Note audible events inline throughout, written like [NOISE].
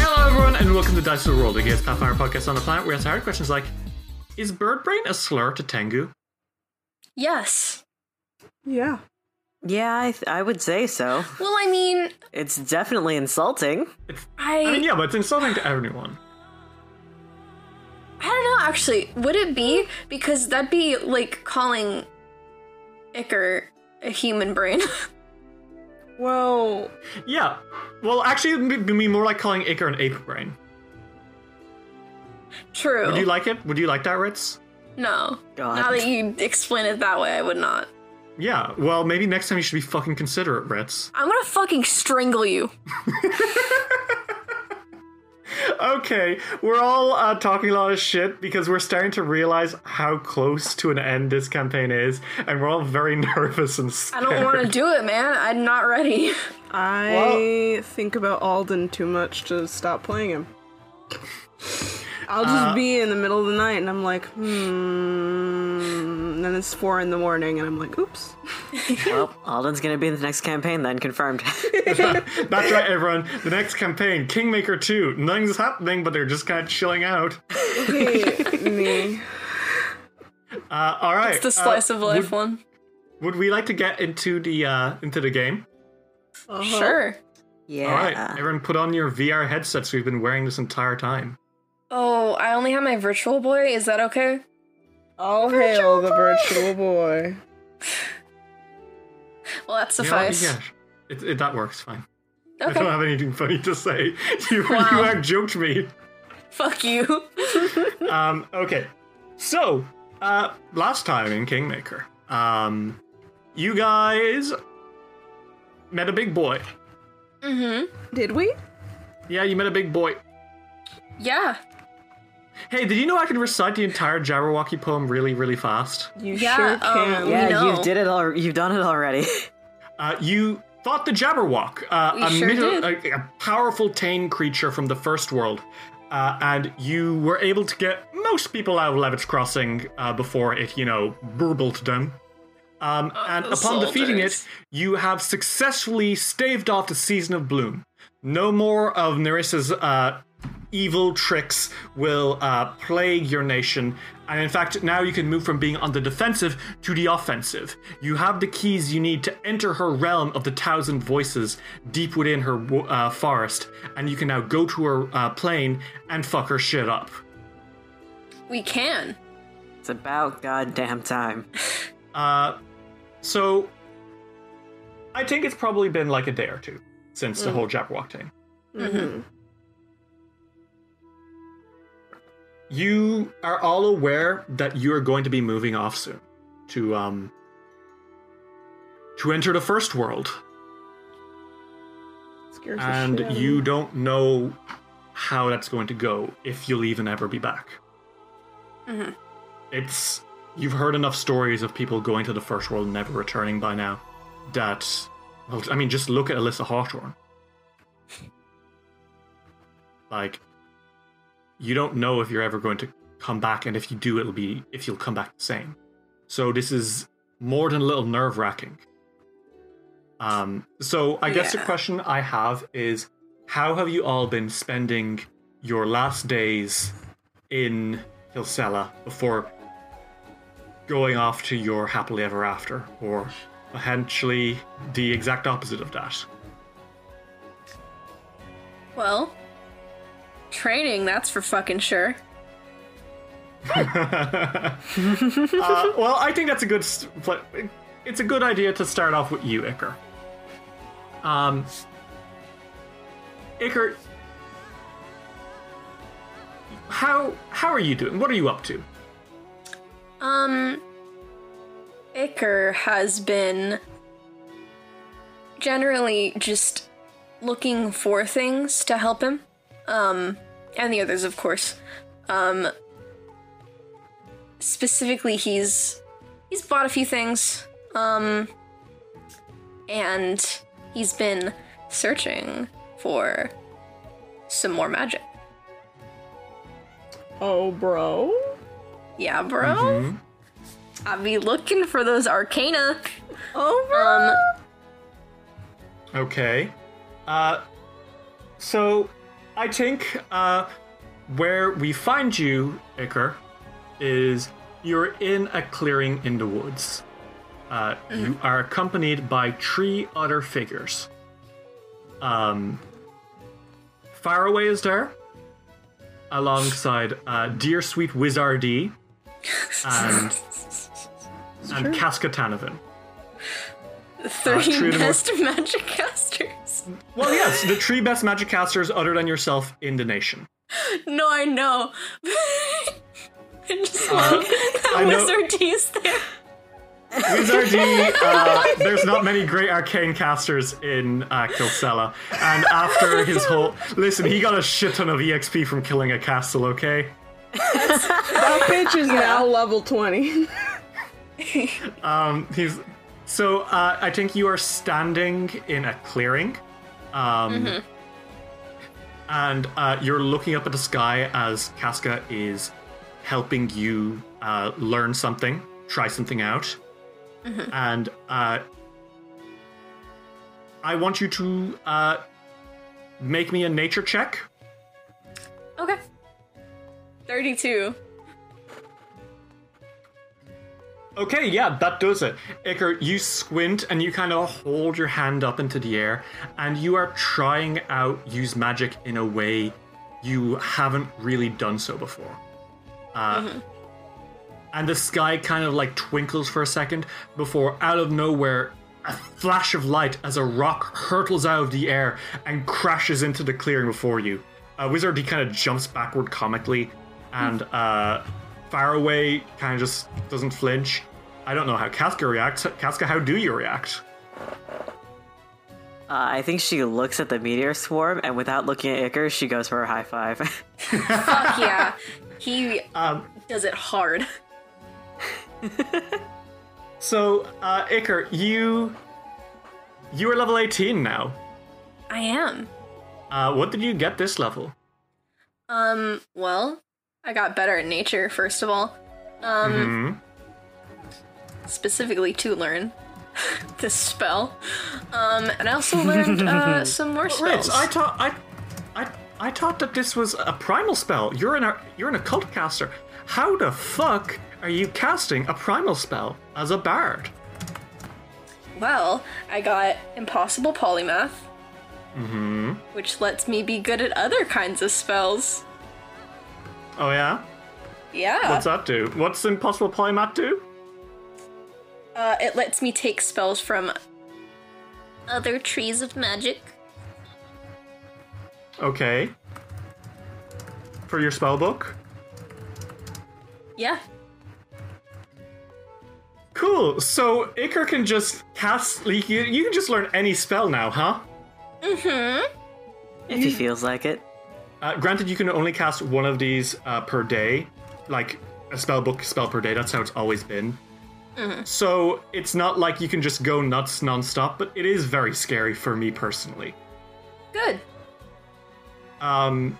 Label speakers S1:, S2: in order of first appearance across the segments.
S1: Hello, everyone, and welcome to Dice to the World, the gayest Pathfinder podcast on the planet. We answer hard questions like Is bird brain a slur to Tengu?
S2: Yes.
S3: Yeah.
S4: Yeah, I, th- I would say so.
S2: Well, I mean,
S4: It's definitely insulting.
S2: I
S1: I mean, yeah, but it's insulting to everyone.
S2: I don't know actually. Would it be because that'd be like calling Icker a human brain? [LAUGHS]
S3: Well,
S1: Yeah. Well, actually, it'd be- be more like calling Icar an ape brain.
S2: True.
S1: Would you like it? Would you like that, Ritz?
S2: no.
S4: God.
S2: Now that you explain it that way, I would not.
S1: Yeah. Well, maybe next time you should be fucking considerate, Ritz. [LAUGHS]
S2: I'm gonna fucking strangle you.
S1: Okay, we're all uh, talking a lot of shit because we're starting to realize how close to an end this campaign is, and we're all very [LAUGHS] nervous and
S2: I
S1: scared. [LAUGHS]
S2: don't want to do it, man. I'm not ready.
S3: I think about Alden too much to stop playing him. I'll just be in the middle of the night and I'm like, hmm. And then it's four in the morning and I'm like, oops.
S4: well, Alden's gonna be in the next campaign then, confirmed.
S1: That's right, everyone. The next campaign, Kingmaker 2. Nothing's happening, but they're just kind of chilling out.
S3: [LAUGHS] Me.
S1: Uh, all right.
S2: [LAUGHS] It's the
S1: uh,
S2: slice of life one.
S1: would we like to get into the uh, into the game? uh-huh.
S2: Sure.
S4: yeah.
S1: All right, everyone, put on your VR headsets we've been wearing this entire time.
S2: Oh, I only have my virtual boy. Is that okay?
S3: All hail the virtual boy.
S2: Well, that
S1: You know what?
S2: suffice.
S1: yeah, it, it, that works fine. I
S2: Okay.
S1: don't have anything funny to say. [LAUGHS] You you
S2: Wow.
S1: outjoked me.
S2: [LAUGHS]
S1: [LAUGHS]
S2: Fuck you. [LAUGHS]
S1: Um, okay. So, uh, last time in Kingmaker, um, you guys met a big boy.
S2: mm-hmm.
S3: Did we?
S1: Yeah, you met a big boy.
S2: Yeah.
S1: Hey, did you know I can recite the entire Jabberwocky poem really, really fast?
S3: You
S2: Yeah,
S3: sure
S2: um,
S3: can.
S2: we
S4: yeah,
S2: know.
S4: you've did it al- you've done it already. [LAUGHS]
S1: Uh, you thought the Jabberwock, uh,
S2: We
S1: a,
S2: sure
S1: middle- a, a powerful tame creature from the first world, uh, and you were able to get most people out of Levitt's Crossing uh, before it, you know, burbled them. Um, and
S2: those
S1: upon defeating it,
S2: soldiers.
S1: you have successfully staved off the Season of Bloom. No more of Nerissa's uh, evil tricks will uh, plague your nation. And in fact, now you can move from being on the defensive to the offensive. You have the keys you need to enter her realm of the Thousand Voices deep within her wo- uh, forest, and you can now go to her uh, plane and fuck her shit up.
S2: We can.
S4: it's about goddamn time.
S1: Uh, so, I think it's probably been like a day or two since the whole Jabberwock thing.
S3: Mm-hmm.
S1: you are all aware that you are going to be moving off soon to um to enter the first world
S3: Scares the
S1: and
S3: shit out of
S1: you
S3: me.
S1: don't know how that's going to go if you'll even ever be back
S3: Mm-hmm.
S2: Mhm.
S1: it's you've heard enough stories of people going to the first world and never returning by now that well, i mean just look at alyssa hawthorne like you don't know if you're ever going to come back and if you do it'll be if you'll come back the same so this is more than a little nerve wracking um so i guess the
S2: Yeah.
S1: question i have is how have you all been spending your last days in Hilsella before going off to your happily ever after or potentially the exact opposite of that.
S2: Well, training, that's for fucking sure.
S1: Uh, well, I think that's a good. s- pla- It's a good idea to start off with you, Iker. Um, Iker, how how are you doing? What are you up to?
S2: Um, Iker has been generally just looking for things to help him. Um, and the others, of course. Um, specifically, he's he's bought a few things. Um, and he's been searching for some more magic.
S3: Oh, bro.
S2: Yeah, bro.
S1: Mm-hmm.
S2: I be looking for those arcana.
S3: Oh,
S1: Uh,
S2: Um,
S1: Okay. Uh, so I think uh, where we find you, Iker, is you're in a clearing in the woods. Uh, you are accompanied by three other figures. Um, Faraway is there, alongside uh, Dear Sweet Wizardy and, and Kaskatanovan.
S2: three
S1: true to
S2: best magic casters.
S1: Well, yes, the three best magic casters other than yourself in the nation.
S2: No, I know. [LAUGHS] I just love that
S1: Uh, I know-
S2: wizard is there.
S1: Wizardy, uh, there's not many great arcane casters in uh, Kilsella. And after his whole. Listen, he got a shit ton of EXP from killing a castle, okay?
S3: That bitch is now level [LAUGHS] 20.
S1: Um, he's. So uh, I think you are standing in a clearing. Um, And uh, you're looking up at the sky as Casca is helping you uh, learn something, try something out. And uh, I want you to uh, make me a nature check.
S2: Okay. 32.
S1: Okay, yeah, that does it. Iker, you squint and you kind of hold your hand up into the air, and you are trying out use magic in a way you haven't really done so before. Uh, And the sky kind of like twinkles for a second before, out of nowhere, a flash of light as a rock hurtles out of the air and crashes into the clearing before you. Uh, Wizard, he kind of jumps backward comically, and uh, Faraway kind of just doesn't flinch. I don't know how Casca reacts. Casca, how do you react?
S4: Uh, I think she looks at the meteor swarm, and without looking at Icarus, she goes for a high five. [LAUGHS]
S2: Fuck
S1: [LAUGHS]
S2: yeah. He
S1: Um.
S2: does it hard.
S1: So, uh, Iker, you you are level 18 now.
S2: I am.
S1: Uh, what did you get this level?
S2: Um, well, I got better at nature, first of all. Um,
S1: Hmm.
S2: specifically to learn [LAUGHS] this spell. Um, and I also learned uh, some more
S1: Right,
S2: spells.
S1: I thought I, I, I thought that this was a primal spell. You're an ar- you're an occult caster. How the fuck are you casting a primal spell as a bard?
S2: Well, I got Impossible Polymath, which lets me be good at other kinds of spells.
S1: Oh yeah,
S2: Yeah.
S1: what's that do? What's impossible polymath do?
S2: Uh, it lets me take spells from other trees of magic.
S1: Okay, for your spell book.
S2: Yeah.
S1: Cool. So Iker can just cast. Like, you, you can just learn any spell now, huh?
S4: if he feels like it.
S1: Uh, granted, you can only cast one of these uh, per day, like a spell book spell per day. That's how it's always been. So it's not like you can just go nuts nonstop, but it is very scary for me personally.
S2: Good.
S1: Um,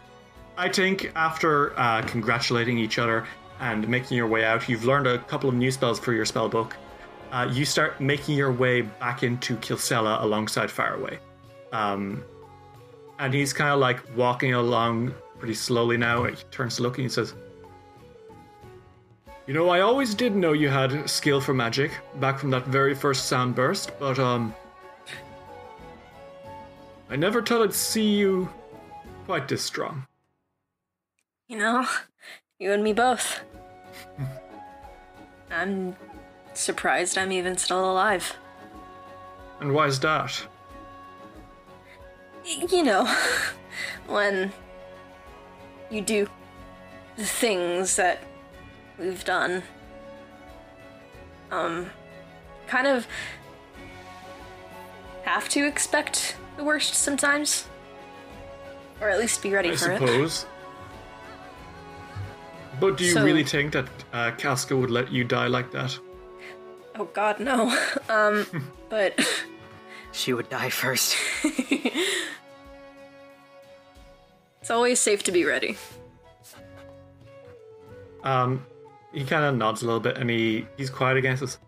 S1: I think after uh, congratulating each other and making your way out, you've learned a couple of new spells for your spell book. Uh, you start making your way back into Kilsella alongside Faraway. Um, and he's kind of like walking along pretty slowly now. He turns to look and he says, You know, I always did know you had skill for magic back from that very first sound burst, but um I never thought I'd see you quite this strong.
S2: You know, you and me
S1: [LAUGHS]
S2: both. I'm surprised I'm even still alive.
S1: And why is that?
S2: Y- You know, [LAUGHS] when you do the things that we've done, um, kind of have to expect the worst sometimes, or at least be ready
S1: I
S2: for it.
S1: suppose. But do you
S2: So-
S1: really think that uh, Casca would let you die like that?
S2: Oh God, no. [LAUGHS]
S1: [LAUGHS]
S2: Um, but [LAUGHS]
S4: She would die first.
S2: it's always safe to be ready.
S1: Um, he kind of nods a little bit and he, he's quiet again and says,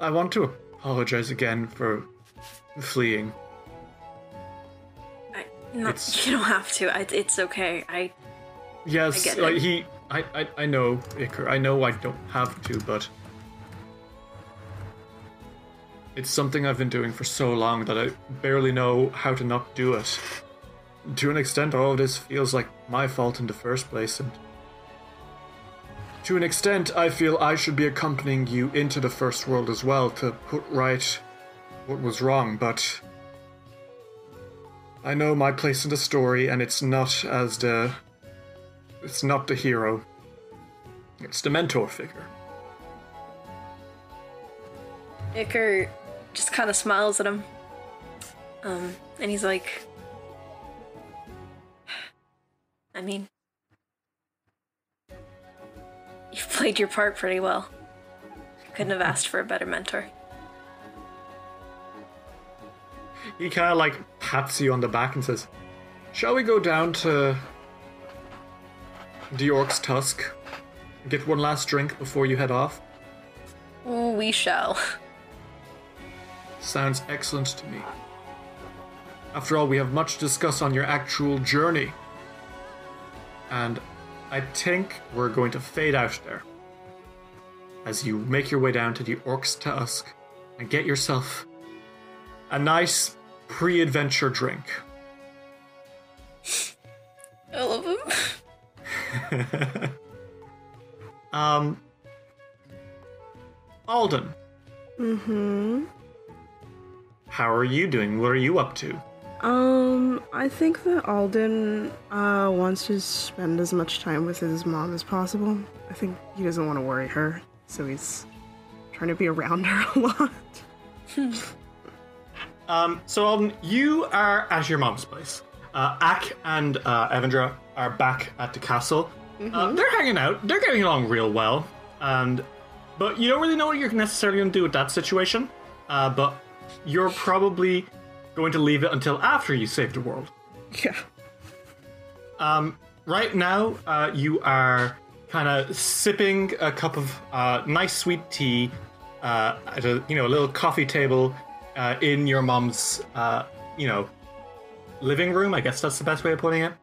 S1: I want to apologize again for fleeing.
S2: I, no,
S1: It's-
S2: [LAUGHS] you don't have to. I, it's okay. I I
S1: Yes,
S2: get
S1: like
S2: it.
S1: he, I, I, I know, Iker, I know I don't have to, but it's something I've been doing for so long that I barely know how to not do it. To an extent, all of this feels like my fault in the first place, and to an extent, I feel I should be accompanying you into the first world as well to put right what was wrong, but I know my place in the story, and it's not as the it's not the hero. It's the mentor figure.
S2: Iker just kind of smiles at him. Um, and he's like, [SIGHS] I mean, you've played your part pretty well. Couldn't have asked for a better mentor.
S1: He kind of like pats you on the back and says, "Shall we go down to the Orc's Tusk? Get one last drink before you head off."
S2: Ooh, we shall. [LAUGHS]
S1: Sounds excellent to me. After all, we have much to discuss on your actual journey. And I think we're going to fade out there. As you make your way down to the Orc's Tusk and get yourself a nice pre adventure drink.
S2: I love him.
S1: Um, Alden. Mm hmm. How are you doing? What are you up to?
S3: Um, I think that Alden uh, wants to spend as much time with his mom as possible. I think he doesn't want to worry her, so he's trying to be around her [LAUGHS] a lot.
S1: Um, so Alden, you are at your mom's place. Uh, Ak and uh, Evandra are back at the castle. Uh, they're hanging out. They're getting along real well, and but you don't really know what you're necessarily going to do with that situation. Uh, but you're probably going to leave it until after you save the world.
S3: Yeah.
S1: Um, right now, uh, you are kind of sipping a cup of uh, nice sweet tea uh, at a you know a little coffee table uh, in your mom's uh, you know living room. I guess that's the best way of putting it.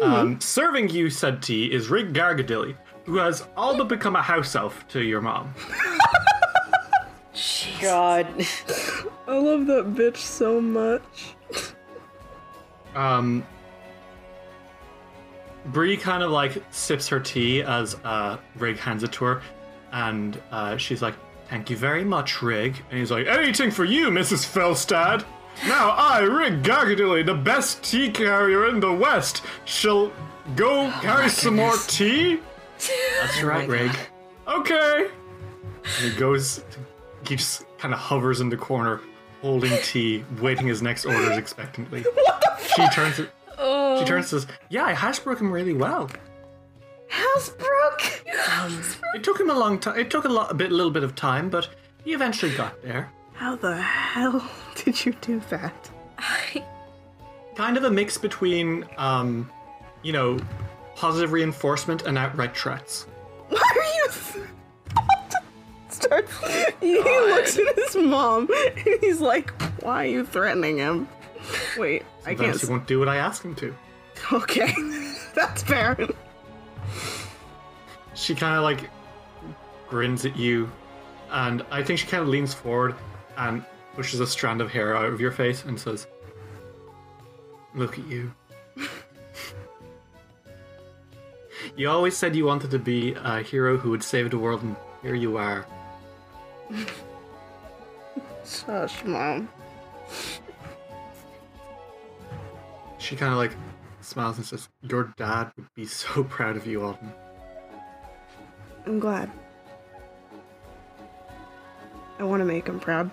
S1: Um, serving you said tea is Rig Gargadilly, who has all but become a house elf to your mom.
S4: God.
S3: I love that bitch so much.
S1: Um, Bree kind of like sips her tea as uh, Rig hands it to her, and uh, she's like, "Thank you very much, Rig." And he's like, "Anything for you, Mrs. Felstad." Now I, Rig Gargadilly, the best tea carrier in the West, shall go carry some more tea. That's
S3: Oh,
S1: right,
S4: my
S1: Rig. Okay. And he goes, keeps kind of hovers in the corner, holding tea, waiting his next orders
S3: [LAUGHS]
S1: expectantly. She turns. It,
S3: Oh.
S1: She turns and says, "Yeah, I hash broke him really well.
S3: Housebrook! Um,
S1: It took him a long time. It took a lot, a bit, little bit of time, but he eventually got there.
S3: How the hell [LAUGHS] did you do that?
S1: Kind of a mix between, um, you know, positive reinforcement and outright threats.
S3: Why are you start? [LAUGHS] He looks at his mom and he's like, "Why are you threatening him?" Wait, I can't.
S1: Sometimes he won't do what I ask him to.
S3: [LAUGHS] s- Okay, that's fair.
S1: She kind of like grins at you, and I think she kind of leans forward and pushes a strand of hair out of your face and says, Look at you. [LAUGHS] you always said you wanted to be a hero who would save the world, and here you are.
S3: Shush, mom.
S1: She kind of like smiles and says, Your dad would be so [LAUGHS] proud of you, Alden.
S3: I'm glad. I want to make him proud.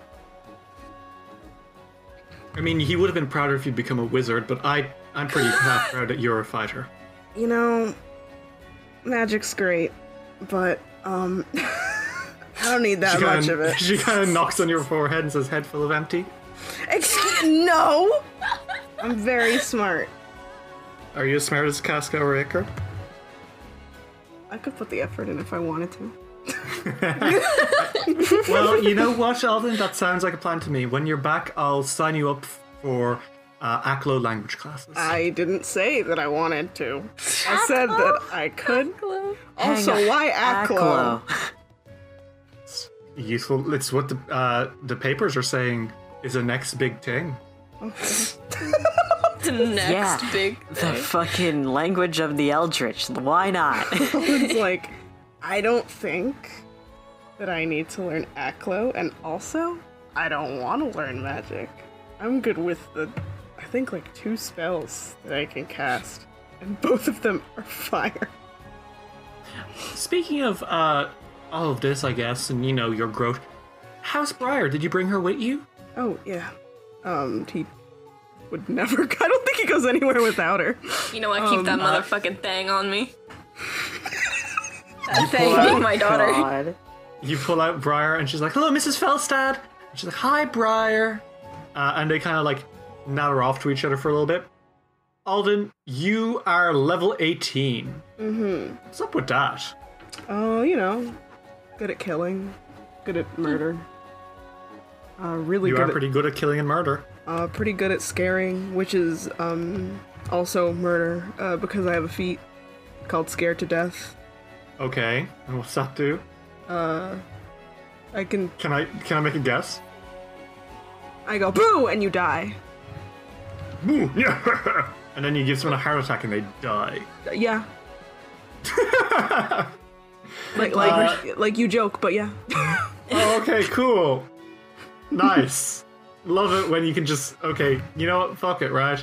S1: I mean, he would have been prouder if you'd become a wizard, but I, I'm pretty [LAUGHS] half proud that you're a fighter.
S3: You know, magic's great, but um, [LAUGHS] I don't need that
S1: She
S3: much
S1: kinda-
S3: of
S1: [LAUGHS]
S3: it.
S1: She kind of knocks on your forehead and says, "Head full of empty."
S3: Excuse no. I'm very smart.
S1: Are you as smart as Casca or Icar?
S3: I could put the effort in if I wanted to.
S1: [LAUGHS] well, you know what, Alden? That sounds like a plan to me. When you're back, I'll sign you up for uh, ACLO language classes.
S3: I didn't say that I wanted to. I said that I could.
S2: Glow.
S3: Also,
S4: Hang on.
S3: why Aklo?
S1: Useful. It's what the uh, the papers are saying is the next big thing.
S2: [LAUGHS] The next
S4: Yeah.
S2: big
S4: The
S2: thing.
S4: fucking language of the eldritch. Why not?
S3: It's like, I don't think that I need to learn Aklo, and also, I don't want to learn magic. I'm good with the, I think, like two spells that I can cast, and both of them are [LAUGHS] fire.
S1: Speaking of uh, all of this, I guess, and you know your growth. How's Briar? Did you bring her with you?
S3: Oh, yeah. Um, he would never, [LAUGHS] I don't think he goes anywhere without her.
S2: You know I keep
S3: Um,
S2: that
S1: uh,
S2: motherfucking thing on me. [LAUGHS] That thing being my daughter.
S4: God.
S1: You pull out Briar, and she's like, "Hello, Mrs. Felstad." And she's like, "Hi, Briar," uh, and they kind of like natter off to each other for a little bit. Alden, you are level 18 Mm-hmm. What's up with that?
S3: Oh, you know, good at killing, good at murder. Uh, really
S1: You are
S3: good at
S1: pretty good at killing and murder.
S3: uh, pretty good at scaring, which is um, also murder uh, because I have a feat called Scared to Death.
S1: Okay, and what's that do?
S3: I can
S1: Can I can I make a guess?
S3: I go boo and you die.
S1: Boo! Yeah. [LAUGHS] and then you give someone a heart attack and they die. [LAUGHS]
S3: Uh, Yeah. like like
S1: Uh,
S3: like you joke, but yeah.
S1: Oh, okay, cool. Nice. Love it when you can just okay. You know what? Fuck it, right?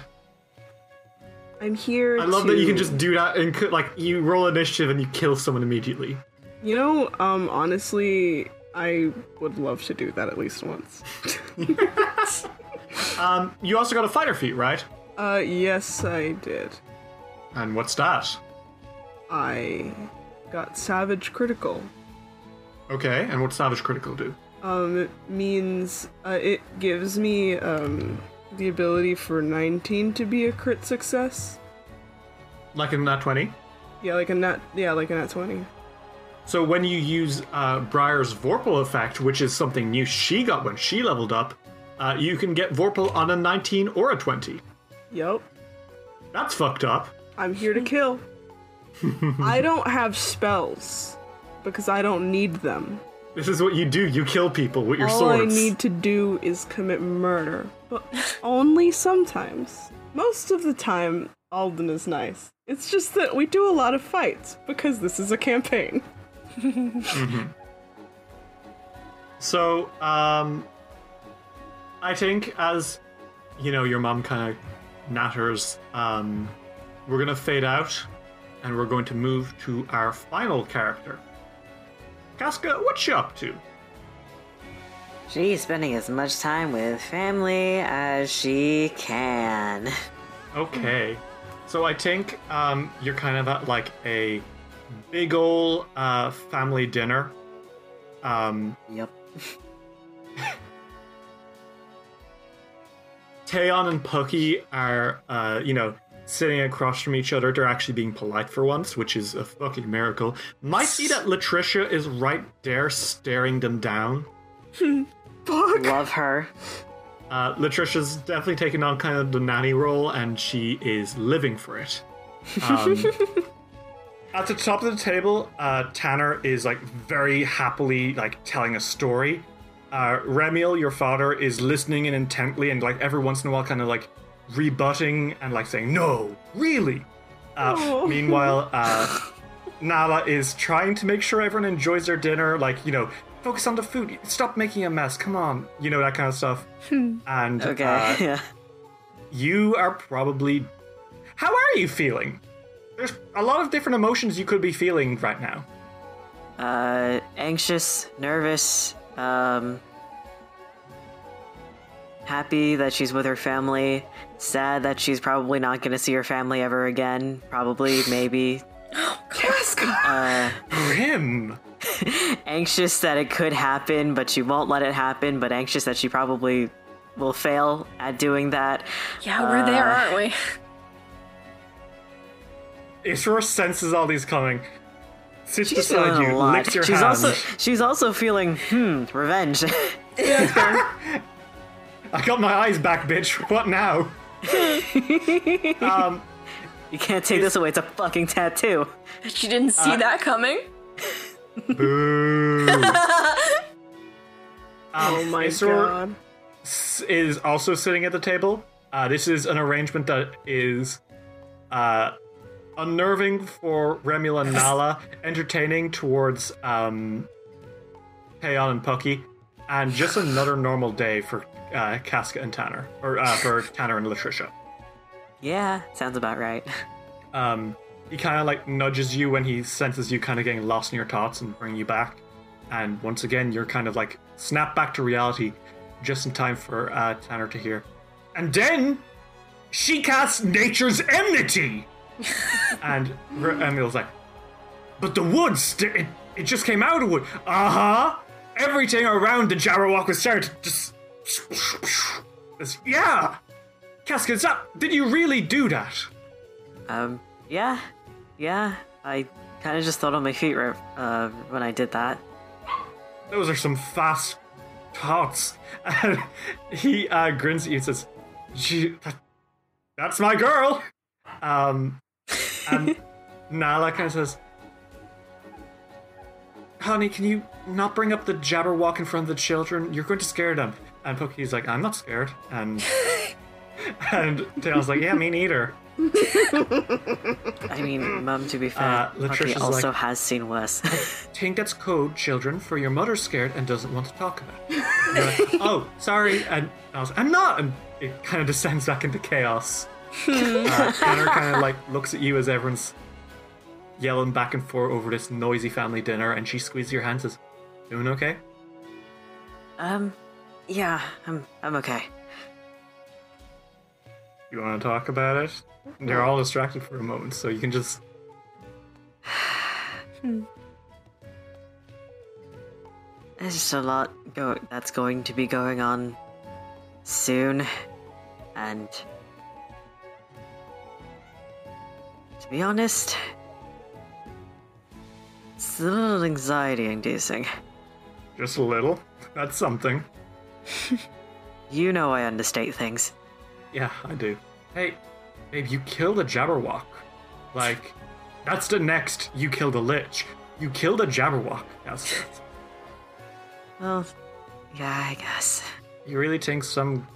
S3: I'm here.
S1: I love that you can
S3: to-
S1: just do that and c- like you roll initiative and you kill someone immediately.
S3: You know, um, honestly, I would love to do that at least once.
S1: You also got a fighter feat, right?
S3: Uh, yes, I did.
S1: And what's that?
S3: I got Savage Critical.
S1: Okay, and what Savage Critical do?
S3: Um, it means uh, it gives me um, the ability for 19 to be a crit success.
S1: Like in that 20.
S3: Yeah, like a nat. Yeah, like a nat 20.
S1: So when you use uh, Briar's Vorpal effect, which is something new she got when she leveled up, uh, you can get Vorpal on a 19 or a 20.
S3: Yup.
S1: That's fucked up.
S3: I'm here
S1: [LAUGHS]
S3: to kill. I don't have spells because I don't need them.
S1: This is what you do. You kill people with your
S3: All
S1: swords.
S3: I need to do is commit murder, but only sometimes. Most of the time, Alden is nice. It's just that we do a lot of fights because this is a campaign. [LAUGHS]
S1: So, um, I think as you know, your mom kind of natters. Um, we're gonna fade out, and we're going to move to our final character. Casca, what's she up to?
S4: She's spending as much time with family as she can.
S1: Okay, so I think um, you're kind of at like a big ol' uh, family dinner. Um,
S4: Yep.
S1: Taeon and Pucky are, uh, you know, sitting across from each other. They're actually being polite for once, which is a fucking miracle. Might be that Latricia is right there staring them down.
S4: Love her.
S1: Uh, Latricia's definitely taking on kind of the nanny role, and she is living for it. Um, At the top of the table, uh, Tanner is like very happily like telling a story. Uh, Remiel, your father, is listening in intently and like every once in a while, kind of like rebutting and like saying no, really. Uh,
S3: Oh.
S1: meanwhile, uh, Nala is trying to make sure everyone enjoys their dinner. Like you know, focus on the food. Stop making a mess. Come on, you know that kind of stuff.
S4: [LAUGHS]
S1: and
S4: Okay. [LAUGHS]
S1: uh,
S4: yeah.
S1: you are probably. How are you feeling? There's a lot of different emotions you could be feeling right now.
S4: Uh, anxious, nervous, um, happy that she's with her family, sad that she's probably not going to see her family ever again. Probably, maybe. Uh,
S1: Grim.
S4: anxious that it could happen, but she won't let it happen, but anxious that she probably will fail at doing that.
S2: Yeah, we're there,
S4: Uh,
S2: aren't we?
S1: Isra senses all these coming. Sits
S4: She's
S1: beside
S4: feeling a
S1: you,
S4: lot.
S1: licks your
S4: she's
S1: hand.
S4: also she's also feeling hmm revenge. [LAUGHS]
S1: I got my eyes back, bitch. What
S4: [LAUGHS]
S1: now? um,
S4: you can't take this away. It's a fucking tattoo.
S2: But you didn't see that coming.
S1: boo.
S3: Oh my
S1: Isra
S3: god.
S1: s- is also sitting at the table. Uh, this is an arrangement that is uh, unnerving for Remula and Nala, entertaining towards um, Payon and Pucky, and just another normal day for uh, Casca and Tanner, or uh, for Tanner and Latricia.
S4: Yeah, sounds about right.
S1: Um, he kind of like nudges you when he senses you kind of getting lost in your thoughts and bring you back. And once again, you're kind of like snapped back to reality just in time for uh, Tanner to hear. And then she casts Nature's Enmity! and R- Emil's like, But the woods, th- it, it just came out of the wood. Uh huh! Everything around the Jabberwock was started to just. It's- Yeah! Casca, is that, did you really do that?
S4: Um, yeah, yeah. I kind of just thought on my feet right, uh, when I did that.
S1: Those are some fast thoughts. And [LAUGHS] he uh, grins at you and says, Gee, that, That's my girl. Um, and Nala kind of says, Honey, can you not bring up the Jabberwock in front of the children? You're going to scare them. And Pookie's like, I'm not scared. And and Tails like, Yeah, me neither.
S4: I mean, [COUGHS] mum. To be
S1: Uh,
S4: fair, Lucky
S1: Latricia's
S4: also
S1: like-
S4: has seen worse. [LAUGHS]
S1: think that's code, children, for your mother's scared and doesn't want to talk about it. And you're like, oh, sorry. And I was, I'm not. And it kind of descends back into chaos. uh, Tanner kind of like looks at you as everyone's yelling back and forth over this noisy family dinner, and she squeezes your hand and says, Doing okay?
S4: um, yeah, I'm I'm okay.
S1: You want to talk about it? And they're all distracted for a moment, so you can just.
S4: There's just a lot go- that's going to be going on soon, and to be honest, it's a little anxiety-inducing.
S1: Just a little. That's something.
S4: You know I understate things.
S1: Yeah, I do. Hey, babe, you killed a Jabberwock. Like, that's the next. You killed a Lich. You killed a Jabberwock. That's it.
S4: Well, yeah, I guess.
S1: You really think some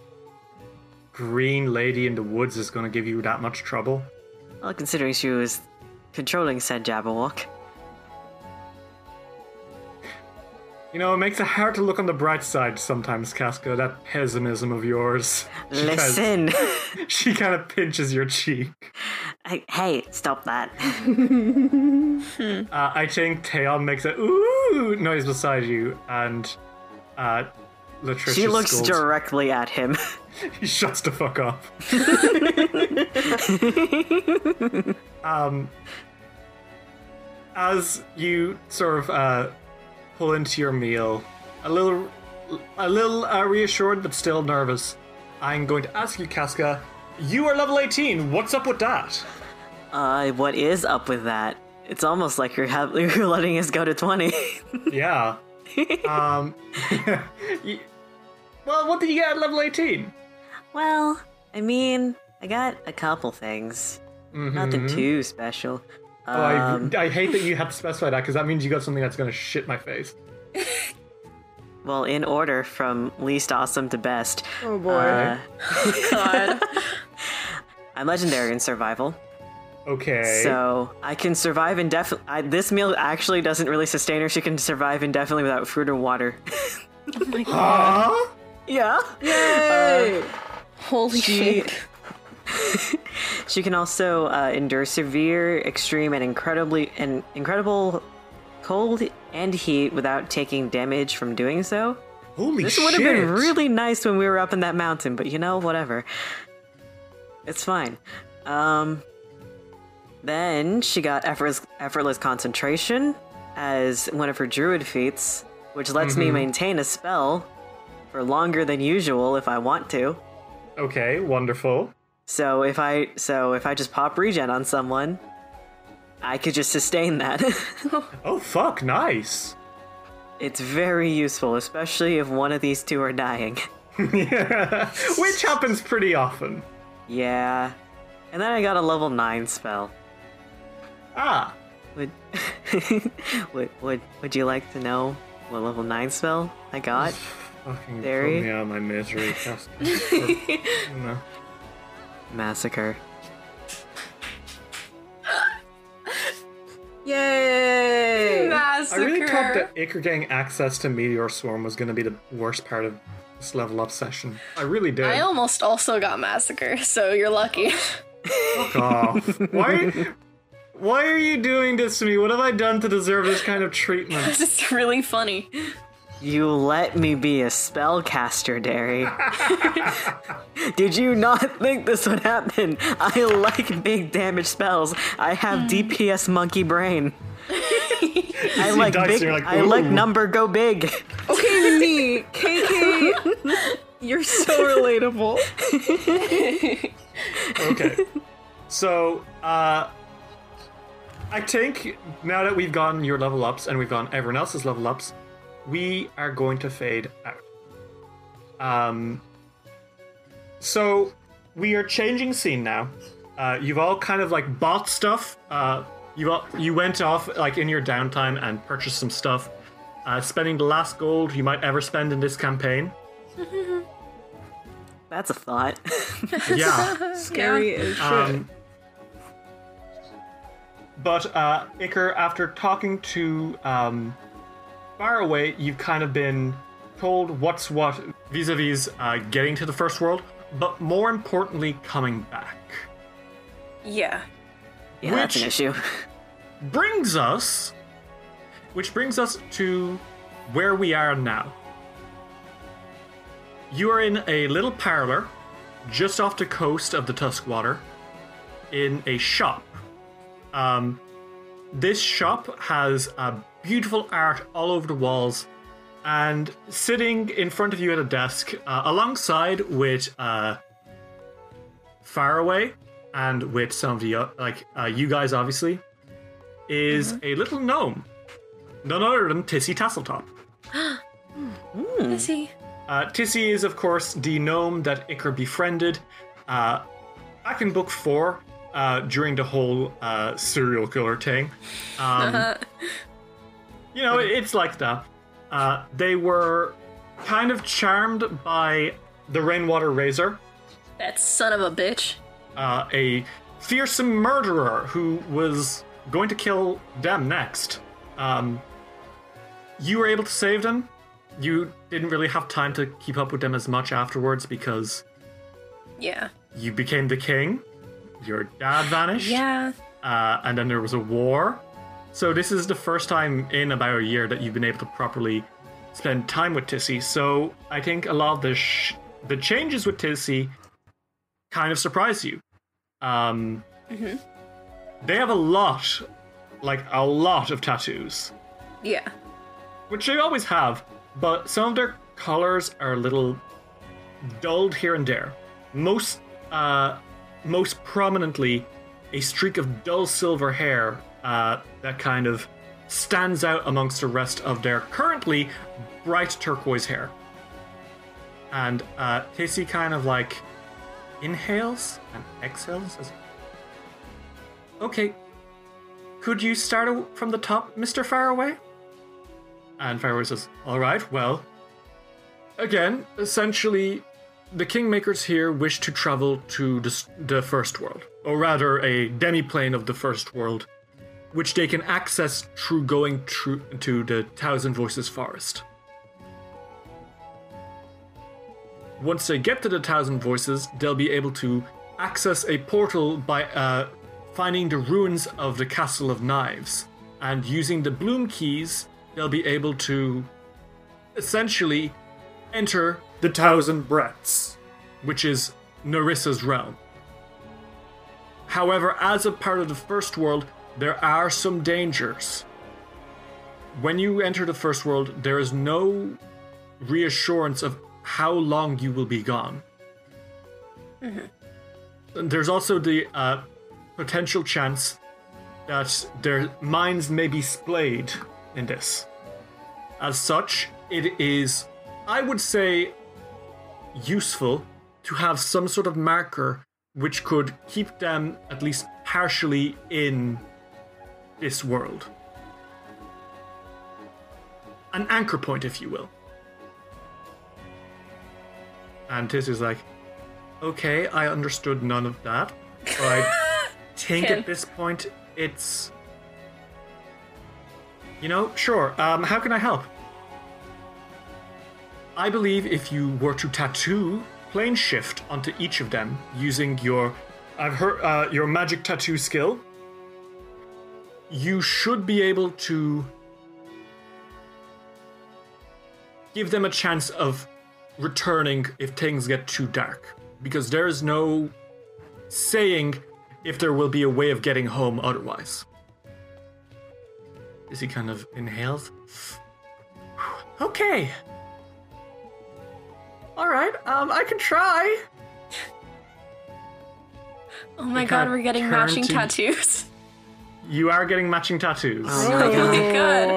S1: green lady in the woods is going to give you that much trouble?
S4: Well, considering she was controlling said Jabberwock.
S1: You know, it makes it hard to look on the bright side sometimes, Casca, that pessimism of yours. She kinda-
S4: Listen!
S1: [LAUGHS]
S4: [LAUGHS]
S1: she kind of pinches your cheek.
S4: I, hey, stop that.
S1: Uh, I think Taeon makes a ooh noise beside you, and uh, Latricia
S4: She looks
S1: scolds-
S4: directly at him.
S1: He shuts the fuck up. um, as you sort of uh, pull into your meal, a little, a little uh, reassured but still nervous, I'm going to ask you, Casca. You are level 18. What's up with that?
S4: Uh, what is up with that? It's almost like you're, ha- [LAUGHS] you're letting us go to [LAUGHS] 20.
S1: Yeah. um. [LAUGHS] you- well, what did you get at level 18?
S4: well, I mean, I got a couple things. Nothing too special.
S1: Mm-hmm.
S4: Um.
S1: oh, I, I hate that you had to specify that because that means you got something that's going to shit my face.
S4: Well, in order from least awesome to best,
S3: Oh boy.
S4: uh, [LAUGHS]
S2: God.
S4: I'm legendary in survival.
S1: Okay.
S4: So I can survive indefinitely. This meal actually doesn't really sustain her. She can survive indefinitely without food or water.
S2: oh my god.
S1: Huh?
S4: yeah.
S3: Yay!
S2: Holy
S4: she-
S2: shit.
S4: She can also uh, endure severe, extreme, and incredibly and incredible cold and heat without taking damage from doing so.
S1: Holy
S4: This
S1: shit.
S4: would have been really nice when we were up in that mountain, but you know, whatever. It's fine. Um, then she got effortless, effortless concentration as one of her druid feats, which lets me maintain a spell for longer than usual if I want to.
S1: Okay, wonderful.
S4: So if I so if I just pop regen on someone, I could just sustain that. [LAUGHS]
S1: Oh, fuck, [LAUGHS] nice.
S4: it's very useful, especially if one of these two are dying.
S1: Which happens pretty often.
S4: yeah. And then I got a level 9 spell.
S1: Ah,
S4: Would [LAUGHS] would, would would you like to know what level 9 spell I got?
S1: fucking
S4: Very.
S1: put me out of my [LAUGHS] misery.
S4: [LAUGHS]
S1: Just- no.
S4: Massacre.
S2: [LAUGHS]
S3: Yay!
S1: I really thought that Iker getting access to Meteor Swarm was going to be the worst part of this level up session. I really did.
S2: I almost also got massacre, so you're lucky.
S1: Oh. Fuck
S4: [LAUGHS]
S1: off. [LAUGHS] Why? Why are you doing this to me? What have I done to deserve this kind of treatment?
S2: [LAUGHS] this is really funny.
S4: You let me be a spellcaster, Derry. [LAUGHS] Did you not think this would happen? I like big damage spells. I
S1: Hmm.
S4: have DPS monkey
S1: [LAUGHS]
S4: brain. I like
S1: dice,
S4: big.
S1: you're like,
S4: I like
S1: "Ooh."
S4: number go big.
S3: Okay, me, KK. You're so relatable.
S1: Okay. So, uh, I think now that we've gotten your level ups and we've gotten everyone else's level ups, we are going to fade out. Um, so we are changing scene now. Uh, you've all kind of like bought stuff. Uh, you all, you went off like in your downtime and purchased some stuff, uh, spending the last gold you might ever spend in this campaign.
S4: That's a thought.
S1: Yeah.
S3: Scary as shit.
S1: Um, but uh, Iker, after talking to um, Faraway, you've kind of been told what's what vis-a-vis uh, getting to the first world, but more importantly, coming back.
S2: Yeah.
S4: Yeah, that's an
S1: Which-
S4: issue.
S1: Brings us, which brings us to where we are now. You are in a little parlor, just off the coast of the Tuskwater, in a shop. Um, this shop has uh, beautiful art all over the walls, and sitting in front of you at a desk, uh, alongside with uh, Faraway and with some of the o- like uh, you guys, obviously, is a little gnome, none other than Tissy Tasseltop.
S2: Is he?
S1: Uh, Tissy is, of course, the gnome that Icar befriended uh, back in book four uh, during the whole uh, serial killer thing.
S2: Uh-huh.
S1: Um, you know, it- it's like that. Uh, they were kind of charmed by the Rainwater Razor,
S2: That son of a bitch.
S1: uh, a fearsome murderer who was going to kill them next. Um, you were able to save them. You didn't really have time to keep up with them as much afterwards because
S2: Yeah.
S1: you became the king. Your dad vanished.
S2: Yeah.
S1: Uh, and then there was a war. So this is the first time in about a year that you've been able to properly spend time with Tissy. So I think a lot of the sh- the changes with Tissy kind of surprise you. Um, They have a lot, like a lot of tattoos,
S2: Yeah.
S1: which they always have, but some of their colors are a little dulled here and there. Most, uh, most prominently, a streak of dull silver hair uh, that kind of stands out amongst the rest of their currently bright turquoise hair. And uh, Casey kind of like inhales and exhales. as- Okay, Could you start a- from the top, Mr. Faraway? And Faraway says, All right, well. Again, essentially, the Kingmakers here wish to travel to the, s- the First World, or rather, a demiplane of the First World, which they can access through going through to the Thousand Voices Forest. Once they get to the Thousand Voices, they'll be able to access a portal by uh, finding the ruins of the Castle of Knives. And using the Bloom Keys, they'll be able to essentially enter,
S5: The Thousand Breaths.
S1: which is Narissa's realm. However, as a part of the First World, there are some dangers. When you enter the First World, there is no reassurance of how long you will be gone. There's also the uh, potential chance that their minds may be splayed in this. As such, it is, I would say, useful to have some sort of marker which could keep them at least partially in this world. An anchor point, if you will. And Tiz is like, okay, I understood none of that. But I think
S2: Ken.
S1: at this point, it's. You know, sure, um, how can I help? I believe if you were to tattoo plane shift onto each of them using your I've heard uh, your magic tattoo skill, you should be able to give them a chance of returning if things get too dark because there is no saying if there will be a way of getting home otherwise. Is he kind of inhales? Okay. All right, um, I can try.
S2: Oh my
S1: They
S2: god,
S1: kinda
S2: we're getting
S1: turn
S2: matching
S1: to-
S2: tattoos. [LAUGHS]
S1: You are getting matching tattoos.
S4: Oh
S2: Oh
S4: [LAUGHS] my god.
S2: my god.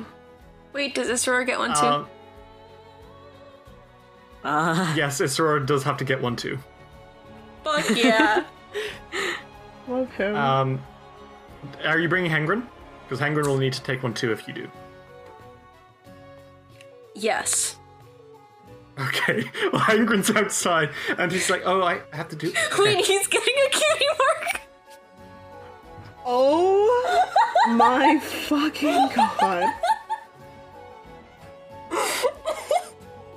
S3: Uh,
S2: Wait, does Isror get one too?
S1: Um,
S4: Uh,
S1: yes, Isror does have to get one too. [LAUGHS]
S2: Fuck yeah.
S3: love him.
S1: Um, are you bringing Hengrin? Because Hengrin will need to take one too if you do.
S2: yes.
S1: Okay. [LAUGHS] Well, Hengrin's outside, and he's like, "Oh, I have to do."
S2: Wait, he's getting a cutie mark.
S3: oh my fucking god.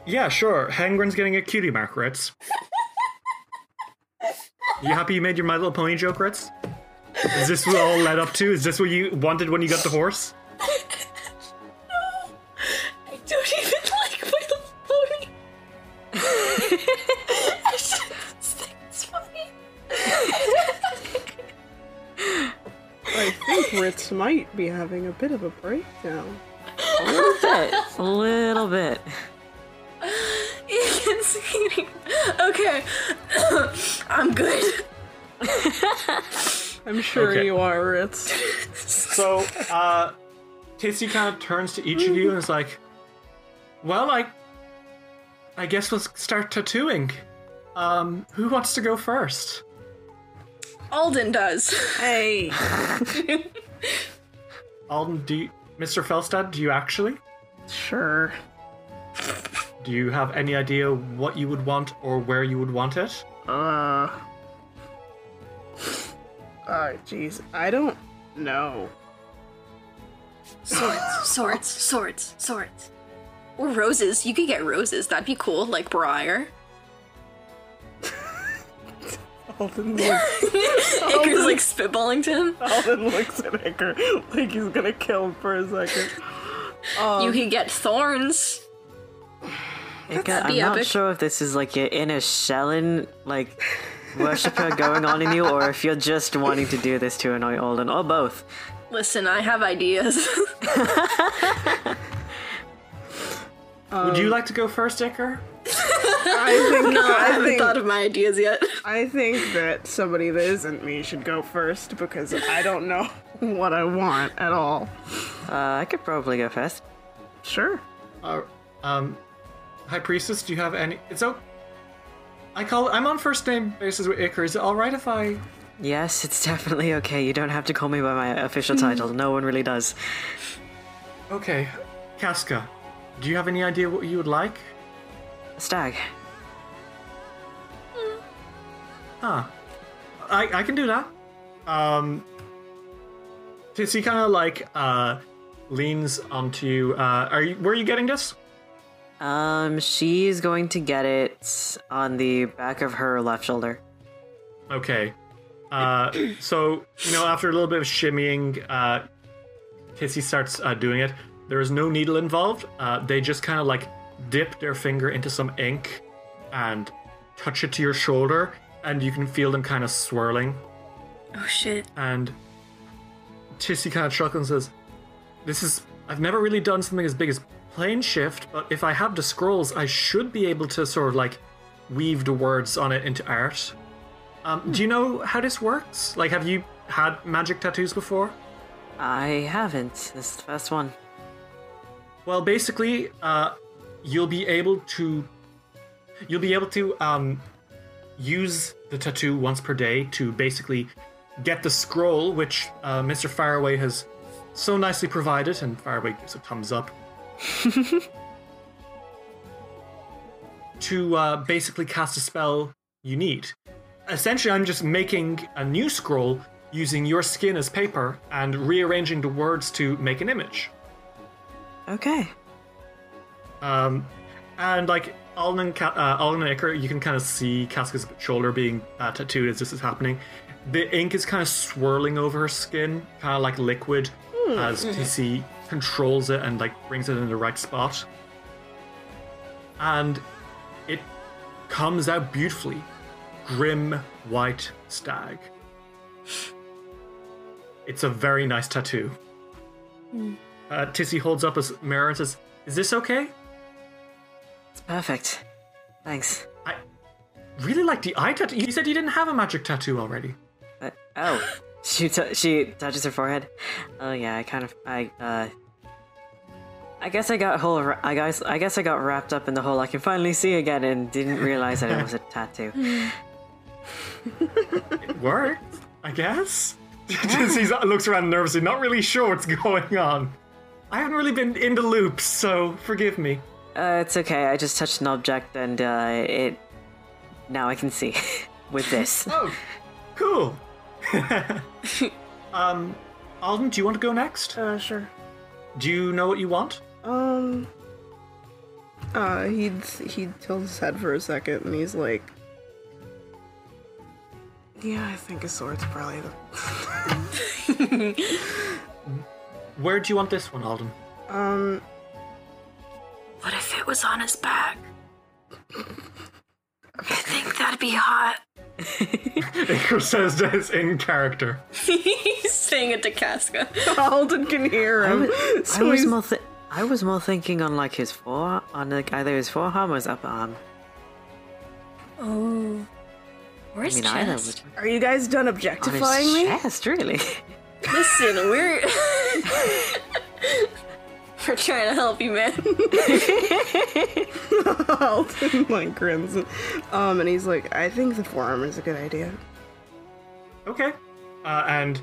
S1: Yeah, sure. Hengrin's getting a cutie mark, Ritz. you happy you made your My Little Pony joke, Ritz? Is this what all led up to? Is this what you wanted when you got the horse?
S2: I don't even like my little pony. [LAUGHS] I just think it's funny. [LAUGHS]
S3: I think Ritz might be having a bit of a breakdown.
S4: a little
S1: [LAUGHS]
S4: bit. A little bit.
S2: It's eating. [LAUGHS] Okay. [COUGHS] I'm good.
S3: I'm sure
S1: Okay.
S3: you are, Ritz.
S1: So, uh, Tissy kind of turns to each of you and is like, "Well, I, I guess we'll start tattooing. Um, who wants to go first?
S2: Alden does.
S3: Hey.
S1: Alden, do you, Mr. Felstad, do you actually?
S3: Sure.
S1: Do you have any idea what you would want or where you would want it?
S3: Uh. Oh, jeez. I don't know.
S2: Swords, swords, swords, swords. Or roses. You could get roses. That'd be cool, like Briar. [LAUGHS]
S3: Alden looks,
S2: Icar's like spitballing to him.
S3: Alden looks at Icker like he's gonna kill him for a second.
S2: You could get thorns.
S4: It
S2: That'd
S4: got, I'm
S2: be
S4: not
S2: epic.
S4: sure if this is like your inner Shellen, like, worshiper going on in you, or if you're just wanting to do this to annoy Alden, or both.
S2: Listen, I have ideas. [LAUGHS]
S1: would you like to go first, Icker?
S3: I think,
S2: no, I
S3: [LAUGHS] I,
S2: haven't
S3: think
S2: thought of my ideas yet.
S3: I think that somebody that isn't me should go first because I don't know [LAUGHS] what I want at all.
S4: Uh, I could probably go first.
S3: Sure.
S1: Uh, um, High Priestess, do you have any? It's okay. I call. I'm on first name basis with Icker. Is it all right if I
S4: Yes, it's [LAUGHS] definitely okay. You don't have to call me by my official title. No one really does.
S1: Okay, Casca, do you have any idea what you would like?
S4: Stag.
S1: Ah, I, I can do that. Um, Tissy kind of like uh, leans onto you. Uh, are you, where are you getting this?
S4: Um, she's going to get it on the back of her left shoulder.
S1: Okay. Uh, so, you know, after a little bit of shimmying, uh, Tissy starts uh, doing it. There is no needle involved. Uh, they just kind of like dip their finger into some ink and touch it to your shoulder, and you can feel them kind of swirling.
S2: Oh shit.
S1: And Tissy kind of chuckles and says, This is. I've never really done something as big as plane shift, but if I have the scrolls, I should be able to sort of like weave the words on it into art. Um, Do you know how this works? Like, have you had magic tattoos before?
S4: I haven't. This is the first one.
S1: Well, basically, uh, you'll be able to you'll be able to um, use the tattoo once per day to basically get the scroll, which uh, Mr. Faraway has so nicely provided, and Faraway gives a thumbs up. to uh, basically cast a spell you need. Essentially, I'm just making a new scroll using your skin as paper and rearranging the words to make an image.
S4: Okay.
S1: Um, and like Alden and, Ca- uh, Alden and Icar, you can kind of see Casca's shoulder being uh, tattooed as this is happening. The ink is kind of swirling over her skin, kind of like liquid, as TC controls it and like brings it in the right spot. And it comes out beautifully, grim white stag. It's a very nice tattoo. Uh, Tissy holds up a mirror and says, "Is this okay?"
S4: It's perfect. Thanks.
S1: I really like the eye tattoo. You said you didn't have a magic tattoo already.
S4: Uh, oh. She, t- she touches her forehead. Oh yeah, I kind of I uh I guess I got whole ra- I guess I guess I got wrapped up in the whole I can finally see again and didn't realize that it was a tattoo.
S1: It worked, I [LAUGHS] guess. He uh, looks around nervously, not really sure what's going on. I haven't really been in the loop, so forgive me.
S4: Uh, it's okay. I just touched an object and uh, it now I can see [LAUGHS]
S2: [LAUGHS]
S4: with this.
S1: Oh, [LAUGHS] cool. um, Alden, do you want to go next?
S3: Uh, sure.
S1: Do you know what you want?
S3: Um. Uh, he'd he tilts his head for a second, and he's like, "Yeah, I think a sword's probably the
S1: Where do you want this one, Alden?
S3: um."
S2: What if it was on his back? I think that'd be hot.
S1: Icar says this in character.
S2: [LAUGHS] He's saying it to Casca.
S3: [LAUGHS] Alden can hear
S4: I
S3: him.
S4: was, I
S3: so
S4: was
S3: he's-
S4: more th- I was more thinking on like his fore on like either his forearm or his upper arm.
S2: Oh.
S4: I
S2: Where's
S4: mean either would
S2: chest?
S3: Are you guys done
S4: on his
S3: objectifying me?
S4: chest, really. [LAUGHS]
S2: Listen, we're [LAUGHS] we're trying to help you, man.
S3: [LAUGHS] Alden like grins, um, and he's like, "I think the forearm is a good idea."
S1: Okay. Uh, and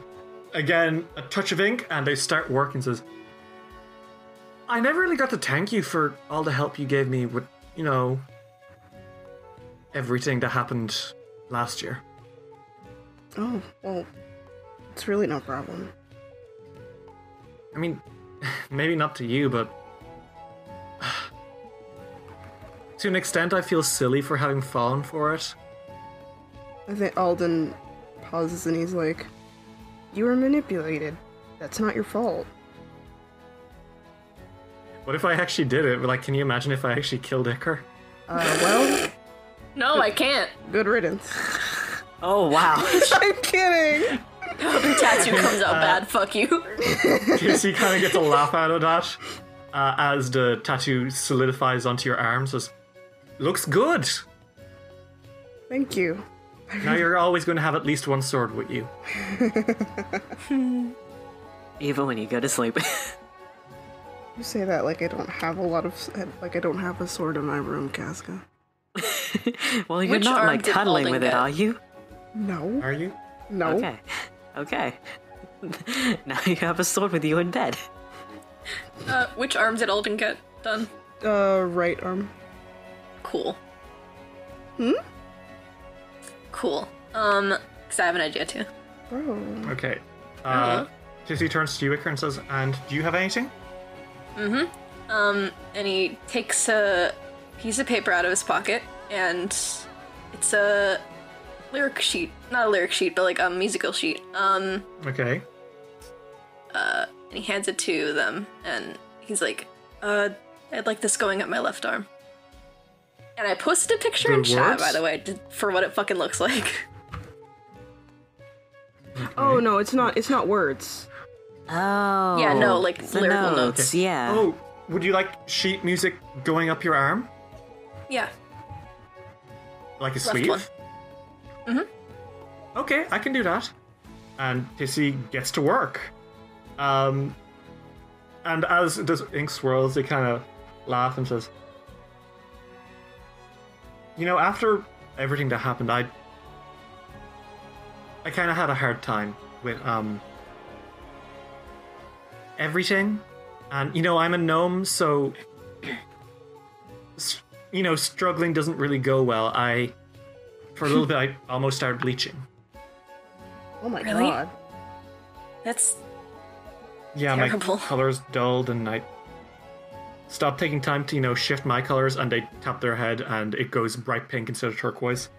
S1: again, a touch of ink, and they start working. Says, I never really got to thank you for all the help you gave me with, you know, everything that happened last year.
S3: Oh well, it's really no problem.
S1: I mean, [LAUGHS] maybe not to you, but [SIGHS] to an extent, I feel silly for having fallen for it.
S3: I think Alden pauses and he's like, "You were manipulated. That's not your fault."
S1: What if I actually did it? Like, can you imagine if I actually killed Icar?
S3: Uh, well,
S2: No, I can't.
S3: good riddance. [LAUGHS]
S2: [LAUGHS]
S4: oh wow.
S3: I'm kidding.
S2: Tattoo comes out bad. Fuck you.
S1: Casey kind of gets a laugh out of that uh, as the tattoo solidifies onto your arm. Says, "Looks good.
S3: Thank you.
S1: Now you're always going to have at least one sword with you."
S4: Even when you go to sleep. [LAUGHS]
S3: You say that like I don't have a lot of like I don't have a sword in my room, Casca.
S4: well, you're
S2: Which
S4: not
S2: arm
S4: like
S2: did
S4: cuddling
S2: Alden
S4: with it,
S2: get?
S4: are you?
S3: No.
S1: Are you?
S2: Oh.
S3: No.
S4: Okay. Okay. [LAUGHS] now you have a sword with you in bed.
S2: Uh, which arm did Alden get done?
S3: Uh, right arm.
S2: Cool. Hmm? Cool. Um, because I have an idea too.
S3: Oh. Bro.
S1: Okay. Uh, Tissy turns to you, Iker, and says, "And do you have anything?"
S2: Um, and he takes a piece of paper out of his pocket, and it's a lyric sheet. Not a lyric sheet, but like a musical sheet. Um,
S1: Okay.
S2: and he hands it to them, and he's like, uh, I'd like this going up my left arm. And I posted a picture
S1: The
S2: in chat,
S1: words?
S2: by the way, d- for what it fucking looks like. [LAUGHS]
S3: Oh no, it's not. It's not words.
S4: Oh.
S2: Yeah, no, like,
S4: the
S2: lyrical notes.
S4: Yeah.
S1: Oh, would you like sheet music going up your arm,
S2: yeah,
S1: like a
S2: left
S1: sleeve?
S2: one.
S1: Okay, I can do that. And Tissy gets to work. Um, and as this ink swirls, they kind of laugh and says, "You know, after everything that happened, I, I kind of had a hard time with um everything, and you know, I'm a gnome, so." s- You know, struggling doesn't really go well. I, for a little bit, I almost started bleaching.
S3: Oh my
S2: Really?
S3: god.
S2: That's
S1: Yeah,
S2: Terrible.
S1: my colors dulled, and I stopped taking time to you know shift my colors, and they tap their head, and it goes bright pink instead of turquoise.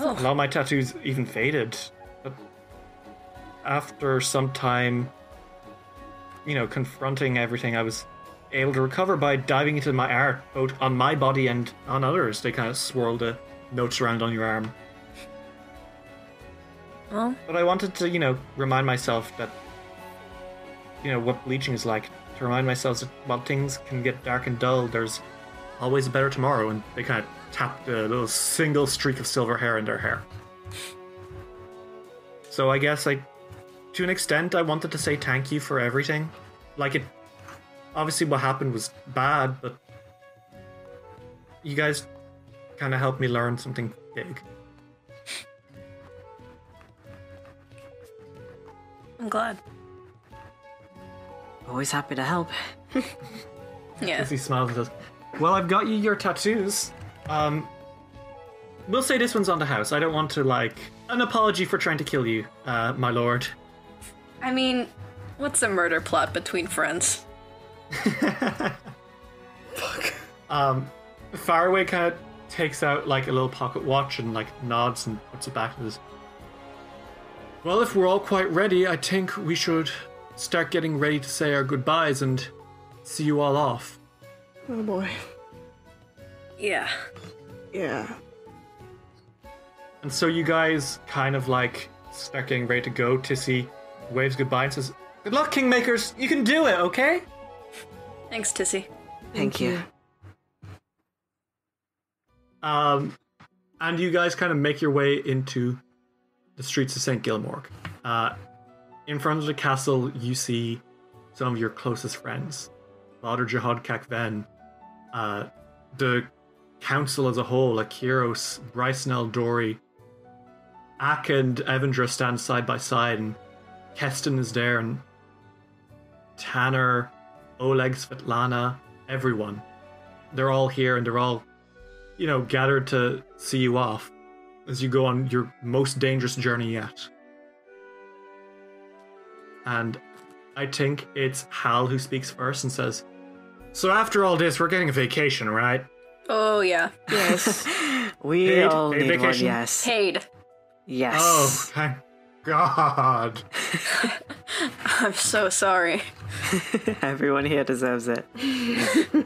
S2: oh.
S1: A lot of my tattoos even faded, but after some time, you know, confronting everything, I was able to recover by diving into my art, both on my body and on others. They kind of swirl the notes around on your arm.
S2: Well,
S1: But I wanted to, you know, remind myself that, you know, what bleaching is like. To remind myself that while things can get dark and dull, there's always a better tomorrow. And they kind of tap the little single streak of silver hair in their hair. So I guess I, to an extent, I wanted to say thank you for everything. Like it, obviously what happened was bad, but you guys kind of helped me learn something big.
S2: I'm glad.
S4: Always happy to help.
S2: Yeah.
S1: As he smiles and says, Well, I've got you your tattoos. Um, we'll say this one's on the house. I don't want to, like, an apology for trying to kill you, uh, my lord.
S2: I mean, what's a murder plot between friends?
S1: Um, Faraway kind of takes out, like, a little pocket watch and, like, nods and puts it back and says, Well, if we're all quite ready, I think we should start getting ready to say our goodbyes and see you all off.
S3: Oh boy.
S2: Yeah.
S3: Yeah.
S1: And so you guys kind of like start getting ready to go. Tissy waves goodbye and says, Good luck, Kingmakers! You can do it, okay?
S2: Thanks, Tissy.
S4: Thank you.
S1: Um, and you guys kind of make your way into the streets of St. Gilmore. Uh, in front of the castle, you see some of your closest friends. Father Jihad Kakven, uh, the council as a whole, Akiros, Brycenel Dory, Ak and Evandra stand side by side, and Keston is there, and Tanner, Oleg, Svetlana, everyone. They're all here, and they're all you know, gathered to see you off as you go on your most dangerous journey yet. And I think it's Hal who speaks first and says, So after all this, we're getting a vacation, right?
S2: Oh, yeah.
S3: [LAUGHS] Yes.
S4: We
S1: Paid-
S4: all
S1: paid
S4: need one.
S1: vacation.
S4: Yes.
S2: Paid. [LAUGHS]
S4: Yes.
S1: Oh, thank God.
S2: I'm so sorry.
S4: [LAUGHS] Everyone here deserves it.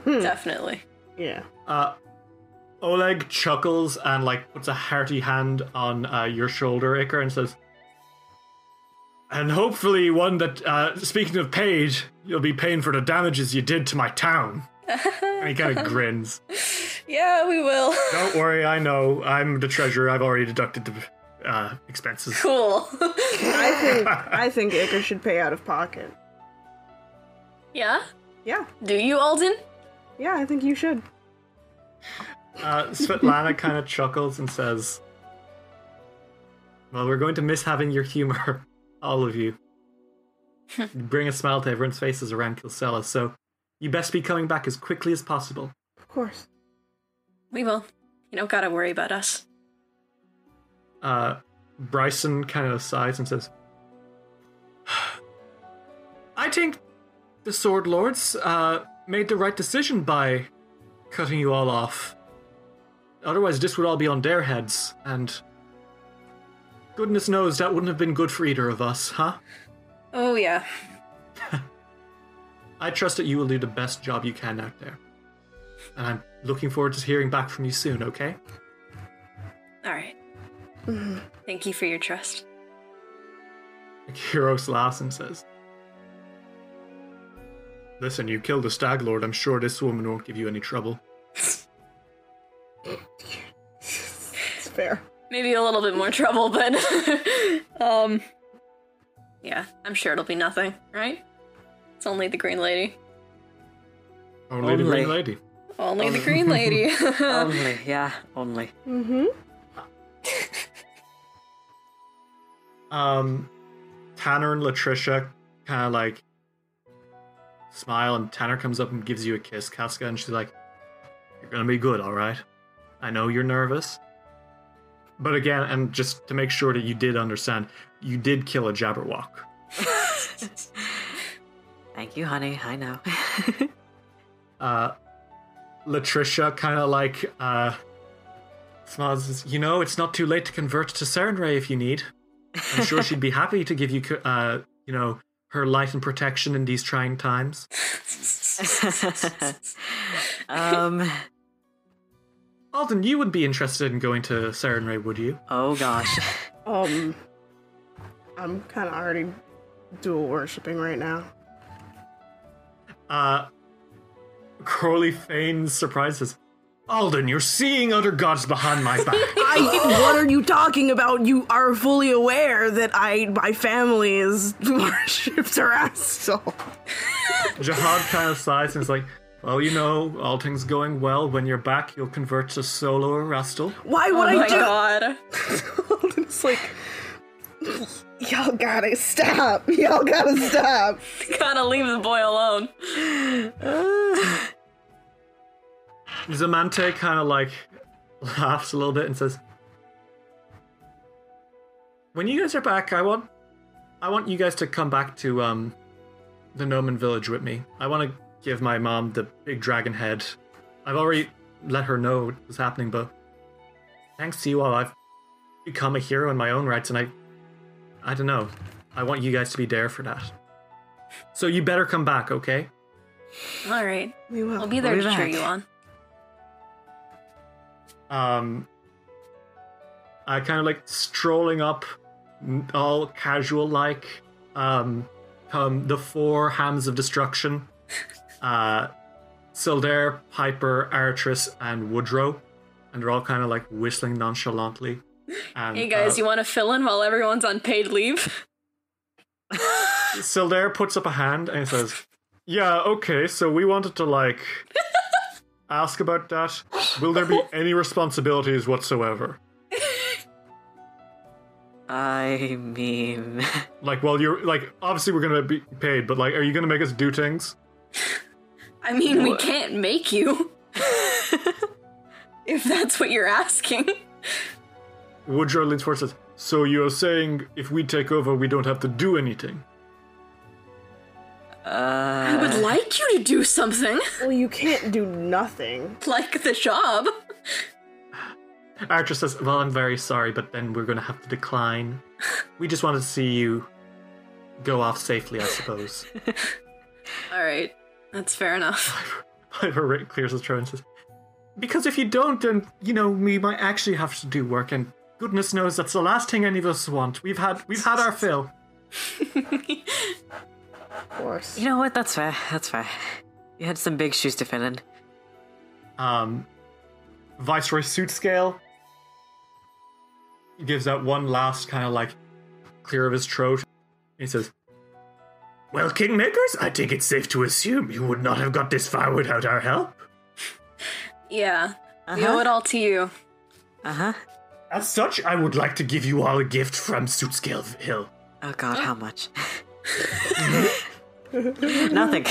S2: Definitely.
S3: yeah.
S1: Uh, Oleg chuckles and, like, puts a hearty hand on uh, your shoulder, Iker, and says, And hopefully, one that, uh, speaking of paid, you'll be paying for the damages you did to my town. and he kind of grins.
S2: Yeah, we will. [LAUGHS]
S1: Don't worry, I know. I'm the treasurer. I've already deducted the uh, expenses.
S2: Cool. [LAUGHS]
S3: I think I think Iker should pay out of pocket.
S2: yeah?
S3: Yeah.
S2: Do you, Alden?
S3: Yeah, I think you should.
S1: Uh, Svetlana kind of chuckles and says, Well, we're going to miss having your humor, [LAUGHS] all of you. You Bring a smile to everyone's faces around Kilsella, so you best be coming back as quickly as possible.
S3: Of course.
S2: We will. You don't gotta worry about us.
S1: Uh, Bryson kind of sighs and says, I think the Sword Lords uh, made the right decision by cutting you all off. Otherwise, this would all be on their heads, and goodness knows that wouldn't have been good for either of us, huh?
S2: Oh, yeah.
S1: I trust that you will do the best job you can out there. And I'm looking forward to hearing back from you soon, okay?
S2: Alright. Thank you for your trust.
S1: Kuros laughs and says, Listen, you killed a stag lord. I'm sure this woman won't give you any trouble.
S3: It's fair.
S2: Maybe a little bit more trouble, but. [LAUGHS] um. Yeah, I'm sure it'll be nothing, right? It's only the Green Lady.
S1: Only, the
S4: Only.
S1: green lady.
S2: Only the Green [LAUGHS] Lady. um,
S4: only, yeah, only.
S1: Um, Tanner and Latricia kind of like smile, and Tanner comes up and gives you a kiss, Casca, and she's like, "You're gonna be good, all right. I know you're nervous, but again, and just to make sure that you did understand, you did kill a Jabberwock.
S4: Thank you, honey. I know.
S1: uh, Latricia kind of like uh, smiles. and says, You know, it's not too late to convert to Serenray if you need. I'm sure she'd be happy to give you, co- uh, you know, her light and protection in these trying times.
S4: um.
S1: Alden, you would be interested in going to Serenray, would you?
S4: Oh gosh.
S3: Um, I'm kind of already dual worshipping right now.
S1: Uh, Crowley feigns surprise says, Alden, you're seeing other gods behind my
S3: [LAUGHS]
S1: back.
S3: I, what are you talking about? You are fully aware that I, my family is [LAUGHS] worshipped her asshole.
S1: Jihad kind of sighs and is like, well, you know, all things going well. When you're back, you'll convert to solo or Rastal.
S3: Why would
S2: oh
S3: I
S2: my
S3: do? [LAUGHS]
S2: god.
S3: it's like, y'all gotta stop. Y'all gotta stop.
S2: Gotta leave the boy alone.
S1: Zamante kind of like [LAUGHS] laughs a little bit and says, "When you guys are back, I want, I want you guys to come back to um, the Noman village with me. I want to give my mom the big dragon head. I've already let her know what was happening, but thanks to you all, I've become a hero in my own rights, and I, I don't know, I want you guys to be there for that. So you better come back, okay?"
S2: Alright.
S3: We
S2: I'll
S3: will.
S2: be there
S4: We'll
S2: to
S4: be
S2: cheer
S4: back.
S2: you on.
S1: um, I kind of like strolling up, n- all casual like, um, come the four hams of destruction, uh, Sildair, Piper, Artris, and Woodrow, and they're all kind of like whistling nonchalantly. And,
S2: Hey guys,
S1: uh,
S2: you wanna fill in while everyone's on paid leave? [LAUGHS]
S1: Sildair puts up a hand and says, "Yeah, okay. So we wanted to
S2: [LAUGHS]
S1: like." Ask about that. Will there be any responsibilities whatsoever?
S4: I mean,
S1: Like, well, you're like, obviously we're gonna be paid, but like, are you gonna make us do things?
S2: I mean, we can't make you. [LAUGHS] if that's what you're asking.
S1: Woodrow leans forward and says, So you're saying if we take over, we don't have to do anything?
S4: uh,
S2: I would like you to do something, [LAUGHS]
S3: Well, you can't do nothing.
S2: like the job.
S1: Archer says, Well, I'm very sorry, but then we're gonna have to decline. We just wanted to see you go off safely, I suppose. [LAUGHS]
S2: Alright, that's fair enough. [LAUGHS]
S1: Piper Rick clears his throat and says, Because if you don't, then, you know, we might actually have to do work, and goodness knows that's the last thing any of us want. We've had, we've had our fill.
S3: Of course.
S4: you know what? That's fair. That's fair. You had some big shoes to fill in.
S1: um, Viceroy suit scale. He gives that one last kind of like clear of his throat. He says, Well, Kingmakers, I think it's safe to assume you would not have got this far without our help.
S4: Uh-huh.
S2: Yeah, we owe it all to you.
S4: Uh huh.
S1: As such, I would like to give you all a gift from Suitscale Hill.
S4: Oh god, how much? [LAUGHS] Nothing.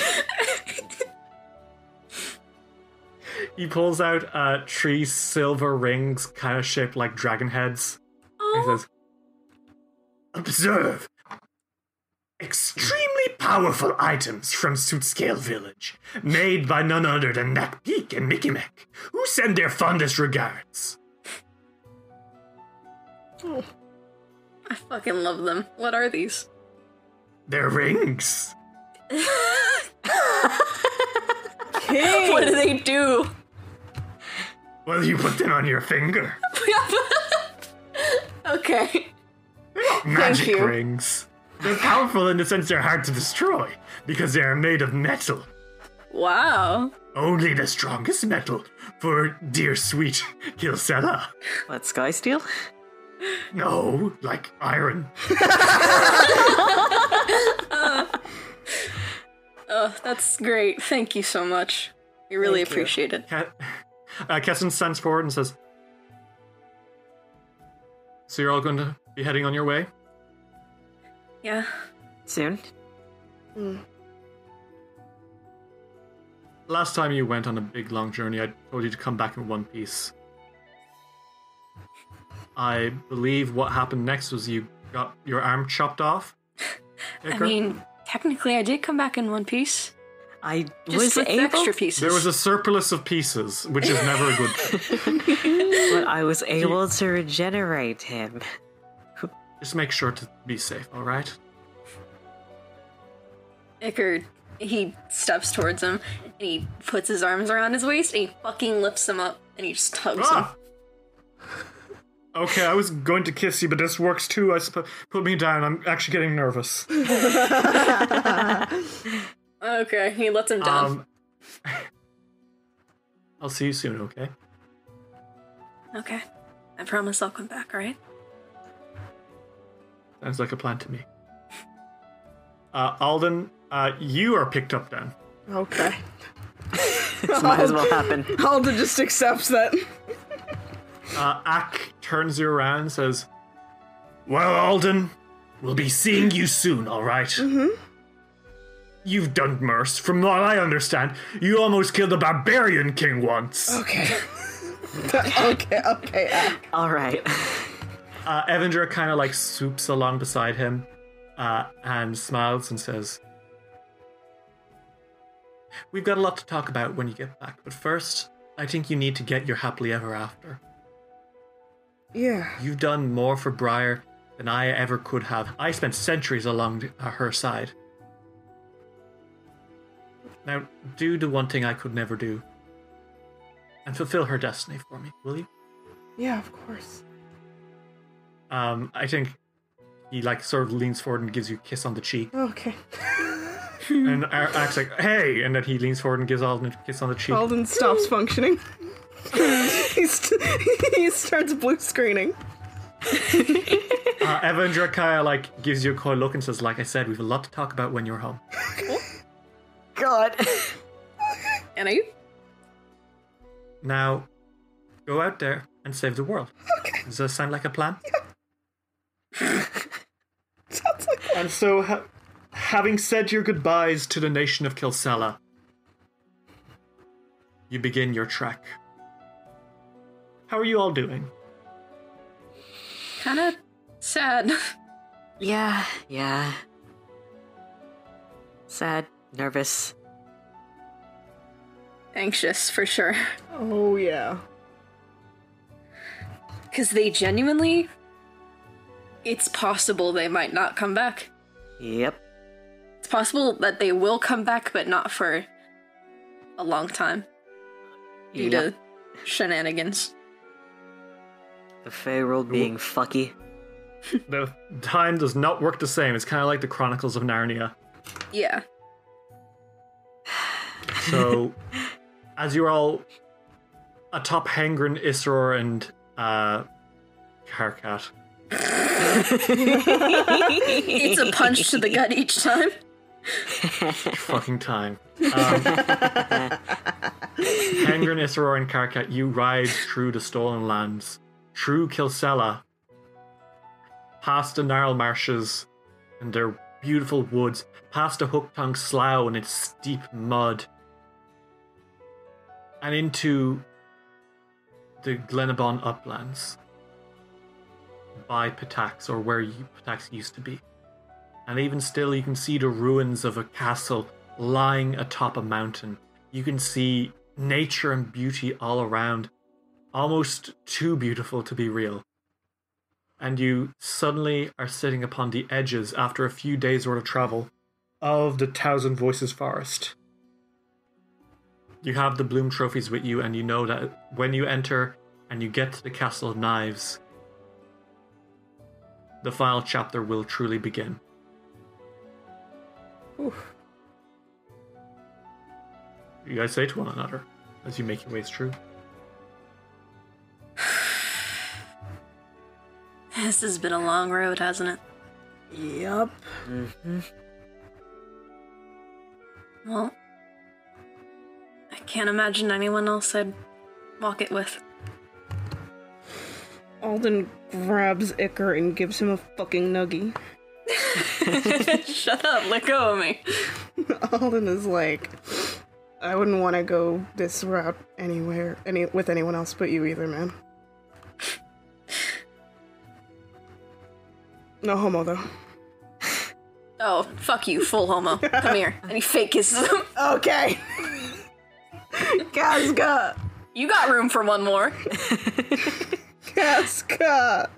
S1: He pulls out uh, three silver rings, kind of shaped like dragon heads. and
S2: Oh,
S1: says, Observe! Extremely powerful items from Suitscale Village, made by none other than Mac Peak and Mickey Mac, who send their fondest regards.
S2: I fucking love them. What are these?
S1: Their rings.
S2: What do they do? [LAUGHS]
S1: Well, you put them on your
S2: [LAUGHS]
S1: finger.
S2: okay.
S1: Magic
S2: you.
S1: rings. They're powerful in the sense they're hard to destroy, because they are made of metal.
S2: Wow.
S1: Only the strongest metal for dear sweet Kilsella.
S4: What, Sky Steel?
S1: No, like iron.
S2: Oh, that's great. Thank you so much. We really
S4: Thank you.
S2: appreciate it.
S1: Ke- uh, Kessin stands forward and says, So you're all going to be heading on your way?
S2: Yeah.
S4: Soon?
S1: Last time you went on a big long journey, I told you to come back in one piece. I believe what happened next was you got your arm chopped off.
S2: [LAUGHS] I
S1: Iker?
S2: mean, technically, I did come back in one piece.
S4: I
S2: Just
S4: was
S2: with the
S4: able.
S2: extra pieces.
S1: there was a surplus of pieces, which is never a good thing.
S4: But I was able to regenerate him.
S1: Just make sure to be safe, alright?
S2: Icker, he steps towards him and he puts his arms around his waist and he fucking lifts him up and he just hugs him.
S1: Ah! Okay, I was going to kiss you, but this works too, I suppose. Put me down, I'm actually getting [LAUGHS] nervous.
S2: Okay, he lets him down.
S1: Um, [LAUGHS] I'll see you soon, okay?
S2: okay. I promise I'll come back, alright?
S1: Sounds like a plan to me. Uh, Alden, uh, you are picked up then.
S3: Okay.
S4: This [LAUGHS] might as
S3: Oh,
S4: well happen. [LAUGHS]
S3: Alden just accepts that.
S1: Uh, Ack turns you around and says, Well, Alden, we'll be seeing you soon, alright? Mm-hmm. You've done Merce. From what I understand, you almost killed the Barbarian King once.
S3: Okay. [LAUGHS] okay, okay. Ak.
S4: Alright.
S1: Uh, Evander kind of like swoops along beside him uh, and smiles and says, We've got a lot to talk about when you get back, but first, I think you need to get your happily ever after.
S3: Yeah.
S1: You've done more for Briar than I ever could have. I spent centuries along uh, her side. Now, do the one thing I could never do and fulfill her destiny for me, will you?
S3: Yeah, of course.
S1: Um, I think he like sort of leans forward and gives you a kiss on the cheek.
S3: Okay.
S1: And Ar- Ack's like, hey! And then he leans forward and gives Alden a kiss on the cheek.
S3: Alden
S4: [LAUGHS]
S3: stops functioning. he, st- he starts blue screening.
S1: Uh, Evandra Kaya, like, gives you a coy look and says, like I said, we've a lot to talk about when you're home.
S4: God.
S2: And I
S1: Now, go out there and save the world. Does that sound like a plan?
S3: Sounds like
S1: And so, ha- having said your goodbyes to the nation of Kilsella, you begin your trek. How are you all doing?
S2: kinda sad.
S4: [LAUGHS]
S2: [LAUGHS]
S4: Yeah, yeah. Sad, nervous.
S2: Anxious for sure.
S3: Oh yeah.
S2: Cause they genuinely it's possible they might not come back.
S4: Yep.
S2: It's possible that they will come back, but not for a long time due
S4: yep.
S2: to shenanigans.
S4: The Feywild being fucky.
S1: the time does not work the same. It's kind of like the Chronicles of Narnia.
S2: Yeah.
S1: So, as you're all atop Hengrin, Isror, and uh, Karkat,
S2: It's a punch to the gut each time.
S1: fucking time. Um, [LAUGHS] Hengrin, Isror, and Karkat, you ride through the stolen lands through Kilsella, past the Narl Marshes and their beautiful woods, past the Hooktongue Slough and its steep mud, and into the Glenabon uplands by Patax, or where you- Patax used to be. And even still, you can see the ruins of a castle lying atop a mountain. You can see nature and beauty all around, almost too beautiful to be real. And you suddenly are sitting upon the edges, after a few days' worth of travel, of the Thousand Voices Forest. You have the bloom trophies with you, and you know that when you enter and you get to the Castle of Knives, the final chapter will truly begin. You guys say to one another as you make your ways through.
S2: This has been a long road, hasn't it?
S3: Yep.
S2: Well, I can't imagine anyone else I'd walk it with. [LAUGHS]
S3: Alden grabs Icar and gives him a fucking nuggie.
S2: Shut up, let go of me.
S3: [LAUGHS] Alden is like, I wouldn't want to go this route anywhere, any with anyone else but you either, man. No homo though.
S2: Oh, fuck you, full homo.
S1: [LAUGHS]
S2: Come here. And he fake kisses [LAUGHS] him.
S3: Okay. [LAUGHS] Casca,
S2: You got room for one more.
S3: Casca,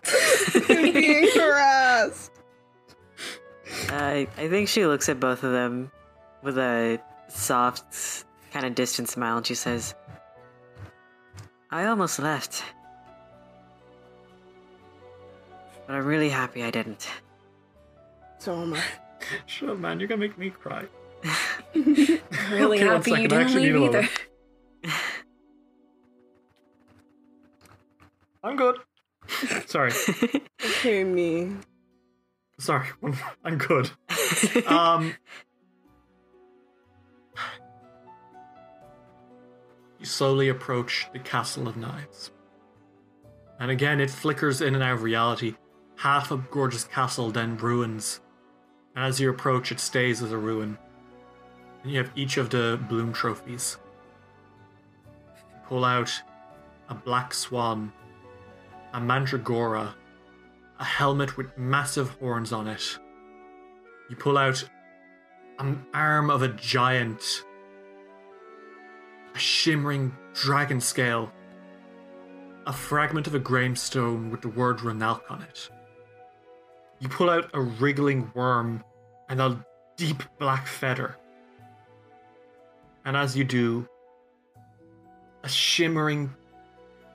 S3: You're being harassed.
S4: I I think she looks at both of them with a soft, kind of distant smile, and she says, "I almost left, but I'm really happy I didn't."
S3: So am I.
S1: Sure, man, you're gonna make me cry.
S2: Really
S1: Okay, one
S2: happy
S1: second,
S2: you
S1: I
S2: didn't
S1: actually need
S2: leave
S1: a
S2: either.
S1: moment. [LAUGHS] I'm
S2: [LAUGHS]
S1: good. Sorry,
S3: Okay, me.
S1: sorry, [LAUGHS] I'm good. Um, you slowly approach the Castle of Knives. And again, it flickers in and out of reality. Half a gorgeous castle, then ruins. And as you approach, it stays as a ruin. And you have each of the bloom trophies. You pull out a black swan, a mandragora, a helmet with massive horns on it. You pull out an arm of a giant, a shimmering dragon scale, a fragment of a gravestone with the word Ronalk on it. You pull out a wriggling worm and a deep black feather. And as you do, a shimmering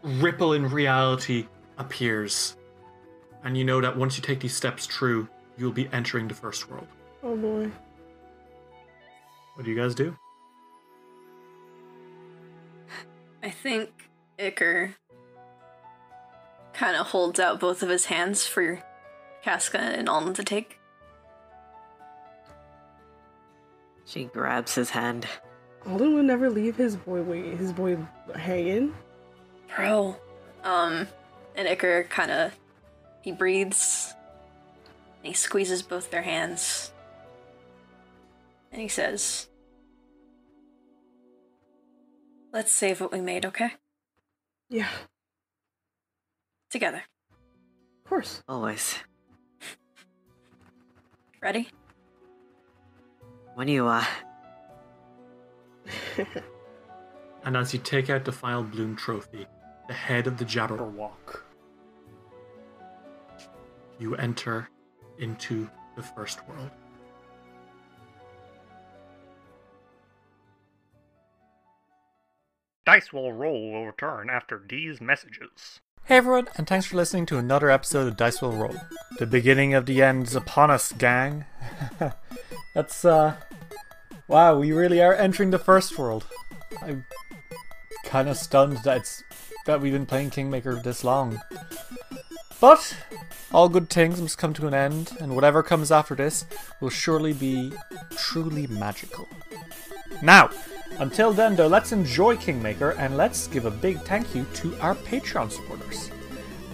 S1: ripple in reality appears. And you know that once you take these steps through, you'll be entering the first world.
S3: Oh boy.
S1: What do you guys do?
S2: I think Icker kind of holds out both of his hands for Casca and Alden to take.
S4: she grabs his hand.
S3: Alden would never leave his boy. Wait, his boy hanging.
S2: Bro. Um, and Icker kind of he breathes. And he squeezes both their hands. And he says, "Let's save what we made, okay?
S3: Yeah,
S2: Together.
S3: of course.
S4: Always.
S2: Ready?"
S4: When you are.
S1: And as you take out the final bloom trophy, the head of the Jabberwock, you enter into the first world.
S6: Dice will roll will return after these messages.
S5: Hey everyone, and thanks for listening to another episode of Dice Will Roll. The beginning of the end's upon us, gang. [LAUGHS] That's uh Wow, we really are entering the first world. I'm kinda stunned that it's that we've been playing Kingmaker this long. But all good things must come to an end, and whatever comes after this will surely be truly magical. Now, until then, though, let's enjoy Kingmaker and let's give a big thank you to our Patreon supporters.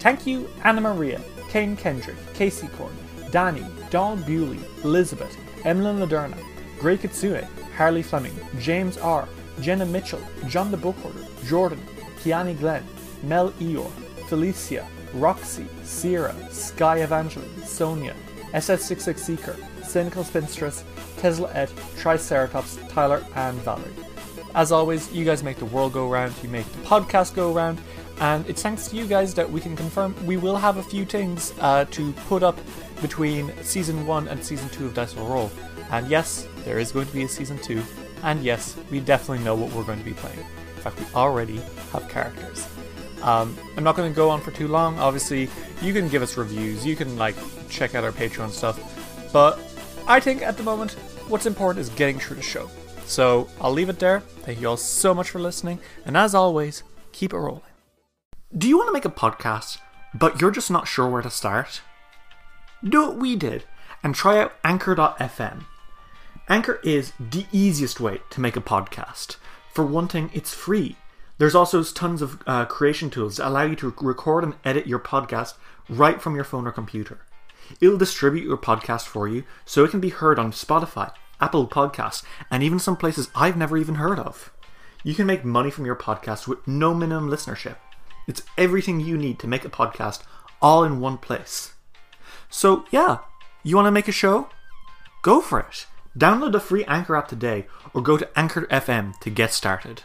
S5: Thank you, Anna Maria, Kane Kendrick, Casey Korn, Danny, Don Bewley, Elizabeth, Emlyn Laderna, Grey Kitsune, Harley Fleming, James R., Jenna Mitchell, John the Bookholder, Jordan, Kiani Glenn, Mel Eor, Felicia, Roxy, Sierra, Sky Evangeline, Sonia, SS66 Seeker, Cynical Spinstress, Tesla Ed, Triceratops, Tyler, and Valerie. As always, you guys make the world go round, you make the podcast go round, and it's thanks to you guys that we can confirm we will have a few things uh, to put up between season 1 and season 2 of Dice Will Roll. And yes, there is going to be a season 2, and yes, we definitely know what we're going to be playing. In fact, we already have characters. Um, I'm not going to go on for too long. Obviously, you can give us reviews, you can like check out our Patreon stuff, but I think at the moment, what's important is getting through the show. So I'll leave it there. Thank you all so much for listening, and as always, keep it rolling. Do you want to make a podcast, but you're just not sure where to start? Do what we did and try out Anchor.fm. Anchor is the easiest way to make a podcast. For one thing, it's free. There's also tons of uh, creation tools that allow you to record and edit your podcast right from your phone or computer. It'll distribute your podcast for you so it can be heard on Spotify, Apple Podcasts, and even some places I've never even heard of. You can make money from your podcast with no minimum listenership. It's everything you need to make a podcast all in one place. So, yeah, you want to make a show? Go for it. Download the free Anchor app today or go to Anchor FM to get started.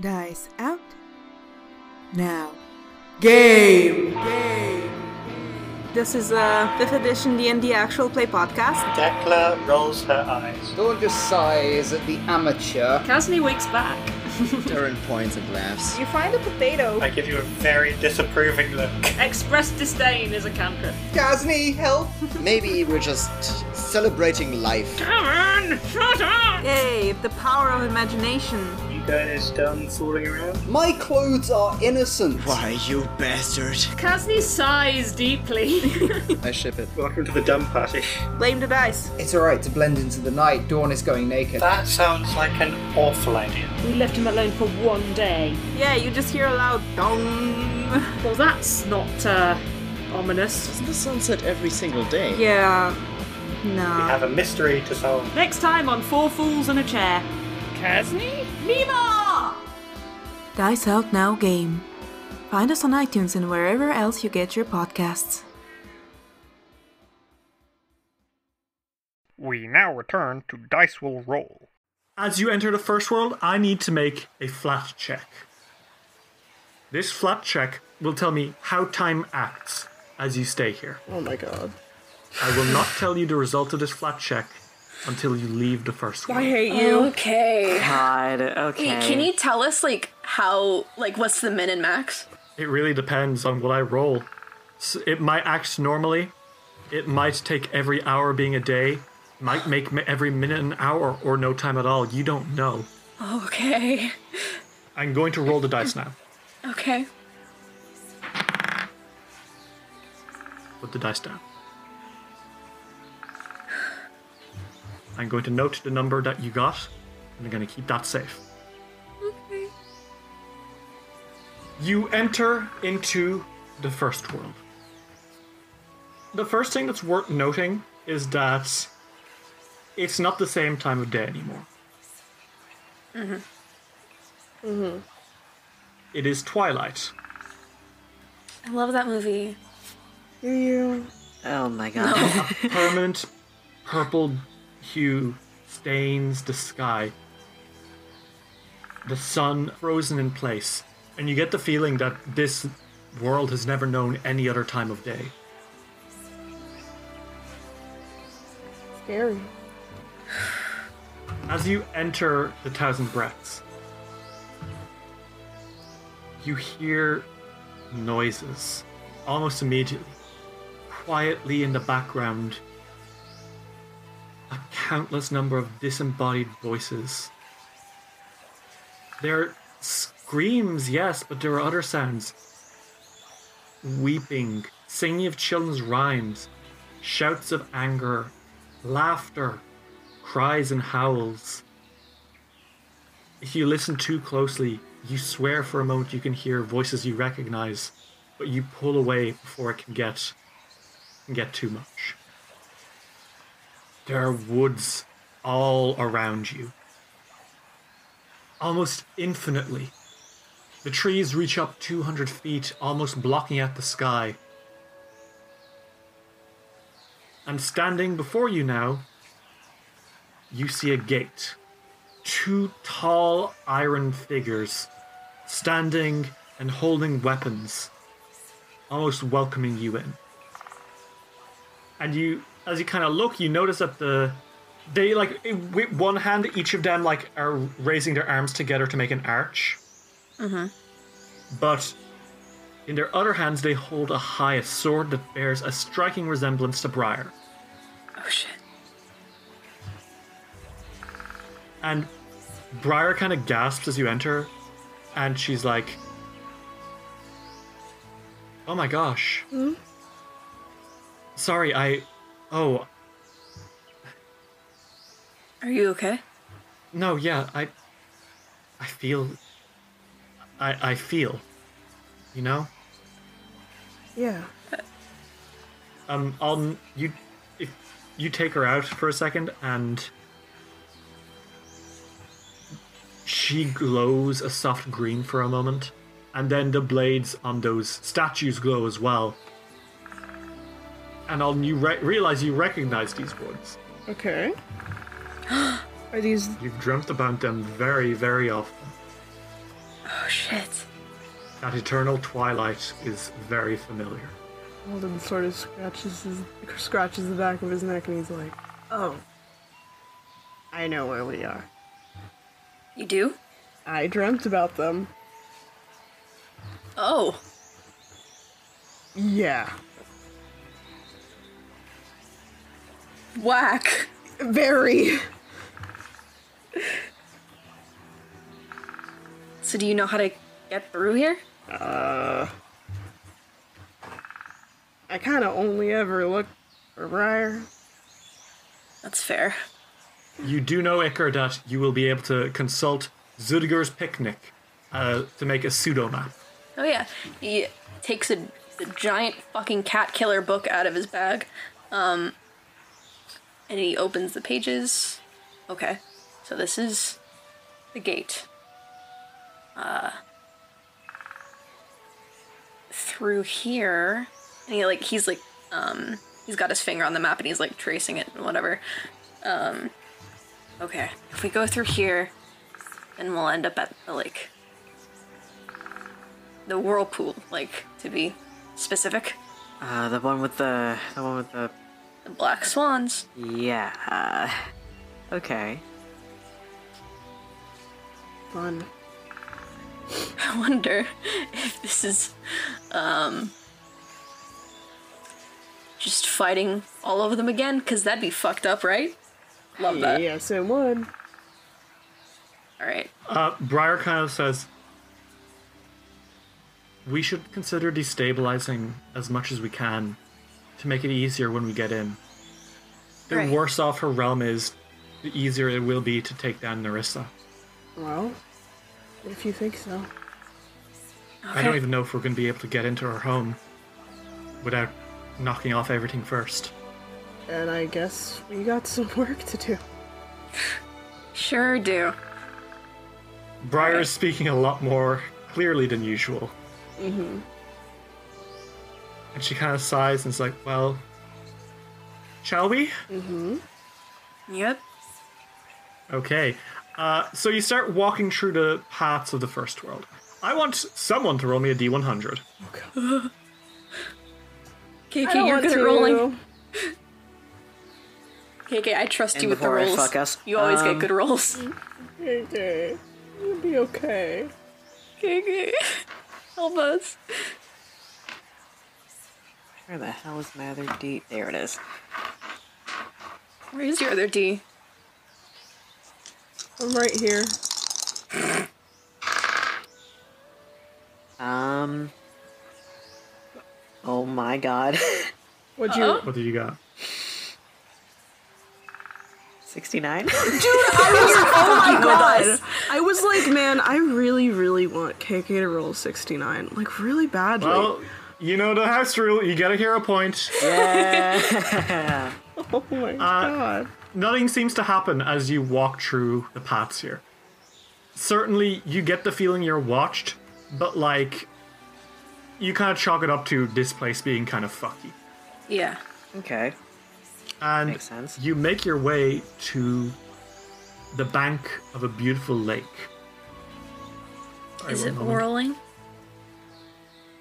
S7: Dice out. Now. Game!
S3: This is a fifth edition D&D actual play podcast.
S8: Decla rolls her eyes.
S9: Dawn just sighs at the amateur.
S4: Kasni wakes back.
S9: Durin points and laughs.
S7: You find a potato.
S8: I give you a very disapproving look.
S4: Express disdain is a cantrip.
S9: Gazni,
S4: [LAUGHS]
S9: help! Maybe we're just celebrating life.
S4: Aaron, shut up!
S7: Yay! The power of imagination.
S8: You guys done fooling around?
S9: My clothes are innocent. Why, you bastard.
S4: Kasni sighs deeply.
S9: I ship it.
S8: Welcome to the dumb party.
S7: Blame the dice.
S9: It's alright to blend into the night. Dawn is going naked.
S8: That sounds like an awful idea.
S10: We left him alone for one day.
S7: Yeah, you just hear a loud dong.
S10: Well, that's not uh, ominous.
S11: Doesn't the sun set every single day?
S7: Yeah.
S8: We
S7: No.
S8: have a mystery to solve.
S4: Next time on Four Fools and a Chair.
S10: Kasni?
S4: Nima!
S7: Dice Out Now game. Find us on iTunes and wherever else you get your podcasts.
S6: We now return to Dice Will Roll.
S1: As you enter the first world, I need to make a flat check. This flat check will tell me how time acts as you stay here.
S11: Oh my god.
S1: I will not tell you the result of this flat check until you leave the first world.
S3: I hate you.
S2: Okay.
S4: God, okay.
S2: Hey, Can you tell us like how like what's the min and max?
S1: It really depends on what I roll. S- It might act normally. It might take every hour being a day. Might make mi- every minute an hour or no time at all. You don't know.
S2: Okay.
S1: I'm going to roll the dice now.
S2: Okay.
S1: Put the dice down. I'm going to note the number that you got, and I'm going to keep that safe.
S2: Okay.
S1: You enter into the first world. The first thing that's worth noting is that it's not the same time of day anymore. Mm-hmm. Mm-hmm. is twilight.
S2: I love that movie.
S4: Oh my god.
S1: Permanent purple hue stains the sky. The sun frozen in place, and you get the feeling that this world has never known any other time of day.
S3: Scary.
S1: As you enter the Thousand Breaths, you hear noises almost immediately. Quietly in the background, a countless number of disembodied voices. There are screams, yes, but there are other sounds. Weeping, singing of children's rhymes, shouts of anger, laughter, cries and howls. If you listen too closely, you swear for a moment you can hear voices you recognize, but you pull away before it can get can get too much. There are woods all around you. Almost infinitely. The trees reach up 200 feet, almost blocking out the sky. And standing before you now, you see a gate. Two tall iron figures standing and holding weapons, almost welcoming you in. And you, as you kind of look, you notice that the they like with one hand, each of them like are raising their arms together to make an arch,
S2: Mm-hmm.
S1: but in their other hands they hold a high sword that bears a striking resemblance to Briar.
S2: Oh shit.
S1: And Briar kind of gasps as you enter, and she's like, "Oh my gosh,
S3: Hmm?
S1: sorry, I, oh,
S2: Are you okay?
S1: no, yeah, I, I feel, I, I feel, you know."
S3: Yeah.
S1: Um, I'll you if you take her out for a second and she glows a soft green for a moment, and then the blades on those statues glow as well. And I'll you re- realize you recognize these woods.
S3: Okay. [GASPS] Are these
S1: You've dreamt about them very, very often.
S2: Oh shit.
S1: That eternal twilight is very familiar.
S3: Alden sort of scratches his scratches the back of his neck and he's like, "Oh, I know where we are.
S2: You do?
S3: I dreamt about them.
S2: Oh.
S3: Yeah,
S2: Whack.
S3: very.
S2: So do you know how to get through here?
S3: Uh, I kind of only ever look for Briar.
S2: That's fair.
S1: You do know, Iker, that you will be able to consult Zudiger's Picnic uh, to make a pseudo map.
S2: Oh yeah. He takes a, a giant fucking cat killer book out of his bag, um, and he opens the pages. Okay, so this is the gate. Uh, through here, and he like he's like um he's got his finger on the map and he's like tracing it and whatever. Um, okay, if we go through here, then we'll end up at the like the whirlpool, like to be specific.
S4: Uh, the one with the the one with the
S2: The black swans. [LAUGHS]
S4: yeah. Okay.
S3: Fun.
S2: I wonder if this is um just fighting all of them again, because that'd be fucked up, right? Love that.
S3: Yes, it would.
S2: Alright.
S1: Uh, Briar kind of says, We should consider destabilizing as much as we can to make it easier when we get in. The
S3: Right.
S1: worse off her realm is, the easier it will be to take down Narissa.
S3: Well, if you think so.
S1: I don't even know if we're going to be able to get into her home without knocking off everything first.
S3: And I guess we got some [LAUGHS] work to do.
S2: Sure do.
S1: Briar is speaking a lot more clearly than usual,
S3: Mm-hmm.
S1: and she kind of sighs and is like, Well, shall we?
S3: Mm-hmm.
S2: Yep.
S1: Okay. Uh, so you start walking through the paths of the first world. I want someone to roll me a D100.
S2: KK,
S3: I
S2: you're
S3: don't want
S2: good at
S3: to.
S2: rolling. KK, I trust
S4: And
S2: you with the
S4: before I
S2: rolls.
S4: fuck us,
S2: you always
S4: um,
S2: get good rolls. [LAUGHS]
S3: Okay, you'll be okay.
S2: KK, help us.
S4: Where the hell is my other D? There it is.
S2: Where is your other D?
S3: I'm right here.
S4: Um. Oh my god. [LAUGHS]
S3: What'd you?
S1: What did you got?
S4: 69.
S3: oh
S4: my God.
S3: I was like, man, I really, really want KK to roll 69. Like, really badly.
S1: Well, you know the house rule. You get a hero point. [LAUGHS]
S4: Yeah. Uh,
S3: oh my god.
S1: Nothing seems to happen as you walk through the paths here. Certainly, you get the feeling you're watched, but like, you kind of chalk it up to this place being kind of fucky.
S2: Yeah.
S4: Okay.
S1: And
S4: Makes sense.
S1: you make your way to the bank of a beautiful lake. Sorry,
S2: Is
S1: one
S2: it
S1: moment.
S2: whirling?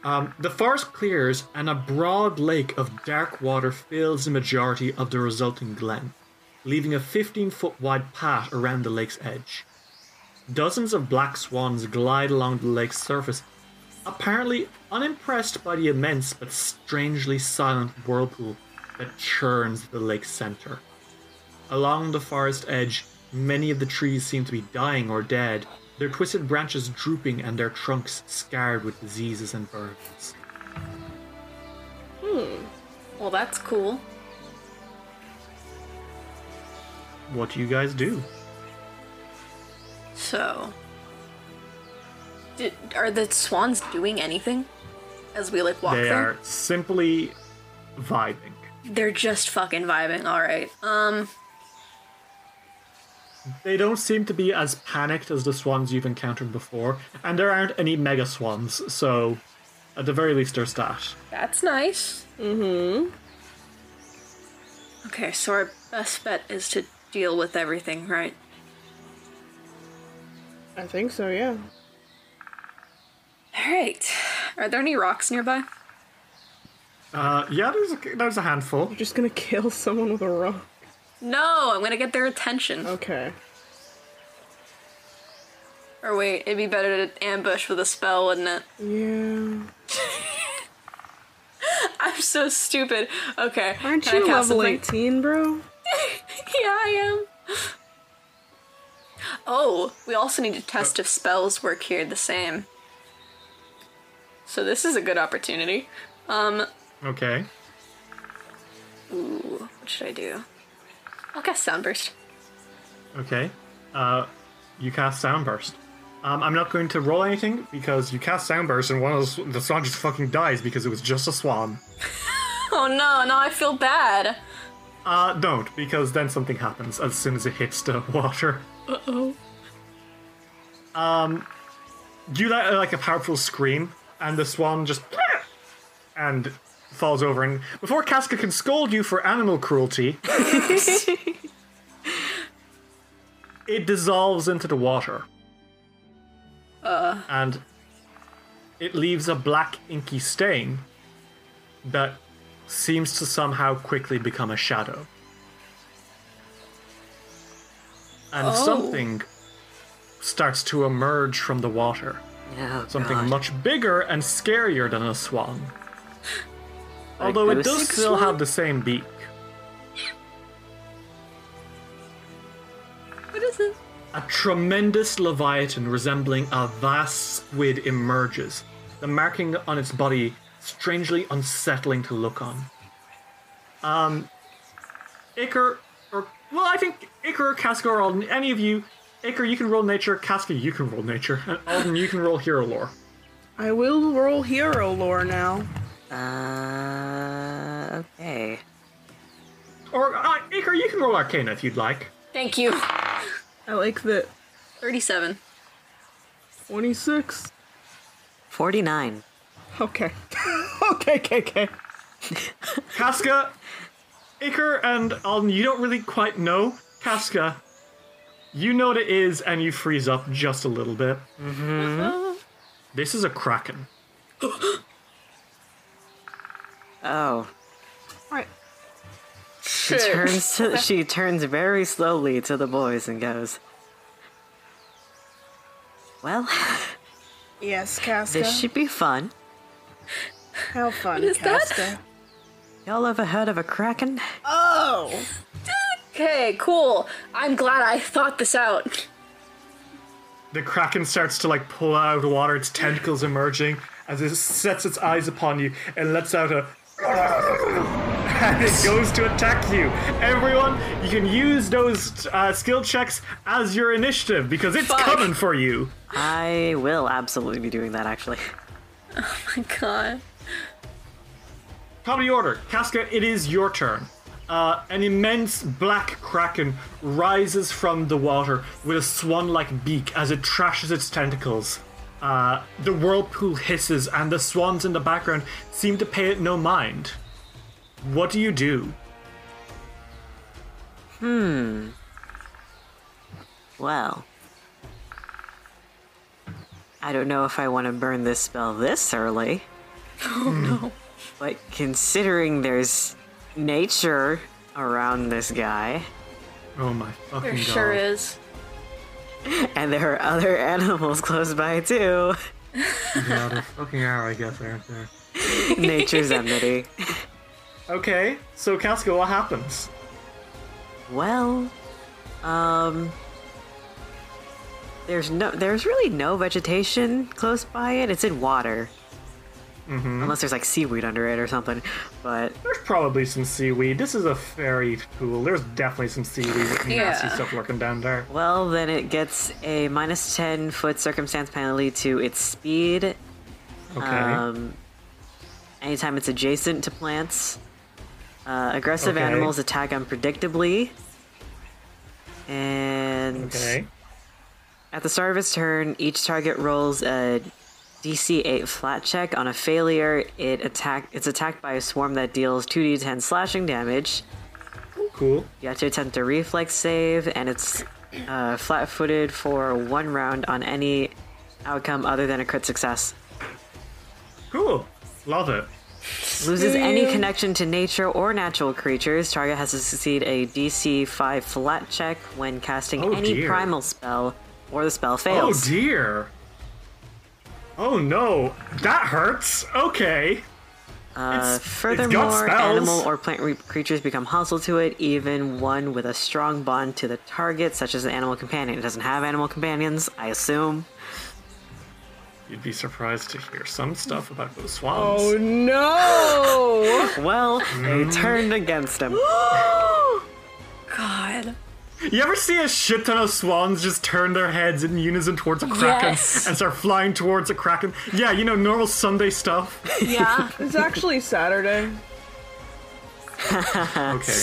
S1: Um, the forest clears, and a broad lake of dark water fills the majority of the resulting glen, leaving a 15 foot wide path around the lake's edge. Dozens of black swans glide along the lake's surface, apparently unimpressed by the immense but strangely silent whirlpool that churns the lake's center. Along the forest edge, many of the trees seem to be dying or dead, their twisted branches drooping and their trunks scarred with diseases and burns.
S2: Hmm. Well, that's cool.
S1: What do you guys do?
S2: So, did, are the swans doing anything as we like walk
S1: they
S2: there?
S1: are simply vibing.
S2: They're just fucking vibing. All right. Um.
S1: They don't seem to be as panicked as the swans you've encountered before, and there aren't any mega swans, so at the very least, they're stat.
S2: That's nice. Mm-hmm. Okay, so our best bet is to deal with everything, right?
S3: I think so, yeah.
S2: Alright. Are there any rocks nearby?
S1: Uh, yeah, there's a, there's a handful. You're
S3: just gonna [LAUGHS] kill someone with a rock.
S2: No, I'm gonna get their attention.
S3: Okay.
S2: Or wait, it'd be better to ambush with a spell, wouldn't it?
S3: Yeah.
S2: I'm so stupid. Okay.
S3: Aren't
S2: can I
S3: you
S2: cast
S3: level
S2: something?
S3: 18, bro?
S2: yeah, I am. Oh, we also need to test if spells work here the same. So this is a good opportunity. Um,
S1: Okay.
S2: ooh, what should I do? I'll cast Soundburst.
S1: Okay. Uh, you cast Soundburst. Um, I'm not going to roll anything because you cast Soundburst and one of the, sw- the swan just fucking dies because it was just a swan.
S2: [LAUGHS] Oh no, now I feel bad.
S1: Uh, don't, because then something happens as soon as it hits the [LAUGHS] water.
S2: Uh oh.
S1: Um, you let out, like a powerful scream, and the swan just [LAUGHS] and falls over. And before Casca can scold you for animal cruelty, it dissolves into the water,
S2: Uh,
S1: and it leaves a black inky stain that seems to somehow quickly become a shadow. And
S4: Oh.
S1: something starts to emerge from the water.
S4: Oh,
S1: Something
S4: God.
S1: much bigger and scarier than a swan. Although it does
S4: acoustic
S1: still
S4: swan?
S1: have the same beak.
S2: what is it?
S1: A tremendous leviathan resembling a vast squid emerges, the marking on its body strangely unsettling to look on. Um, Icar, or, well, I think Icar, Casca, or Alden, any of you, Icar, you can roll nature, Casca, you can roll nature, [LAUGHS] and Alden, you can roll hero lore.
S3: I will roll hero lore now.
S4: Uh, okay.
S1: Or, uh, Icar, you can roll arcana if you'd like.
S2: Thank you.
S3: I like that.
S2: 37.
S3: 26.
S4: 49.
S3: Okay. okay, okay, okay.
S1: Casca, Iker, and Alden, you don't really quite know. Casca, you know what it is, and you freeze up just a little bit. Mm-hmm. This is a kraken.
S4: Oh.
S3: Right.
S4: She turns to, she turns very slowly to the boys and goes, "Well,
S3: Yes, Casca.
S4: this should be fun.
S3: How fun,
S2: What is that?
S3: Casca.
S4: Y'all ever heard of a kraken?
S3: Oh!
S2: Okay, cool. I'm glad I thought this out. [LAUGHS]
S1: The kraken starts to like pull out of the water, its tentacles emerging as it sets its eyes upon you and lets out a [LAUGHS] and it goes to attack you. Everyone, you can use those uh, skill checks as your initiative because it's coming for you.
S4: I will absolutely be doing that, actually.
S2: Oh my god.
S1: Top of the order, Casca, it is your turn. Uh, an immense black kraken rises from the water with a swan like beak as it trashes its tentacles. Uh, the whirlpool hisses, and the swans in the background seem to pay it no mind. What do you do?
S4: Hmm. Well. I don't know if I want to burn this spell this early.
S2: Oh no.
S4: But considering there's nature around this guy,
S1: Oh my fucking
S2: There
S1: god.
S2: sure is.
S4: and there are other [LAUGHS] animals close by too,
S1: yeah, they're fucking out, I guess, aren't there?
S4: [LAUGHS] nature's enmity.
S1: Okay, so Casca, what happens?
S4: Well, um, there's no, there's really no vegetation close by it. It's in water,
S1: Mm-hmm.
S4: unless there's like seaweed under it or something. But
S1: There's probably some seaweed. This is a fairy pool. There's definitely some seaweed and nasty
S4: Yeah.
S1: stuff lurking down there.
S4: well, then it gets a minus ten foot circumstance penalty to its speed.
S1: Okay.
S4: Um, anytime it's adjacent to plants, uh, aggressive
S1: Okay.
S4: animals attack unpredictably, and
S1: Okay.
S4: At the start of its turn, each target rolls a DC 8 flat check. On a failure, it attack it's attacked by a swarm that deals 2d10 slashing damage.
S1: Cool.
S4: You have to attempt a reflex save, and it's uh, flat footed for one round on any outcome other than a crit success.
S1: Cool. Love it.
S4: Loses any
S1: Ew.
S4: connection to nature or natural creatures. Target has to succeed a DC 5 flat check when casting
S1: Oh,
S4: any
S1: dear.
S4: primal spell, or the spell fails.
S1: Oh dear. Oh no, that hurts. Okay.
S4: Uh,
S1: It's- it's got
S4: furthermore,
S1: spells.
S4: animal or plant re- creatures become hostile to it, even one with a strong bond to the target, such as an animal companion. It doesn't have animal companions, I assume. [LAUGHS]
S1: You'd be surprised to hear some stuff about those swans.
S4: Oh no! well, they
S1: Mm.
S4: turned against him.
S2: God.
S1: You ever see a shit ton of swans just turn their heads in unison towards a kraken
S3: Yes.
S1: and start flying towards a kraken? Yeah, you know, normal Sunday stuff.
S3: Yeah. it's actually Saturday.
S1: okay.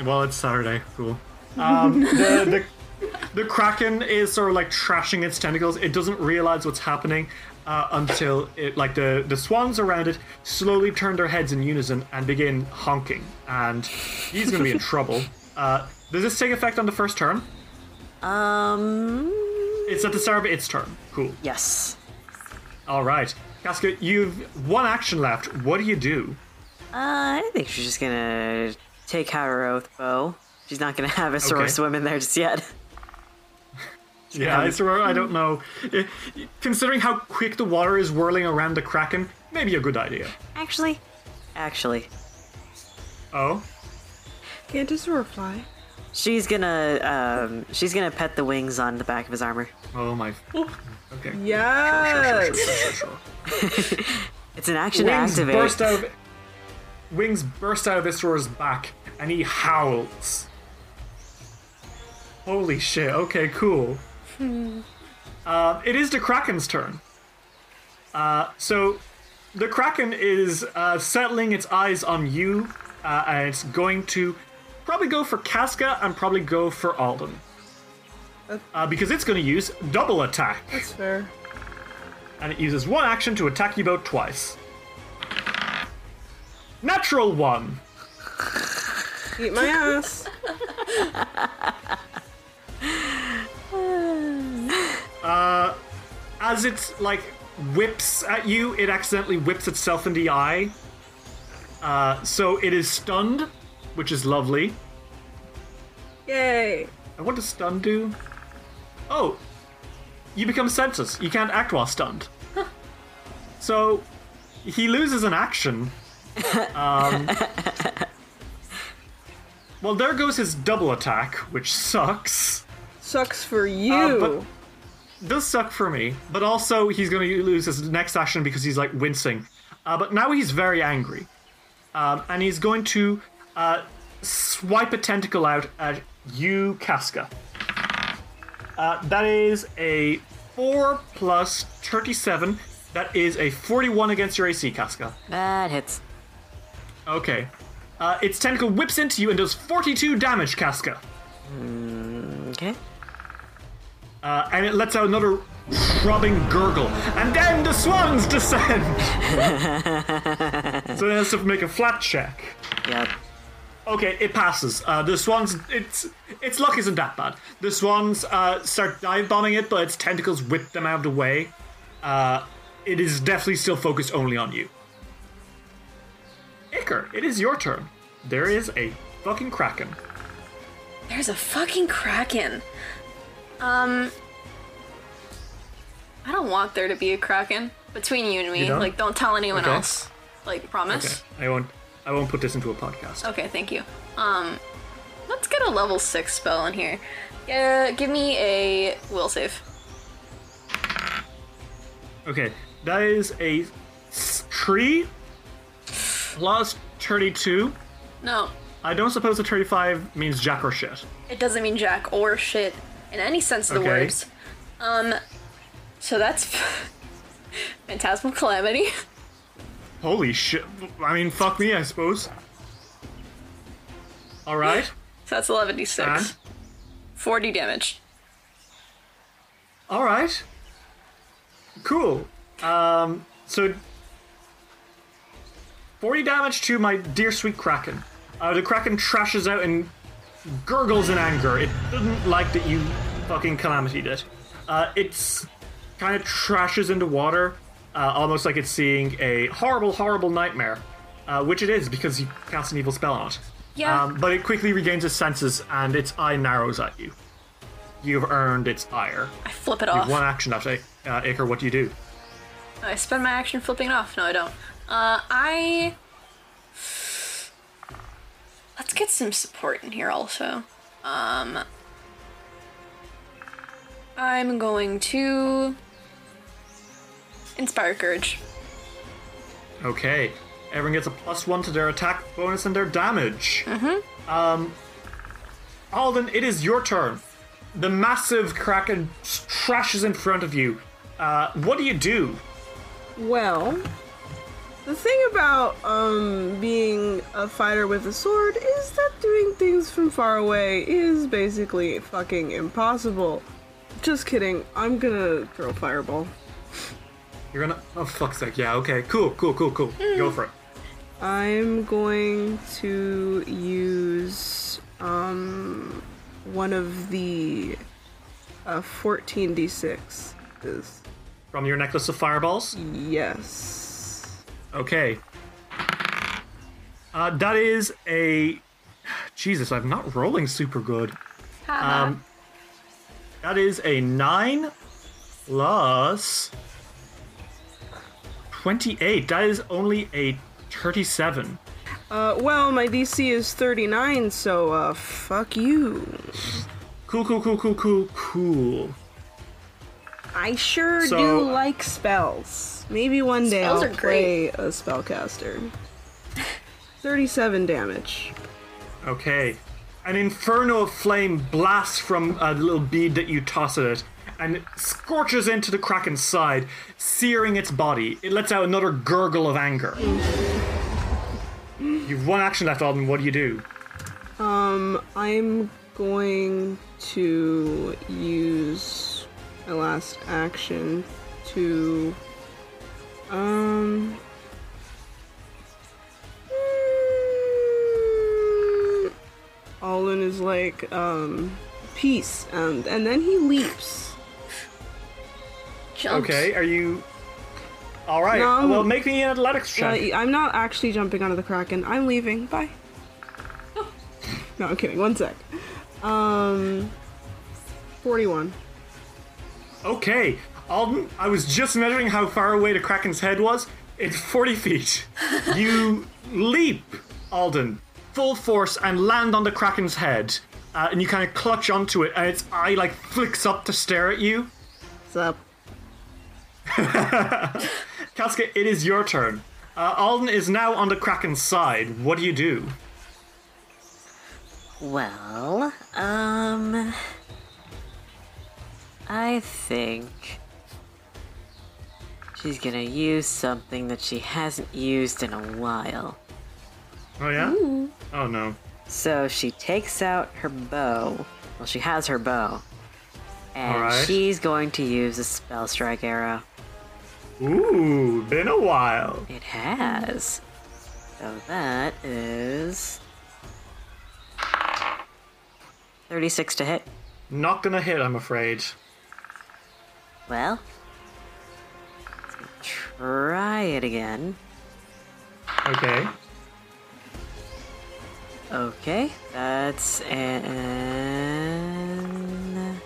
S1: [LAUGHS] Well, it's Saturday. Cool. Um, the, the, the kraken is sort of like trashing its tentacles. It doesn't realize what's happening uh, until it, like the the swans around it slowly turn their heads in unison and begin honking. And he's gonna be in trouble. Uh, does this take effect on the first turn?
S4: Um.
S1: It's at the start of its turn. Cool.
S4: Yes.
S1: All right, Casca, you've one action left. What do you do?
S4: Uh, I think she's just gonna take out her oath bow. She's not gonna have a soror
S1: Okay.
S4: swim in there just yet.
S1: Yeah, I swear I don't know. Eh, Considering how quick the water is whirling around the kraken, maybe a good idea.
S4: Actually, actually,
S1: Oh,
S3: Can't just fly.
S4: she's gonna um, she's gonna pet the wings on the back of his armor.
S1: Oh my! Okay.
S3: Yes.
S4: It's an action
S1: wings
S4: [LAUGHS] to activate.
S1: burst out. Of, wings burst out of Isror's back, and he howls. Holy shit! Okay, cool.
S4: Hmm.
S1: Uh, it is the kraken's turn. Uh, so, the kraken is uh, settling its eyes on you, uh, and it's going to probably go for Casca and probably go for Alden. Uh, because it's going to use double attack
S3: That's fair.
S1: and it uses one action to attack you both twice. Natural one.
S3: Eat my ass.
S1: Uh, as it's like whips at you, it accidentally whips itself in the eye. Uh, so it is stunned, which is lovely.
S3: Yay.
S1: And what does stun do? Oh, you become senseless. You can't act while stunned. so he loses an action. Um, well, there goes his double attack, which sucks.
S3: Sucks for you.
S1: but does suck for me. But also, he's going to lose his next action because he's like wincing. Uh, but now he's very angry, um, and he's going to uh, swipe a tentacle out at you, Casca. Uh, that is a 4 plus 37. That is a 41 against your AC, Casca.
S4: That hits.
S1: Okay. Uh, its tentacle whips into you and does 42 damage, Casca.
S4: Okay.
S1: Uh, and it lets out another throbbing gurgle. And then the swans descend! so it has to make a flat check.
S4: Yep.
S1: Okay, it passes. Uh, the swans, its its luck isn't that bad. The swans uh, start dive bombing it, but its tentacles whip them out of the way. Uh, it is definitely still focused only on you. Icker, it is your turn. There is a fucking kraken.
S2: There's a fucking kraken. Um, I don't want there to be a kraken between you and me.
S1: You don't?
S2: like, don't tell anyone
S1: Okay.
S2: else. Like, promise.
S1: Okay, I won't. I won't put this into a podcast.
S2: Okay. thank you. Um, let's get a level six spell in here. Yeah, give me a will save.
S1: Okay, that is a s- three plus thirty-two.
S2: No,
S1: I don't suppose the thirty-five means jack or shit.
S2: It doesn't mean jack or shit in any sense of the
S1: Okay.
S2: words. Um, so that's [LAUGHS] phantasmal calamity. [LAUGHS]
S1: Holy shit! I mean, fuck me, I suppose. All right.
S2: So that's 11d6.
S1: And?
S2: 40 damage.
S1: All right. Cool. Um, so forty damage to my dear sweet kraken. Uh, the kraken trashes out and gurgles in anger. It doesn't like that you fucking calamity did. Uh, it's kind of trashes into water, uh, almost like it's seeing a horrible, horrible nightmare, uh, which it is because you cast an evil spell on it.
S2: Yeah.
S1: Um, but it quickly regains its senses and its eye narrows at you. You've earned its ire.
S2: I flip it
S1: You've
S2: off.
S1: one action left, eh? uh, Acre. What do you do?
S2: I spend my action flipping it off. No, I don't. Uh, I. Let's get some support in here also. Um. I'm going to. Inspire Courage.
S1: Okay. Everyone gets a plus one to their attack bonus and their damage. Mm-hmm. Um, Alden, it is your turn. The massive kraken s- trashes in front of you. Uh, what do you do?
S3: Well, the thing about um being a fighter with a sword is that doing things from far away is basically fucking impossible. Just kidding. I'm gonna throw a fireball.
S1: You're gonna. Oh fuck's sake! Yeah. Okay. Cool. Cool. Cool. Cool. Go for it.
S3: I'm going to use um one of the uh 14d6. Is
S1: From your necklace of fireballs.
S3: Yes.
S1: Okay. Uh, that is a. Jesus, I'm not rolling super good. Um,
S2: Haha.
S1: that is a 9 plus 28. That is only a 37.
S3: Uh, well, my DC is 39, so, uh, fuck you.
S1: Cool, cool, cool, cool, cool, cool.
S3: I sure
S1: So-
S3: do like spells. Maybe one day
S2: Spells
S3: I'll
S2: are
S3: play
S2: great.
S3: a spellcaster. 37 damage.
S1: Okay. An inferno of flame blasts from a little bead that you toss at it and it scorches into the kraken's side, searing its body. It lets out another gurgle of anger. You've one action left, Alden. What do you do?
S3: Um, I'm going to use my last action to, um, mm, Alden is like, um, peace, and and then he leaps. Jumps.
S1: Okay, are you. Alright,
S3: No, I'm-
S1: well, make me an athletics
S3: Uh,
S1: check.
S3: I'm not actually jumping onto the kraken. I'm leaving. Bye. no, I'm kidding. One sec. Um, forty-one.
S1: Okay, Alden, I was just measuring how far away the Kraken's head was. It's 40 feet. you leap, Alden, full force, and land on the Kraken's head. Uh, and you kind of clutch onto it, and its eye like flicks up to stare at you.
S3: What's up?
S1: Casca, it is your turn. Uh, Alden is now on the Kraken's side. What do you do?
S4: Well, um. I think. She's gonna use something that she hasn't used in a while.
S1: Oh, yeah? Oh, no.
S4: So she takes out her bow. Well, she has her bow. And
S1: Alright.
S4: she's going to use a spell strike arrow.
S1: Ooh, been a while.
S4: It has. So that is 36 to hit.
S1: Not gonna hit, I'm afraid.
S4: Well, let's try it again.
S1: Okay.
S4: Okay, that's an.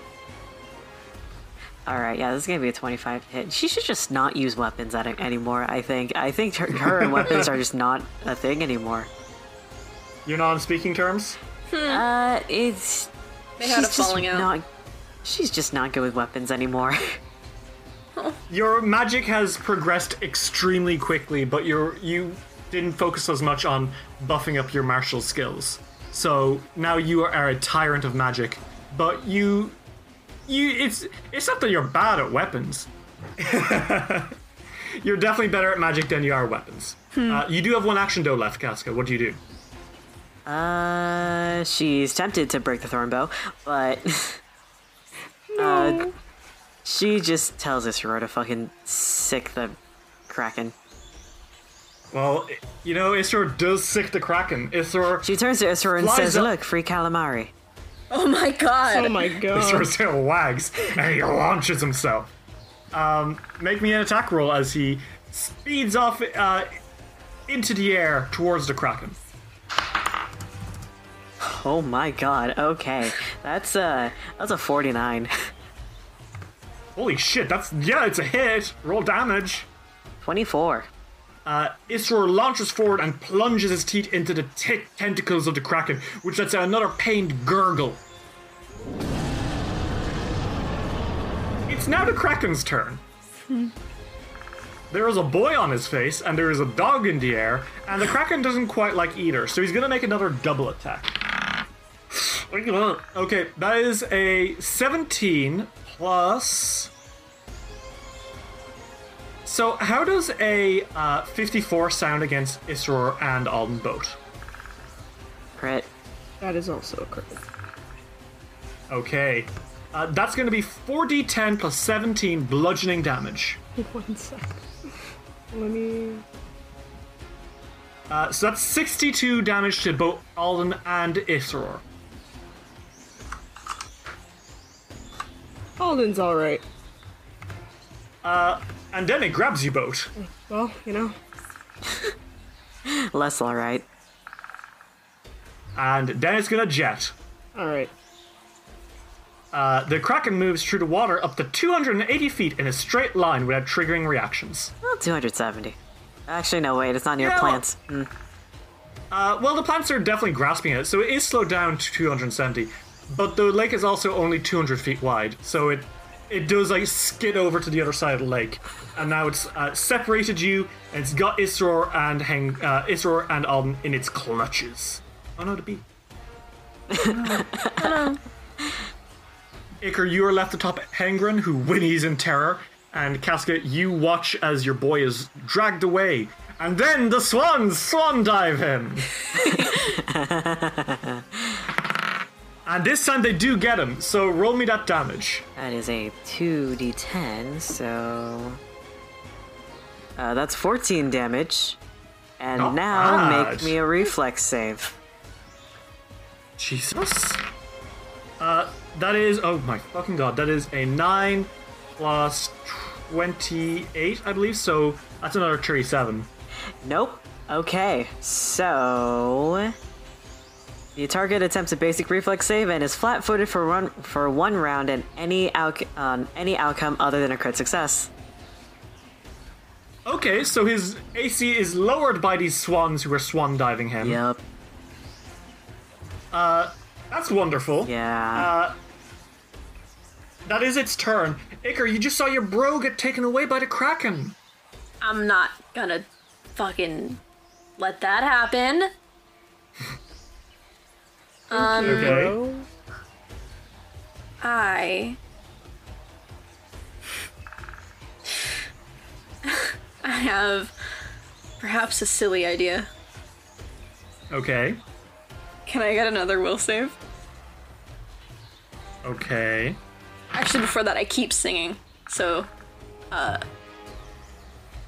S4: All right, yeah, this is gonna be a twenty-five hit. She should just not use weapons at anymore. I think. I think her, her
S2: [LAUGHS]
S4: and weapons are just not a thing anymore.
S1: You're not on speaking terms?
S4: Uh, it's.
S2: They had
S4: she's
S2: a falling
S4: just
S2: out.
S4: Not, she's just not good with weapons anymore. [LAUGHS]
S1: Your magic has progressed extremely quickly, but you're, you didn't focus as much on buffing up your martial skills. So now you are a tyrant of magic, but you, you it's it's not that you're bad at weapons. [LAUGHS] you're definitely better at magic than you are weapons.
S4: Hmm.
S1: Uh, you do have one action though left, Casca. What do you do?
S4: Uh, she's tempted to break the thorn bow, but. [LAUGHS] Uh, she just tells us Rhoda fucking sick the kraken.
S1: Well, i- you know, Isra does sick the kraken. Isra.
S4: She turns to Isra and says, "Look, free calamari."
S2: Oh my god.
S1: Isra tail wags and he launches himself. Um, make me an attack roll as he speeds off uh, into the air towards the kraken.
S4: Oh my god. Okay, that's uh, that's a forty-nine. [LAUGHS]
S1: Holy shit! That's yeah, it's a hit. Roll damage.
S4: Twenty-four.
S1: Uh, Isra launches forward and plunges his teeth into the te- tentacles of the kraken, which lets out another pained gurgle. It's now the kraken's turn. There is a boy on his face, and there is a dog in the air, and the Kraken doesn't quite like either, so he's gonna make another double attack. Okay, that is a 17 plus. So, how does a uh, 54 sound against Isror and Alden both?
S4: Crit.
S3: That is also a crit.
S1: Okay. Uh, that's gonna be 4d10 plus 17 bludgeoning damage.
S3: [LAUGHS] One sec. Let me.
S1: Uh, so that's 62 damage to both Alden and Isror.
S3: Alden's alright.
S1: Uh, and then it grabs you both.
S3: Well, you know.
S4: Less all right.
S1: And then it's gonna jet.
S3: Alright.
S1: Uh, the Kraken moves through the water up to 280 feet in a straight line without triggering reactions.
S4: Well, two hundred seventy. Actually, no. Wait, it's not near
S1: Yeah, well-
S4: plants. Mm.
S1: Uh, well, the plants are definitely grasping it, so it is slowed down to 270. But the lake is also only 200 feet wide, so it it does like skid over to the other side of the lake, and now it's uh, separated you, and it's got Isror and Heng, uh, Isror and Alden in its clutches. Oh no, the bee. Iker, you are left atop Hengren, who whinnies in terror, and Casca, you watch as your boy is dragged away, and then the swans swan dive him. and this time they do get him, so roll me that damage.
S4: That is a two d10. So. Uh, that's fourteen damage. And
S1: Not
S4: now
S1: bad.
S4: make me a reflex save.
S1: Jesus. Uh, that is, oh my fucking god, that is a 9 plus 28, I believe, so that's another 37.
S4: Nope. Okay, so the target attempts a basic reflex save and is flat-footed for one for one round and any outc- um, any outcome other than a crit success.
S1: Okay, so his AC is lowered by these swans who are swan diving him.
S4: Yep.
S1: Uh, that's wonderful.
S4: Yeah.
S1: Uh, that is its turn. Iker, you just saw your bro get taken away by the kraken.
S2: I'm not gonna fucking let that happen. Um,
S1: Okay.
S2: I. I have perhaps a silly idea.
S1: Okay.
S2: Can I get another will save?
S1: Okay.
S2: Actually, before that, I keep singing, so uh,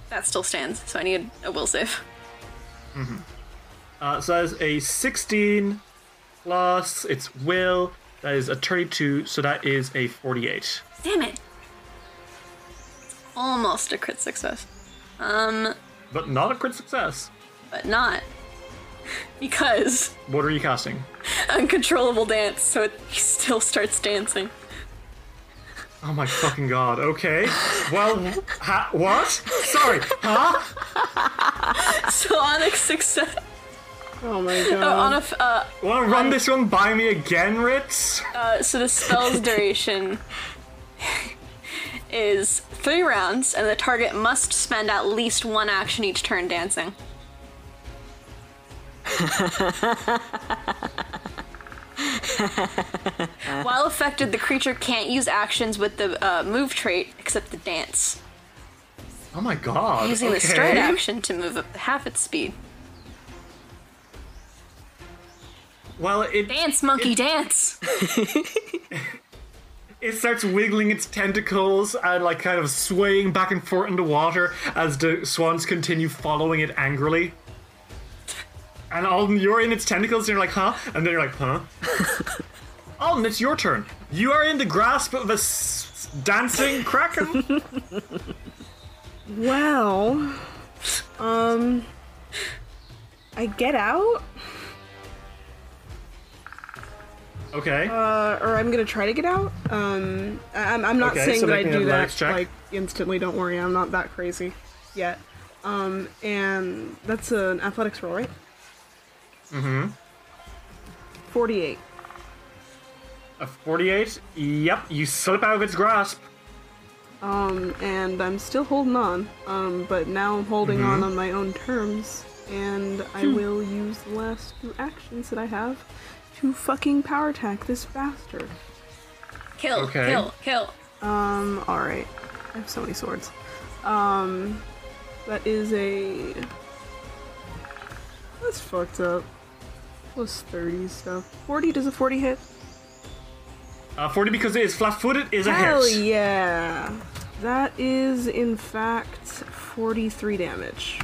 S2: that still stands. So I need a will save.
S1: hmm Uh, so that is a 16 plus its will. That is a 32, so that is a 48.
S2: Damn it! Almost a crit success. Um,
S1: But not a crit success.
S2: but not [LAUGHS] because
S1: What are you casting?
S2: uncontrollable dance. So it still starts dancing.
S1: Oh my fucking god, okay. Well, ha- what? Sorry, huh?
S2: so on a success.
S3: Oh
S2: [LAUGHS]
S3: my
S2: Uh,
S1: Um,
S2: on a f- uh,
S1: Wanna run this one by me again, Ritz?
S2: Uh, so
S1: [LAUGHS]
S2: the spell's duration is three rounds, and the target must spend at least one action each
S1: [LAUGHS]
S2: turn dancing. While affected, the creature can't use actions with the uh, move trait except the dance,
S1: Oh my god.
S2: using
S1: okay.
S2: the stride action to move up half its speed.
S1: Well, it
S2: Dance, monkey, dance!
S1: it starts wiggling its tentacles and like kind of swaying back and forth in the water as the swans continue following it angrily. And all you're in its tentacles, and you're like, huh? And then you're like,
S3: [LAUGHS]
S1: huh? Alden, it's your turn. You are in the grasp of a s- dancing
S3: [LAUGHS]
S1: kraken.
S3: Well, um, I get out,
S1: okay.
S3: uh, or I'm gonna try to get out. Um, I- I'm, I'm not
S1: Okay,
S3: saying
S1: so
S3: that I
S1: make me an
S3: do that
S1: athletics check.
S3: like instantly. Don't worry, I'm not that crazy yet. Um, and that's an athletics roll, right?
S1: mm-hmm.
S3: Forty-eight.
S1: A 48. Yep, you slip out of its grasp.
S3: Um, and I'm still holding on. Um, but now I'm holding on
S1: Mm-hmm.
S3: on my own terms, and I
S2: Hmm.
S3: will use the last two actions that I have to fucking power attack this bastard.
S2: Kill,
S3: Okay.
S2: kill, kill.
S3: Um, alright. I have so many swords. Um, that is a. That's fucked up. Plus 30 stuff. 40, does a 40 hit?
S1: Uh, 40 because it is flat footed is a
S3: Hell
S1: hit.
S3: yeah! That is, in fact, 43 damage.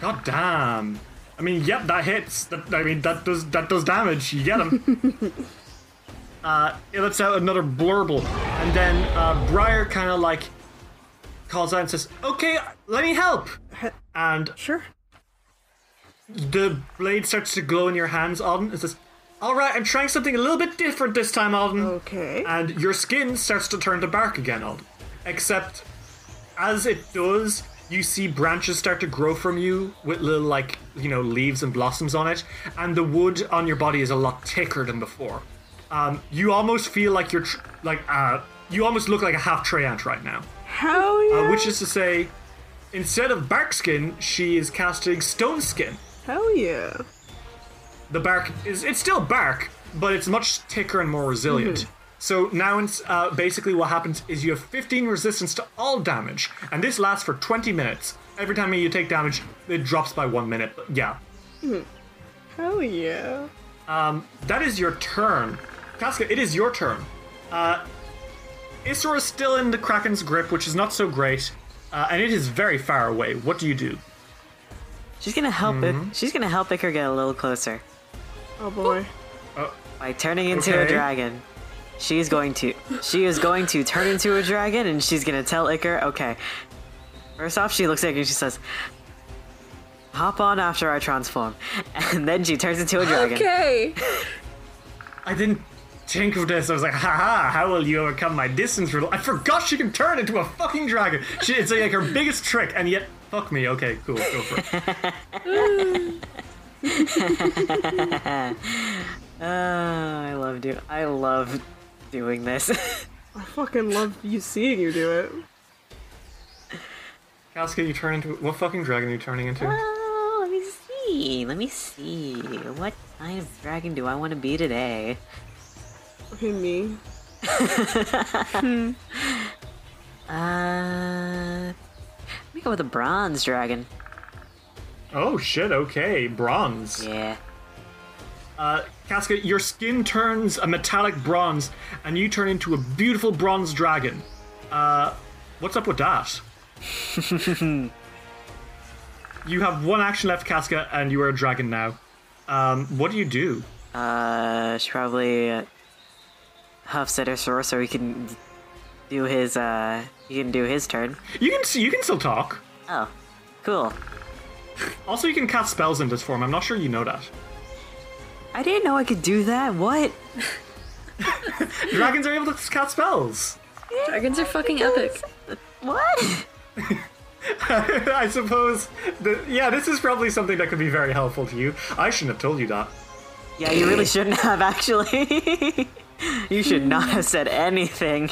S1: God damn. I mean, yep, that hits. That, I mean, that does that does damage. You get him. uh, it lets out another blurble, and then uh, Briar kind of like calls out and says, "Okay, let me help." And
S3: sure.
S1: The blade starts to glow in your hands, Alden. It says, "All right, I'm trying something a little bit different this time, Alden."
S3: Okay.
S1: And your skin starts to turn to bark again, Alden. Except as it does, you see branches start to grow from you with little, like, you know, leaves and blossoms on it, and the wood on your body is a lot thicker than before. Um, you almost feel like you're, tr- like, uh, you almost look like a half tray ant right now.
S3: How
S1: Uh, which is to say, instead of bark skin, she is casting stone skin.
S3: Hell yeah.
S1: The bark is, it's still bark, but it's much thicker and more resilient. So now, it's, uh, basically, what happens is you have 15 resistance to all damage, and this lasts for 20 minutes. Every time you take damage, it drops by one minute. But yeah,
S3: Hmm. Hell yeah.
S1: um, that is your turn, Casca. It is your turn. Uh, Isra is still in the Kraken's grip, which is not so great, uh, and it is very far away. What do you do?
S4: She's gonna help
S1: Mhm.
S4: it. She's gonna help Iker get a little closer
S3: Oh boy.
S4: by turning into a
S1: Okay.
S4: dragon. She's going to. She is going to turn into a dragon, and she's gonna tell Iker, okay. First off, she looks at Iker and she says, "Hop on after I transform," [LAUGHS] and then she turns into a dragon.
S2: Okay.
S1: I didn't think of this. I was like, haha, how will you overcome my distance riddle? I forgot she can turn into a fucking dragon. She, it's like her biggest trick, and yet, fuck me. Okay, cool, go for it.
S4: oh, Ah, I love do. I love doing this. [LAUGHS]
S3: I fucking love you seeing you do it.
S1: Casca, you turn into. What fucking dragon are you turning into?
S4: oh, let me see. see. Let me see. What kind of dragon do I want to be today?
S3: Okay, me.
S4: Uh, let me go with a bronze dragon.
S1: Oh shit, okay, bronze.
S4: Yeah.
S1: Uh, Casca, your skin turns a metallic bronze and you turn into a beautiful bronze dragon. Uh, what's up with that? you have one action left, Casca, and you are a dragon now. Um, what do you do?
S4: Uh, she probably uh, huffs at her sword so he can do his uh he can do his turn.
S1: You can see, you can still talk.
S4: Oh, cool.
S1: Also, you can cast spells in this form. I'm not sure you know that.
S4: I didn't know I could do that. What?
S1: Dragons are able to cast spells. [LAUGHS]
S2: Dragons are fucking epic.
S4: What? [LAUGHS]
S1: I suppose. That, yeah, this is probably something that could be very helpful to you. I shouldn't have told you that.
S4: Yeah, you really shouldn't have actually. [LAUGHS] you should not have said anything.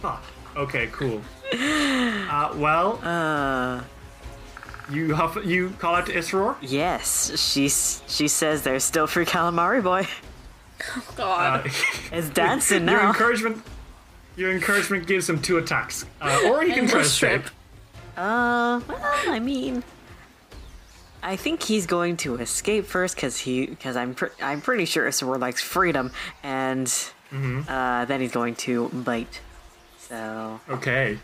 S1: Fuck. Okay, cool. Uh, well, you huff, you call out to Isror.
S4: Yes, she s- she says there's still free calamari boy.
S2: God.
S4: It's dancing
S1: Your
S4: now.
S1: encouragement, your encouragement gives him two attacks, uh, or he can
S4: And
S1: try
S4: we'll
S1: to
S4: strip.
S1: strip.
S4: Uh, [LAUGHS] well, I mean, I think he's going to escape first because he because I'm pr- I'm pretty sure Isror likes freedom, and uh, then he's going to bite. So uh,
S1: Okay.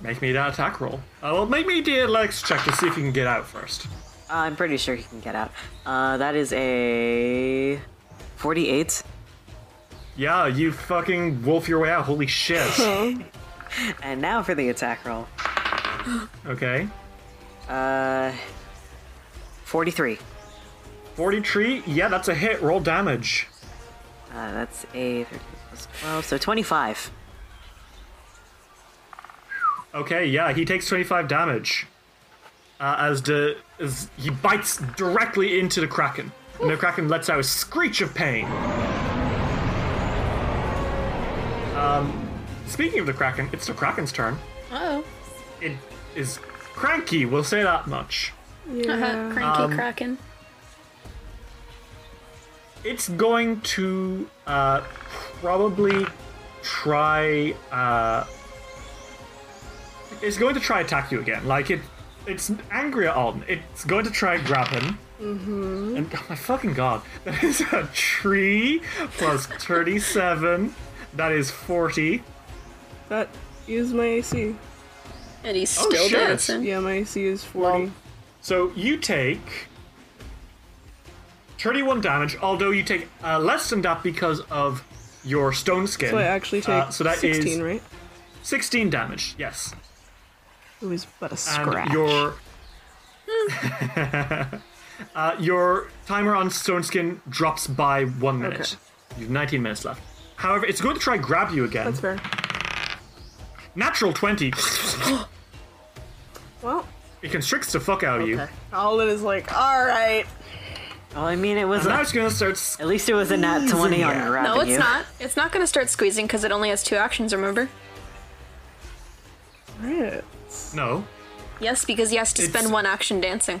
S1: Make me that attack roll. Uh, well, make me the athletics check to see if you can get out first.
S4: I'm pretty sure he can get out. Uh, that is a forty-eight.
S1: Yeah, you fucking wolf your way out. Holy shit.
S4: and now for the attack roll.
S1: okay.
S4: Uh, forty-three.
S1: 43? Yeah, that's a hit. Roll damage.
S4: Uh, that's a 13 plus 12, so 25.
S1: Okay, yeah, he takes 25 damage. Uh, as the as he bites directly into the kraken, and the kraken lets out a screech of pain. Um, speaking of the kraken, it's the kraken's turn.
S2: Oh.
S1: It is cranky. We'll say that much.
S2: Uh-huh. Cranky
S1: Um,
S2: Kraken.
S1: It's going to uh, probably try. Uh, it's going to try attack you again. Like it, it's angry at Alden. It's going to try grab him.
S3: Mm-hmm.
S1: And oh my fucking god, that is a tree plus thirty-seven. that is forty.
S3: That is my AC.
S2: And he's
S1: Oh, still shit. dancing.
S3: Yeah, my AC is 40.
S1: So you take thirty-one damage. Although you take uh, less than that because of your stone skin.
S3: so I actually take
S1: Uh, so that is
S3: 16, right?
S1: 16 damage, yes.
S3: It was but a
S1: And
S3: scratch.
S1: your. [LAUGHS] uh, your timer on Stone Skin drops by one minute. You've 19 minutes left. However, it's going to try grab you again.
S3: That's fair.
S1: Natural [LAUGHS] 20.
S3: Well,
S1: it constricts the fuck out of you.
S3: Alden is like, alright.
S4: Well, I mean, it was.
S1: And
S4: a-
S1: now it's going to start.
S4: At least it was a nat 20 on
S1: Yeah.
S4: grabbing
S2: No, it's
S4: you.
S2: not. It's not going to start squeezing because it only has two actions, remember?
S3: Alright.
S1: No.
S2: Yes, because he has to spend one action dancing.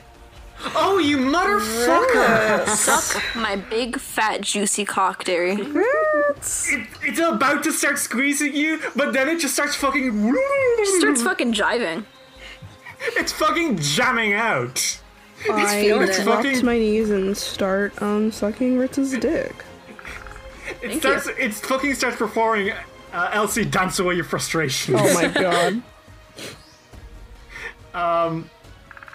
S1: Oh, you motherfucker!
S2: Suck my big, fat, juicy cock, Derry.
S1: It, it's about to start squeezing you, but then it just starts fucking. [LAUGHS]
S2: Just starts fucking jiving.
S1: It's fucking jamming out.
S3: I
S2: feeling it.
S3: drop
S1: Fucking-
S3: to my knees and start um sucking Ritz's dick.
S1: It starts. It fucking starts performing. Uh, Elsie, dance away your frustrations.
S3: Oh my god. [LAUGHS]
S1: Um,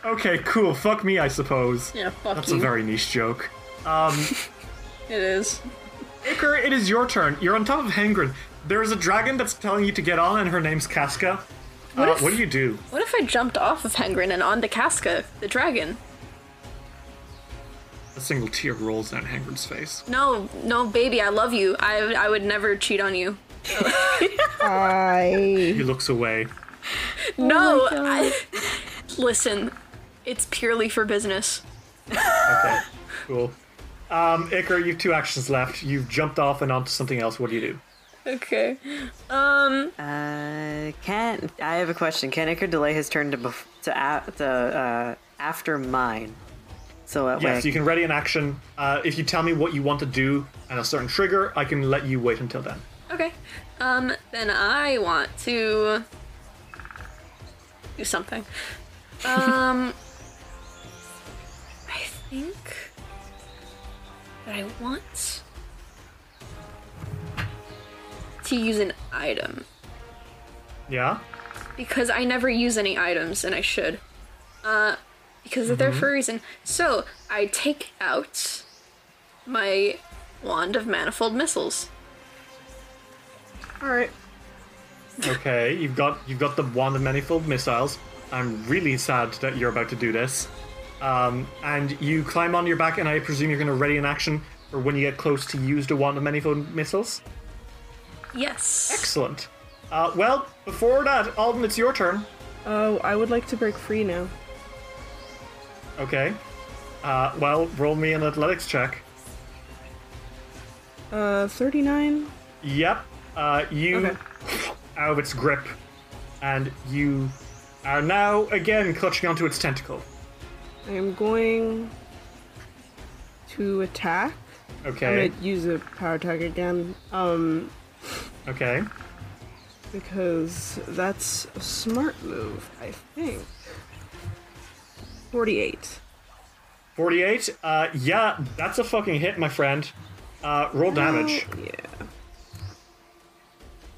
S1: okay, cool. Fuck me, I suppose.
S2: Yeah, fuck
S1: That's a
S2: you.
S1: very niche joke. Um,
S2: [LAUGHS] It is.
S1: Iker, it is your turn. You're on top of Hengrin. There is a dragon that's telling you to get on, and her name's Casca.
S2: What
S1: uh,
S2: if-
S1: what do you do?
S2: What if I jumped off of Hengrin and onto Casca, the dragon?
S1: A single tear rolls down Hengrin's face.
S2: No, no, baby, I love you. I, I would never cheat on you.
S3: I
S1: He looks away.
S2: no, I, [LAUGHS] listen, it's purely for business.
S1: Okay, cool. Um, Iker, you've two actions left. You've jumped off and onto something else. What do you do?
S2: Okay. Um.
S4: Uh, can I have a question? Can Iker delay his turn to bef- to a- to uh after mine. So uh, that
S1: Yes,
S4: way,
S1: you can ready an action. Uh, if you tell me what you want to do and a certain trigger, I can let you wait until then.
S2: Okay. Um, then I want to do something. Um, [LAUGHS] I think that I want to use an item
S1: Yeah?
S2: because I never use any items and I should. Uh, because they're for a reason. So I take out my wand of manifold missiles.
S3: All right.
S1: Okay, you've got you've got the wand of manifold missiles. I'm really sad that you're about to do this. Um, and you climb on your back, and I presume you're going to ready an action for when you get close to use the wand of manifold missiles.
S2: Yes.
S1: Excellent. Uh, well, before that, Alden, it's your turn.
S3: Oh, I would like to break free now.
S1: Okay. Uh, well, roll me an athletics check.
S3: Uh, 39.
S1: Yep. Uh, you out of its grip, and you are now again clutching onto its tentacle.
S3: I am going to attack.
S1: Okay.
S3: I'm gonna use a power attack again. Um,
S1: Okay.
S3: because that's a smart move, I think. 48.
S1: 48. Uh, yeah, that's a fucking hit, my friend. Uh, roll damage.
S3: Yeah.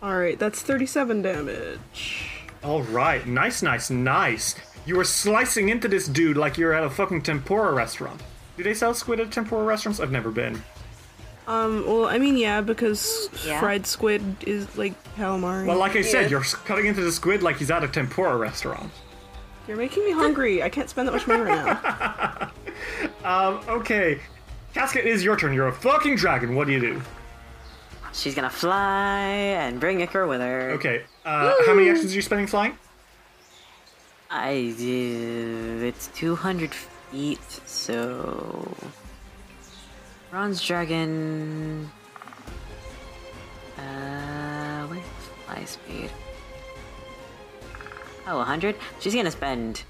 S3: Alright, that's 37 damage.
S1: All right. Nice, nice, nice. You were slicing into this dude like you're at a fucking tempura restaurant. Do they sell squid at tempura restaurants? I've never been.
S3: Um, well, I mean, yeah, because
S1: Yeah.
S3: fried squid is like calamari.
S1: Well, like I said, you're s- cutting into the squid like he's at a tempura restaurant.
S3: You're making me hungry. I can't spend that much money right now.
S1: [LAUGHS] Um, okay. Casket, it is your turn. You're a fucking dragon. What do you do?
S4: she's gonna fly and bring Icar with her.
S1: Okay. Uh, how many actions are you spending flying?
S4: I do. It's 200 feet, so. Bronze Dragon. Uh, where's fly speed? Oh, 100? She's gonna spend.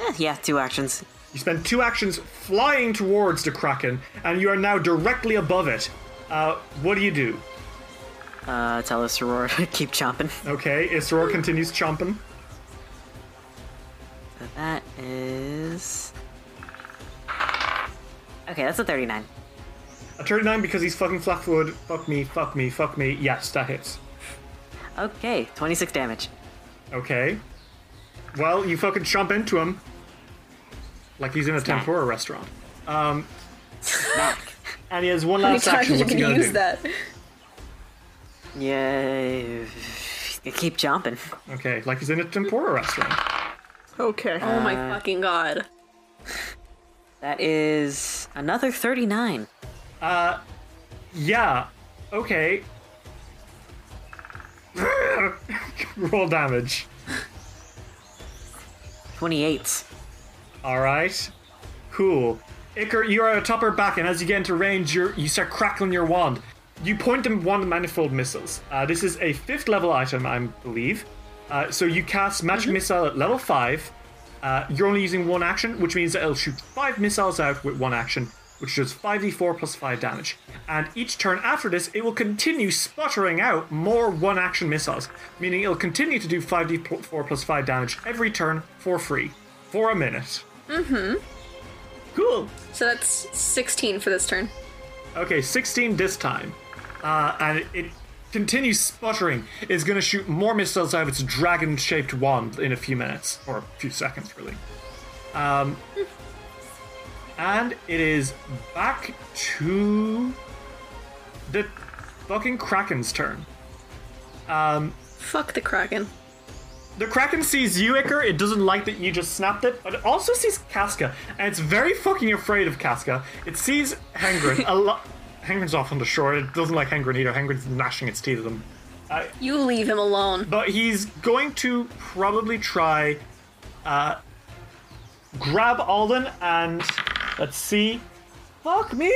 S4: Eh, yeah, two actions.
S1: You spend two actions flying towards the kraken, and you are now directly above it. Uh, what do you do?
S4: Uh, tell us, Soror, to [LAUGHS] keep chomping.
S1: Okay, Isror continues chomping.
S4: So that is. Okay, that's a 39.
S1: A 39 because he's fucking flatwood. Fuck me, fuck me, fuck me. Yes, that hits.
S4: Okay, 26 damage.
S1: Okay. Well, you fucking chomp into him. Like he's in a tempura restaurant. Um, [LAUGHS] and he has one
S2: How many
S1: last
S2: times
S1: action.
S2: are you
S1: What's he
S2: gonna
S1: gonna
S2: use
S1: do?
S2: that?
S4: Yay. Keep chomping.
S1: Okay, like he's in a tempura restaurant.
S3: Okay.
S2: Oh my
S4: Uh,
S2: fucking god.
S4: That is another 39.
S1: Uh, yeah. Okay. [LAUGHS] Roll damage.
S4: 28.
S1: All right. Cool. Icar, you are atop her back, and as you get into range, you you start crackling your wand. You point them wand manifold missiles. Uh, this is a fifth level item, I believe. Uh, so you cast magic missile at level five. Uh, you're only using one action, which means that it'll shoot five missiles out with one action, which does 5d4 plus 5 damage. And each turn after this, it will continue sputtering out more one action missiles, meaning it'll continue to do 5d4 plus 5 damage every turn for free, for a minute.
S2: Mm-hmm.
S1: Cool.
S2: So that's 16 for this turn.
S1: Okay, 16 this time. Uh, and it continues sputtering. It's going to shoot more missiles out of its dragon shaped wand in a few minutes, or a few seconds, really. Um, and it is back to the fucking Kraken's turn. Um,
S2: Fuck the Kraken.
S1: The Kraken sees you, Icar. It doesn't like that you just snapped it, but it also sees Casca, and it's very fucking afraid of Casca. It sees Hengrin a lot. Hengrin's off on the shore. It doesn't like Hengrin either. Hengrin's gnashing its teeth at him. Uh,
S2: you leave him alone.
S1: But he's going to probably try, uh, grab Alden and let's see. Fuck me!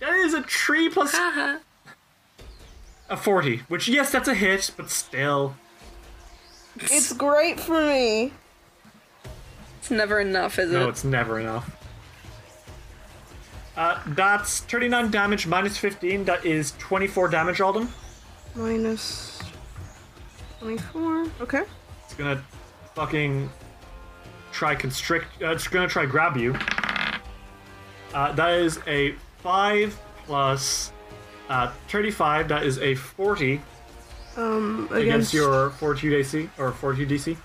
S1: That is a tree plus a forty. Which yes, that's a hit, but still.
S3: It's great for me.
S2: It's never enough, is
S1: No,
S2: it?
S1: it's never enough. Uh, that's 39 damage minus 15. That is 24 damage, Alden.
S3: Minus 24. Okay.
S1: It's gonna fucking try constrict. Uh, it's gonna try grab you. Uh, that is a 5 plus uh, 35. That is a 40
S3: Um,
S1: against, your fortitude AC or fortitude DC.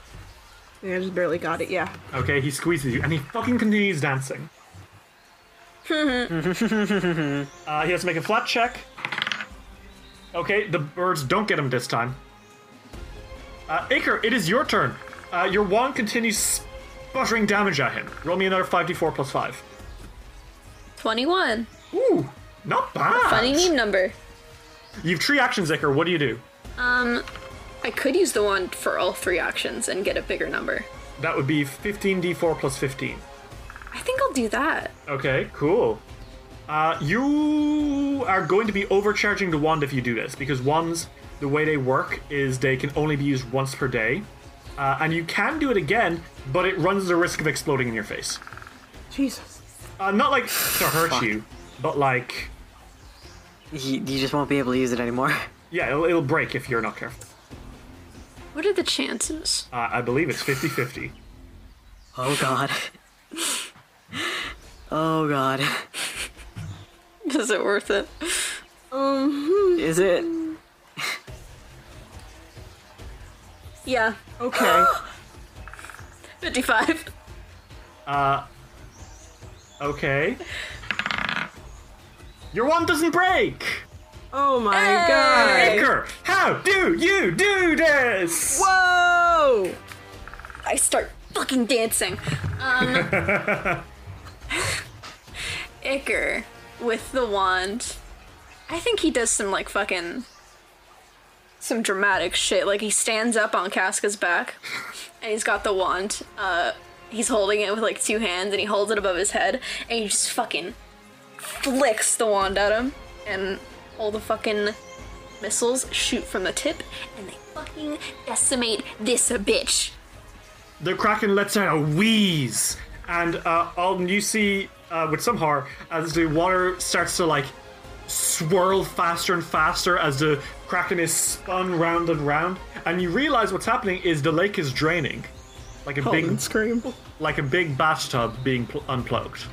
S3: Yeah, I just barely got it, yeah.
S1: Okay, he squeezes you and he fucking continues
S2: [LAUGHS]
S1: dancing. Uh, he has to make a flat check. Okay, the birds don't get him this time. Uh, Iker, it is your turn. Uh, your wand continues sputtering damage at him. Roll me another 5d4 plus 5.
S2: 21.
S1: Ooh, not bad.
S2: Funny meme number.
S1: You've three actions, Iker. What do you do?
S2: Um, I could use the wand for all three actions and get a bigger number.
S1: That would be 15d4 plus 15.
S2: I think I'll do that.
S1: Okay, cool. Uh, you are going to be overcharging the wand if you do this, because wands, the way they work is they can only be used once per day. Uh, and you can do it again, but it runs the risk of exploding in your face.
S3: Jesus.
S1: Uh, not like to hurt you, but like,
S4: You, you just won't be able to use it anymore. [LAUGHS]
S1: yeah, it'll, it'll break if you're not careful.
S2: What are the chances?
S1: Uh, I believe it's 50 50.
S4: Oh god. [LAUGHS] oh god.
S2: [LAUGHS] Is it worth it?
S3: Um,
S4: Is it?
S2: Yeah. [GASPS]
S3: Okay.
S2: 55.
S1: Uh, okay. Your wand doesn't break!
S3: Oh my god.
S1: Iker, how do you do this?
S3: Whoa!
S2: I start fucking dancing. Um, Icker with the wand. I think he does some like fucking some dramatic shit. Like he stands up on Casca's back and he's got the wand. Uh he's holding it with like two hands and he holds it above his head and he just fucking flicks the wand at him and all the fucking missiles shoot from the tip and they fucking decimate this bitch.
S1: The Kraken lets out a wheeze, and uh, Alden, you see uh, with some horror as the water starts to like swirl faster and faster as the Kraken is spun round and round, and you realize what's happening is the lake is draining, like a
S3: Golden
S1: big
S3: scream.
S1: like a big bathtub being pl- unplugged.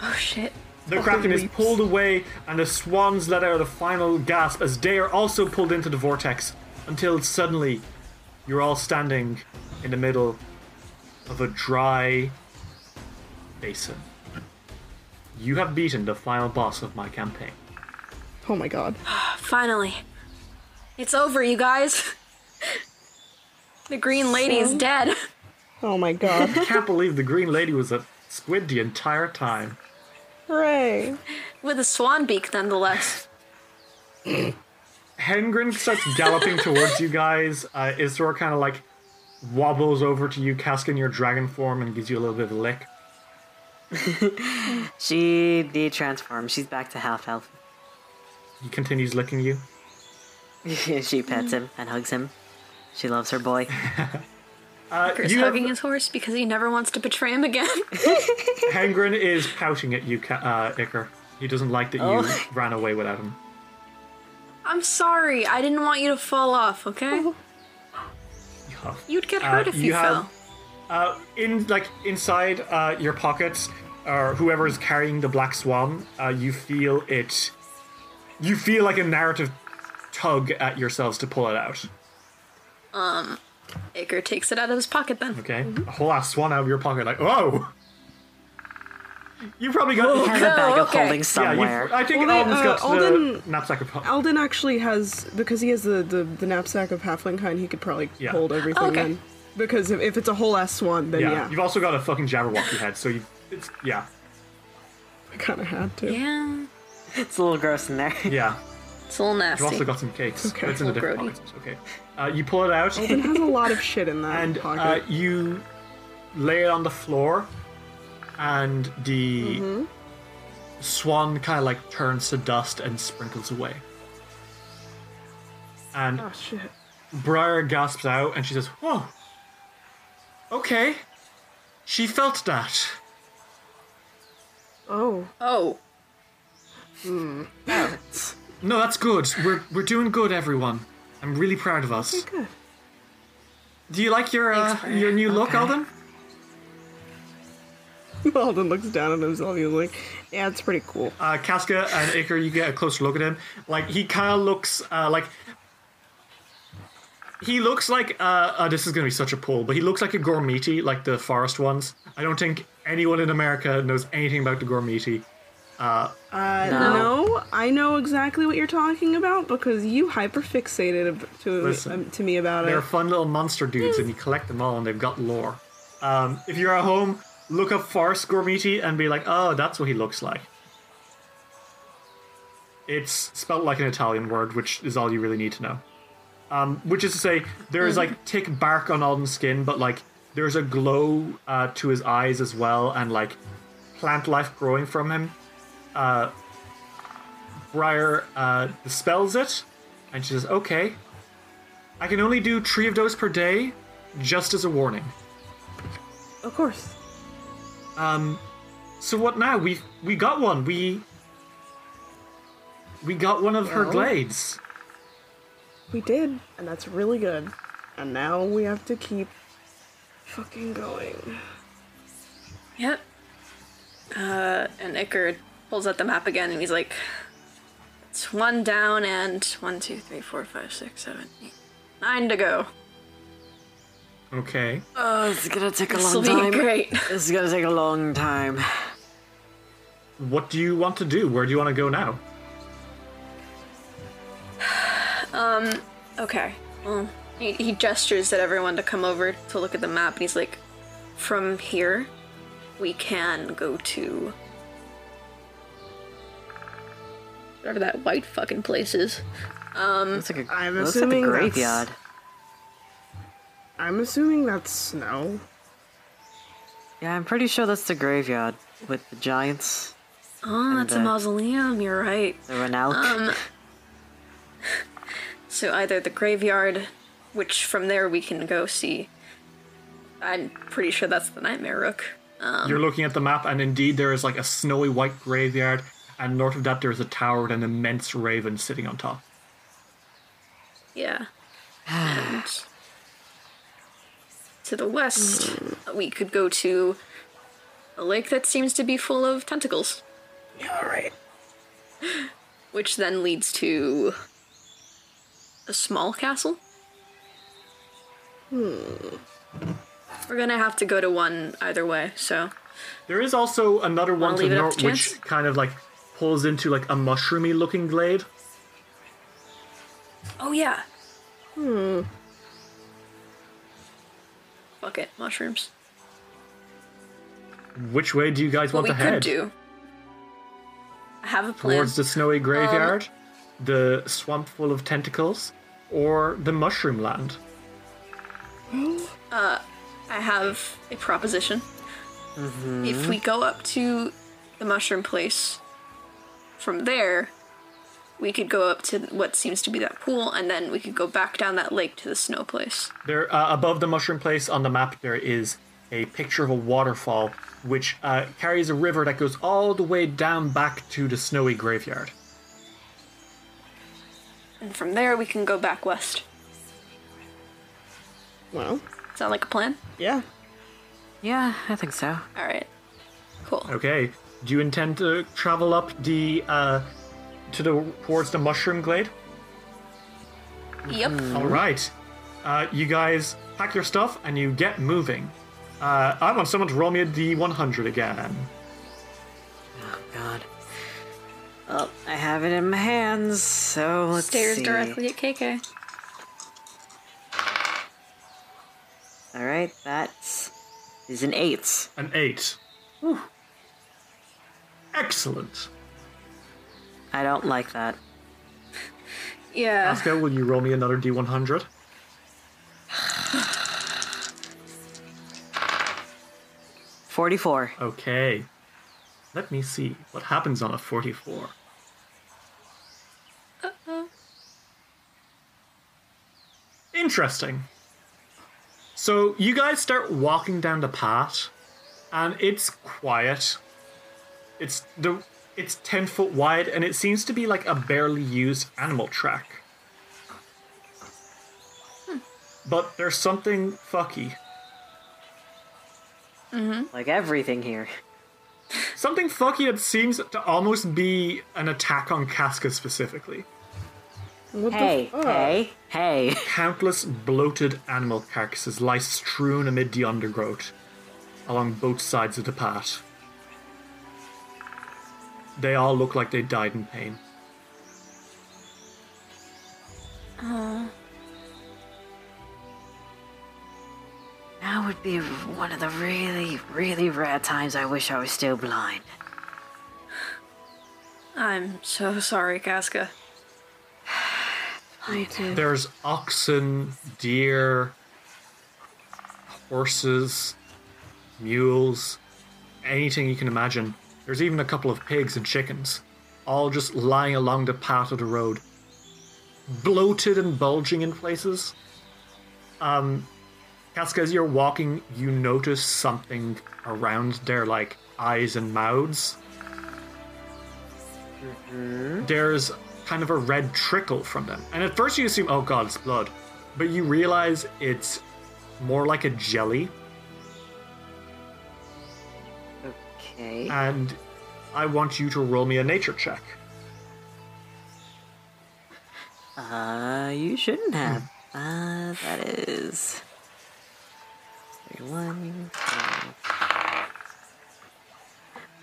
S2: Oh shit.
S1: The Kraken is pulled away, and the swans let out a final gasp as they are also pulled into the vortex, until suddenly you're all standing in the middle of a dry basin. You have beaten the final boss of my campaign.
S3: Oh my god.
S2: Finally. It's over, you guys. [LAUGHS] the green lady is dead.
S3: Oh my god. [LAUGHS]
S1: I can't believe the green lady was a squid the entire time.
S3: Hooray.
S2: With a swan beak, nonetheless.
S1: Hengrin starts galloping towards you guys. Uh, Isra kind of like wobbles over to you, casting your dragon form, and gives you a little bit of a lick.
S4: She de-transformed. She's back to half health. [LAUGHS]
S1: He continues licking you.
S4: she pets him and hugs him. She loves her boy.
S1: Uh,
S2: Chris
S1: you have-
S2: hugging his horse because he never wants to betray him again. [LAUGHS]
S1: Hengrin is pouting at you, Ca- uh, Iker. He doesn't like that you
S2: Oh.
S1: ran away without him.
S2: I'm sorry. I didn't want you to fall
S1: [LAUGHS]
S2: off, okay? [LAUGHS] You'd get hurt
S1: Uh,
S2: if you, fell.
S1: uh, in like inside uh, your pockets, or whoever is carrying the black swan, uh, you feel it. You feel like a narrative tug at yourselves to pull it out.
S2: Um, Iker takes it out of his pocket then.
S1: Okay,
S3: Mm-hmm.
S1: a whole ass swan out of your pocket, like whoa. You probably got
S4: He has a bag of holding
S1: Yeah,
S4: somewhere.
S1: you've- I think
S3: Well, they-
S1: Alden's got
S3: Oh. uh,
S1: the
S3: Alden-
S1: knapsack of holding.
S3: Alden actually has, because he has the, the, the knapsack of halfling kind, he could probably
S1: Yeah.
S3: hold everything
S2: Okay.
S3: then. Because if, if it's a whole ass swan, then
S1: yeah.
S3: yeah,
S1: You've also got a fucking Jabberwocky head, so you. It's yeah,
S3: I kind of had to.
S2: Yeah.
S4: It's a little gross in there. [LAUGHS]
S1: yeah.
S2: It's a little nasty.
S1: You've also got some cakes.
S3: Okay.
S1: It's in a
S3: Oh,
S1: different
S3: Brody. Oh,
S1: pocket. It's Okay. Uh, you pull it out
S3: Alden has a lot of shit in that
S1: and uh,
S3: pocket.
S1: you lay it on the floor, and the
S3: Mm-hmm.
S1: swan kind of like turns to dust and sprinkles away. And
S3: oh shit.
S1: Briar gasps out, and she says, "Whoa, okay." She felt that.
S3: Oh. [LAUGHS]
S2: Oh.
S3: Hmm.
S1: No, that's good. We're we're doing good, everyone. I'm really proud of us.
S3: Good.
S1: Do you like your uh,
S3: Thanks,
S1: your new look,
S3: okay.
S1: Alden?
S3: Alden looks down at himself. He's like, "Yeah, it's pretty cool."
S1: Uh, Casca and Iker, you get a closer look at him. Like he kind of looks uh, like he looks like uh, uh, this is going to be such a pull, but he looks like a gormiti, like the forest ones. I don't think anyone in America knows anything about the gormiti. Uh,
S3: Uh,
S1: No.
S3: no. I know exactly what you're talking about because you hyperfixated ab- to
S1: Listen,
S3: um, to me about
S1: They're
S3: it.
S1: fun little monster dudes, and you collect them all, and they've got lore. Um, if you're at home, look up Forest Gormiti and be like, oh, that's what he looks like. It's spelled like an Italian word, which is all you really need to know. Um, which is to say, there's like thick bark on Alden's skin, but like there's a glow uh, to his eyes as well, and like plant life growing from him. Uh, Briar uh, dispels it, and she says, okay, I can only do three of those per day, just as a warning.
S3: Of course.
S1: Um, so what now? We we got one. We we got one of her
S3: Well.
S1: glades.
S3: We did, and that's really good. And now we have to keep fucking going.
S2: Yep. Uh, and Iker pulls out the map again and he's like, it's one down and one, two, three, four, five, six, seven, eight, nine to go.
S1: Okay.
S4: Oh, it's gonna take a
S2: This
S4: long
S2: will be
S4: time.
S2: great.
S4: [LAUGHS] This is gonna take a long time.
S1: What do you want to do? Where do you want to go now?
S2: Um, okay. Well, he, he gestures at everyone to come over to look at the map, and he's like, from here, we can go to. Whatever that white fucking place is. Um,
S4: Looks like a,
S3: I'm
S4: looks like a
S3: assuming that's-
S4: graveyard.
S3: I'm assuming that's snow.
S4: Yeah, I'm pretty sure that's the graveyard with the giants,
S2: oh, that's a
S4: And, uh,
S2: mausoleum, you're right.
S4: the Renalk.
S2: Um, so either the graveyard, which from there we can go see. I'm pretty sure that's the Nightmare Rook. Um,
S1: You're looking at the map, and indeed there is like a snowy white graveyard, and north of that there is a tower with an immense raven sitting on top.
S2: Yeah. and
S3: [SIGHS]
S2: to the west,
S3: Mm.
S2: we could go to a lake that seems to be full of tentacles,
S3: All right.
S2: [GASPS] which then leads to a small castle.
S3: Hmm.
S2: We're gonna have to go to one either way, so.
S1: There is also another one
S2: Wanna
S1: to
S2: leave
S1: the
S2: it up
S1: north,
S2: to chance?
S1: which kind of like pulls into like a mushroomy looking glade.
S2: Oh, yeah.
S3: Hmm.
S2: Fuck it, mushrooms.
S1: Which way do you guys
S2: What
S1: want
S2: we
S1: to head?
S2: could do. I have a plan.
S1: towards the snowy graveyard, the swamp full of tentacles, or the mushroom land.
S2: Uh, I have a proposition. If we go up to the mushroom place, from there, we could go up to what seems to be that pool, and then we could go back down that lake to the snow place.
S1: There, uh, above the mushroom place on the map, there is a picture of a waterfall which uh, carries a river that goes all the way down back to the snowy graveyard.
S2: And from there, we can go back west.
S3: Well,
S2: Sound like a plan?
S3: yeah.
S4: Yeah, I think so.
S2: All right.
S1: Okay. Do you intend to travel up the uh, to the towards the mushroom glade?
S2: Yep.
S1: All right. Uh, you guys pack your stuff and you get moving. Uh, I want someone to roll me a d100 again.
S4: oh, God. Well, I have it in my hands, so let's
S2: Stares
S4: see.
S2: directly at KK.
S4: All right, that's is an eight.
S1: An eight. Excellent.
S4: I don't like that.
S2: Yeah.
S1: Aska, will you roll me another d100?
S4: Forty-four.
S1: Okay. Let me see what happens on a 44.
S2: Uh-oh.
S1: Interesting. So you guys start walking down the path, and it's quiet. It's the it's ten foot wide, and it seems to be like a barely used animal track. But there's something fucky,
S2: Mm-hmm.
S4: Like everything here.
S1: something fucky that seems to almost be an attack on Casca specifically.
S3: What
S4: hey, hey, hey.
S1: Countless bloated animal carcasses lie strewn amid the undergrowth along both sides of the path. They all look like they died in pain.
S2: Oh.
S4: That would be one of the really, really rare times I wish I was still blind.
S2: I'm so sorry, Casca.
S1: There's oxen, deer, horses, mules, anything you can imagine. There's even a couple of pigs and chickens, all just lying along the path of the road, bloated and bulging in places. Um, Casca, as you're walking, you notice something around their like eyes and mouths. There's kind of a red trickle from them, and at first you assume, "Oh God, it's blood," but you realize it's more like a jelly.
S4: Okay.
S1: And I want you to roll me a nature check.
S4: Uh, you shouldn't have. Uh, that is. 31.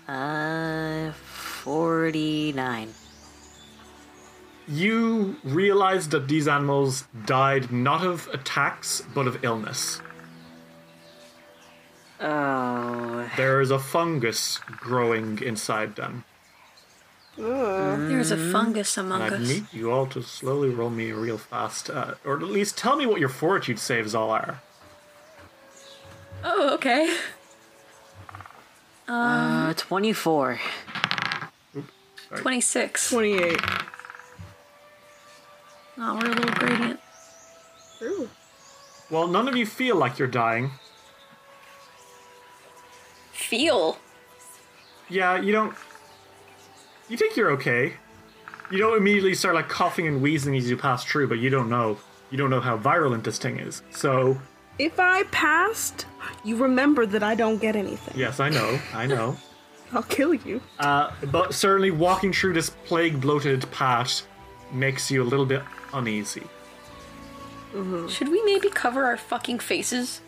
S4: Uh, 49.
S1: You realize that these animals died not of attacks, but of illness.
S4: Oh.
S1: There is a fungus growing inside them.
S2: There's a fungus among
S1: and I
S2: us.
S1: need you all to slowly roll me a real fast, uh, or at least tell me what your fortitude saves all are.
S2: Oh, okay. Um,
S4: Uh, 24.
S2: 26.
S3: 28.
S2: Oh, we're a little gradient.
S1: Well, none of you feel like you're dying.
S2: Feel.
S1: Yeah, you don't. You think you're okay. You don't immediately start like coughing and wheezing as you pass through, but you don't know. You don't know how virulent this thing is. So,
S3: If I passed, you remember that I don't get anything.
S1: yes, I know. I know.
S3: I'll kill you.
S1: Uh, but certainly walking through this plague bloated path makes you a little bit uneasy.
S2: Should we maybe cover our fucking faces?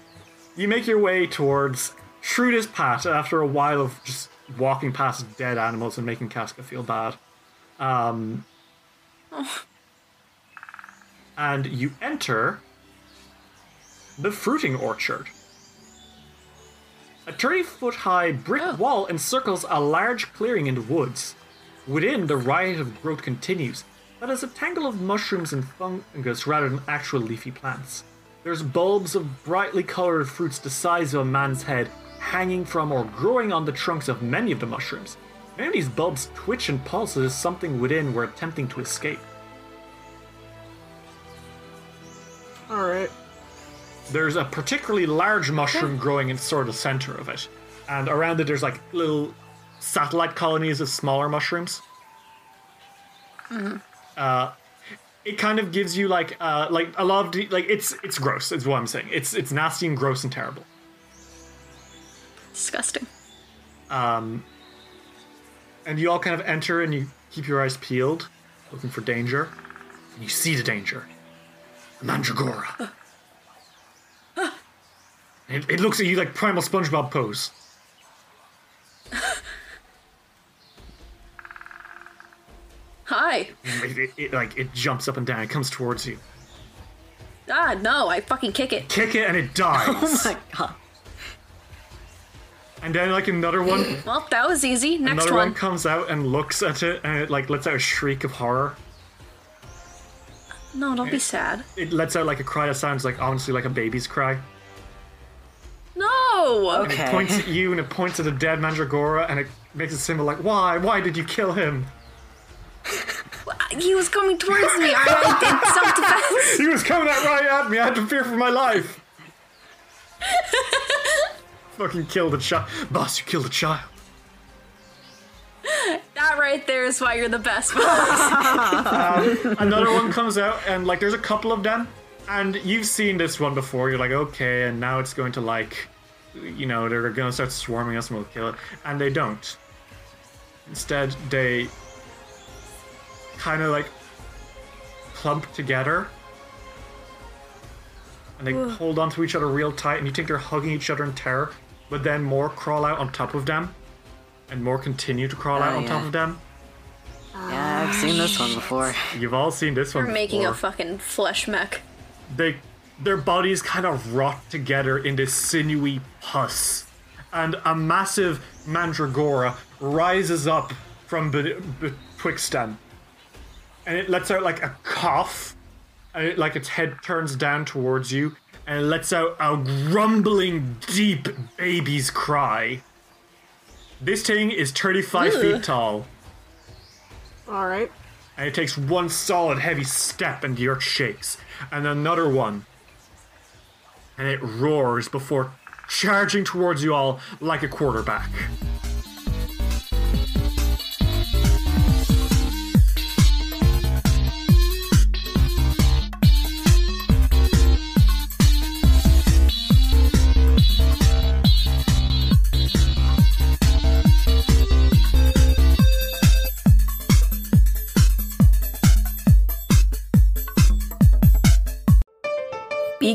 S1: You make your way towards through this path after a while of just walking past dead animals and making Casca feel bad. Um,
S2: Oh,
S1: and you enter the fruiting orchard. A 30 foot high brick wall encircles a large clearing in the woods. Within, the riot of growth continues, but is a tangle of mushrooms and fungus rather than actual leafy plants. There's bulbs of brightly colored fruits the size of a man's head hanging from or growing on the trunks of many of the mushrooms. Many of these bulbs twitch and pulse as if something within were attempting to escape.
S3: Alright.
S1: there's a particularly large mushroom growing in sort of center of it and around it there's like little satellite colonies of smaller mushrooms
S2: mhm.
S1: uh, it kind of gives you like uh, like a lot of the, like it's it's gross is what i'm saying it's it's nasty and gross and terrible
S2: disgusting.
S1: um, and you all kind of enter and you keep your eyes peeled looking for danger and you see the danger a mandragora it, it looks at you like primal spongebob pose
S2: Hi.
S1: It, it, it, like it jumps up and down. It comes towards you.
S2: Ah, no, I fucking kick it.
S1: Kick it and it dies.
S2: [LAUGHS] Oh my
S4: god.
S1: And then like another one,
S2: Well, that was easy. [CLEARS THROAT] Next
S1: another one.
S2: one.
S1: comes out and looks at it and it like lets out a shriek of horror.
S2: No, don't be sad.
S1: It lets out like a cry that sounds like honestly like a baby's cry.
S2: No!
S1: And it points at you and it points at the dead mandragora and it makes a symbol like why why did you kill him?
S2: He was coming towards me. I, I did self defense.
S1: he was coming out right at me. I had to fear for my life. Fucking kill the child. Boss, you killed a child.
S2: [LAUGHS] That right there is why you're the best boss.
S1: Um, another one comes out, and like there's a couple of them, and you've seen this one before. You're like, okay, and now it's going to like, you know, they're gonna start swarming us and we'll kill it, and they don't. Instead, they kind of like clump together, and they
S12: Ugh.
S1: hold onto each other real tight, and you think they're hugging each other in terror, but then more crawl out on top of them, and more continue to crawl
S4: Oh,
S1: out on
S4: yeah.
S1: top of them.
S4: [LAUGHS] Yeah, I've seen this one before.
S1: You've all seen this
S2: You're
S1: one.
S2: making a
S1: before.
S2: fucking flesh mech.
S1: they their bodies kind of rot together in this sinewy pus and a massive mandragora rises up from be- betwixt them and it lets out like a cough and it, like its head turns down towards you and it lets out a grumbling deep baby's cry this thing is 35
S3: Ew.
S1: feet tall
S3: All right.
S1: and it takes one solid heavy step and the earth shakes, and another one. And it roars before charging towards you all like a quarterback.
S2: Be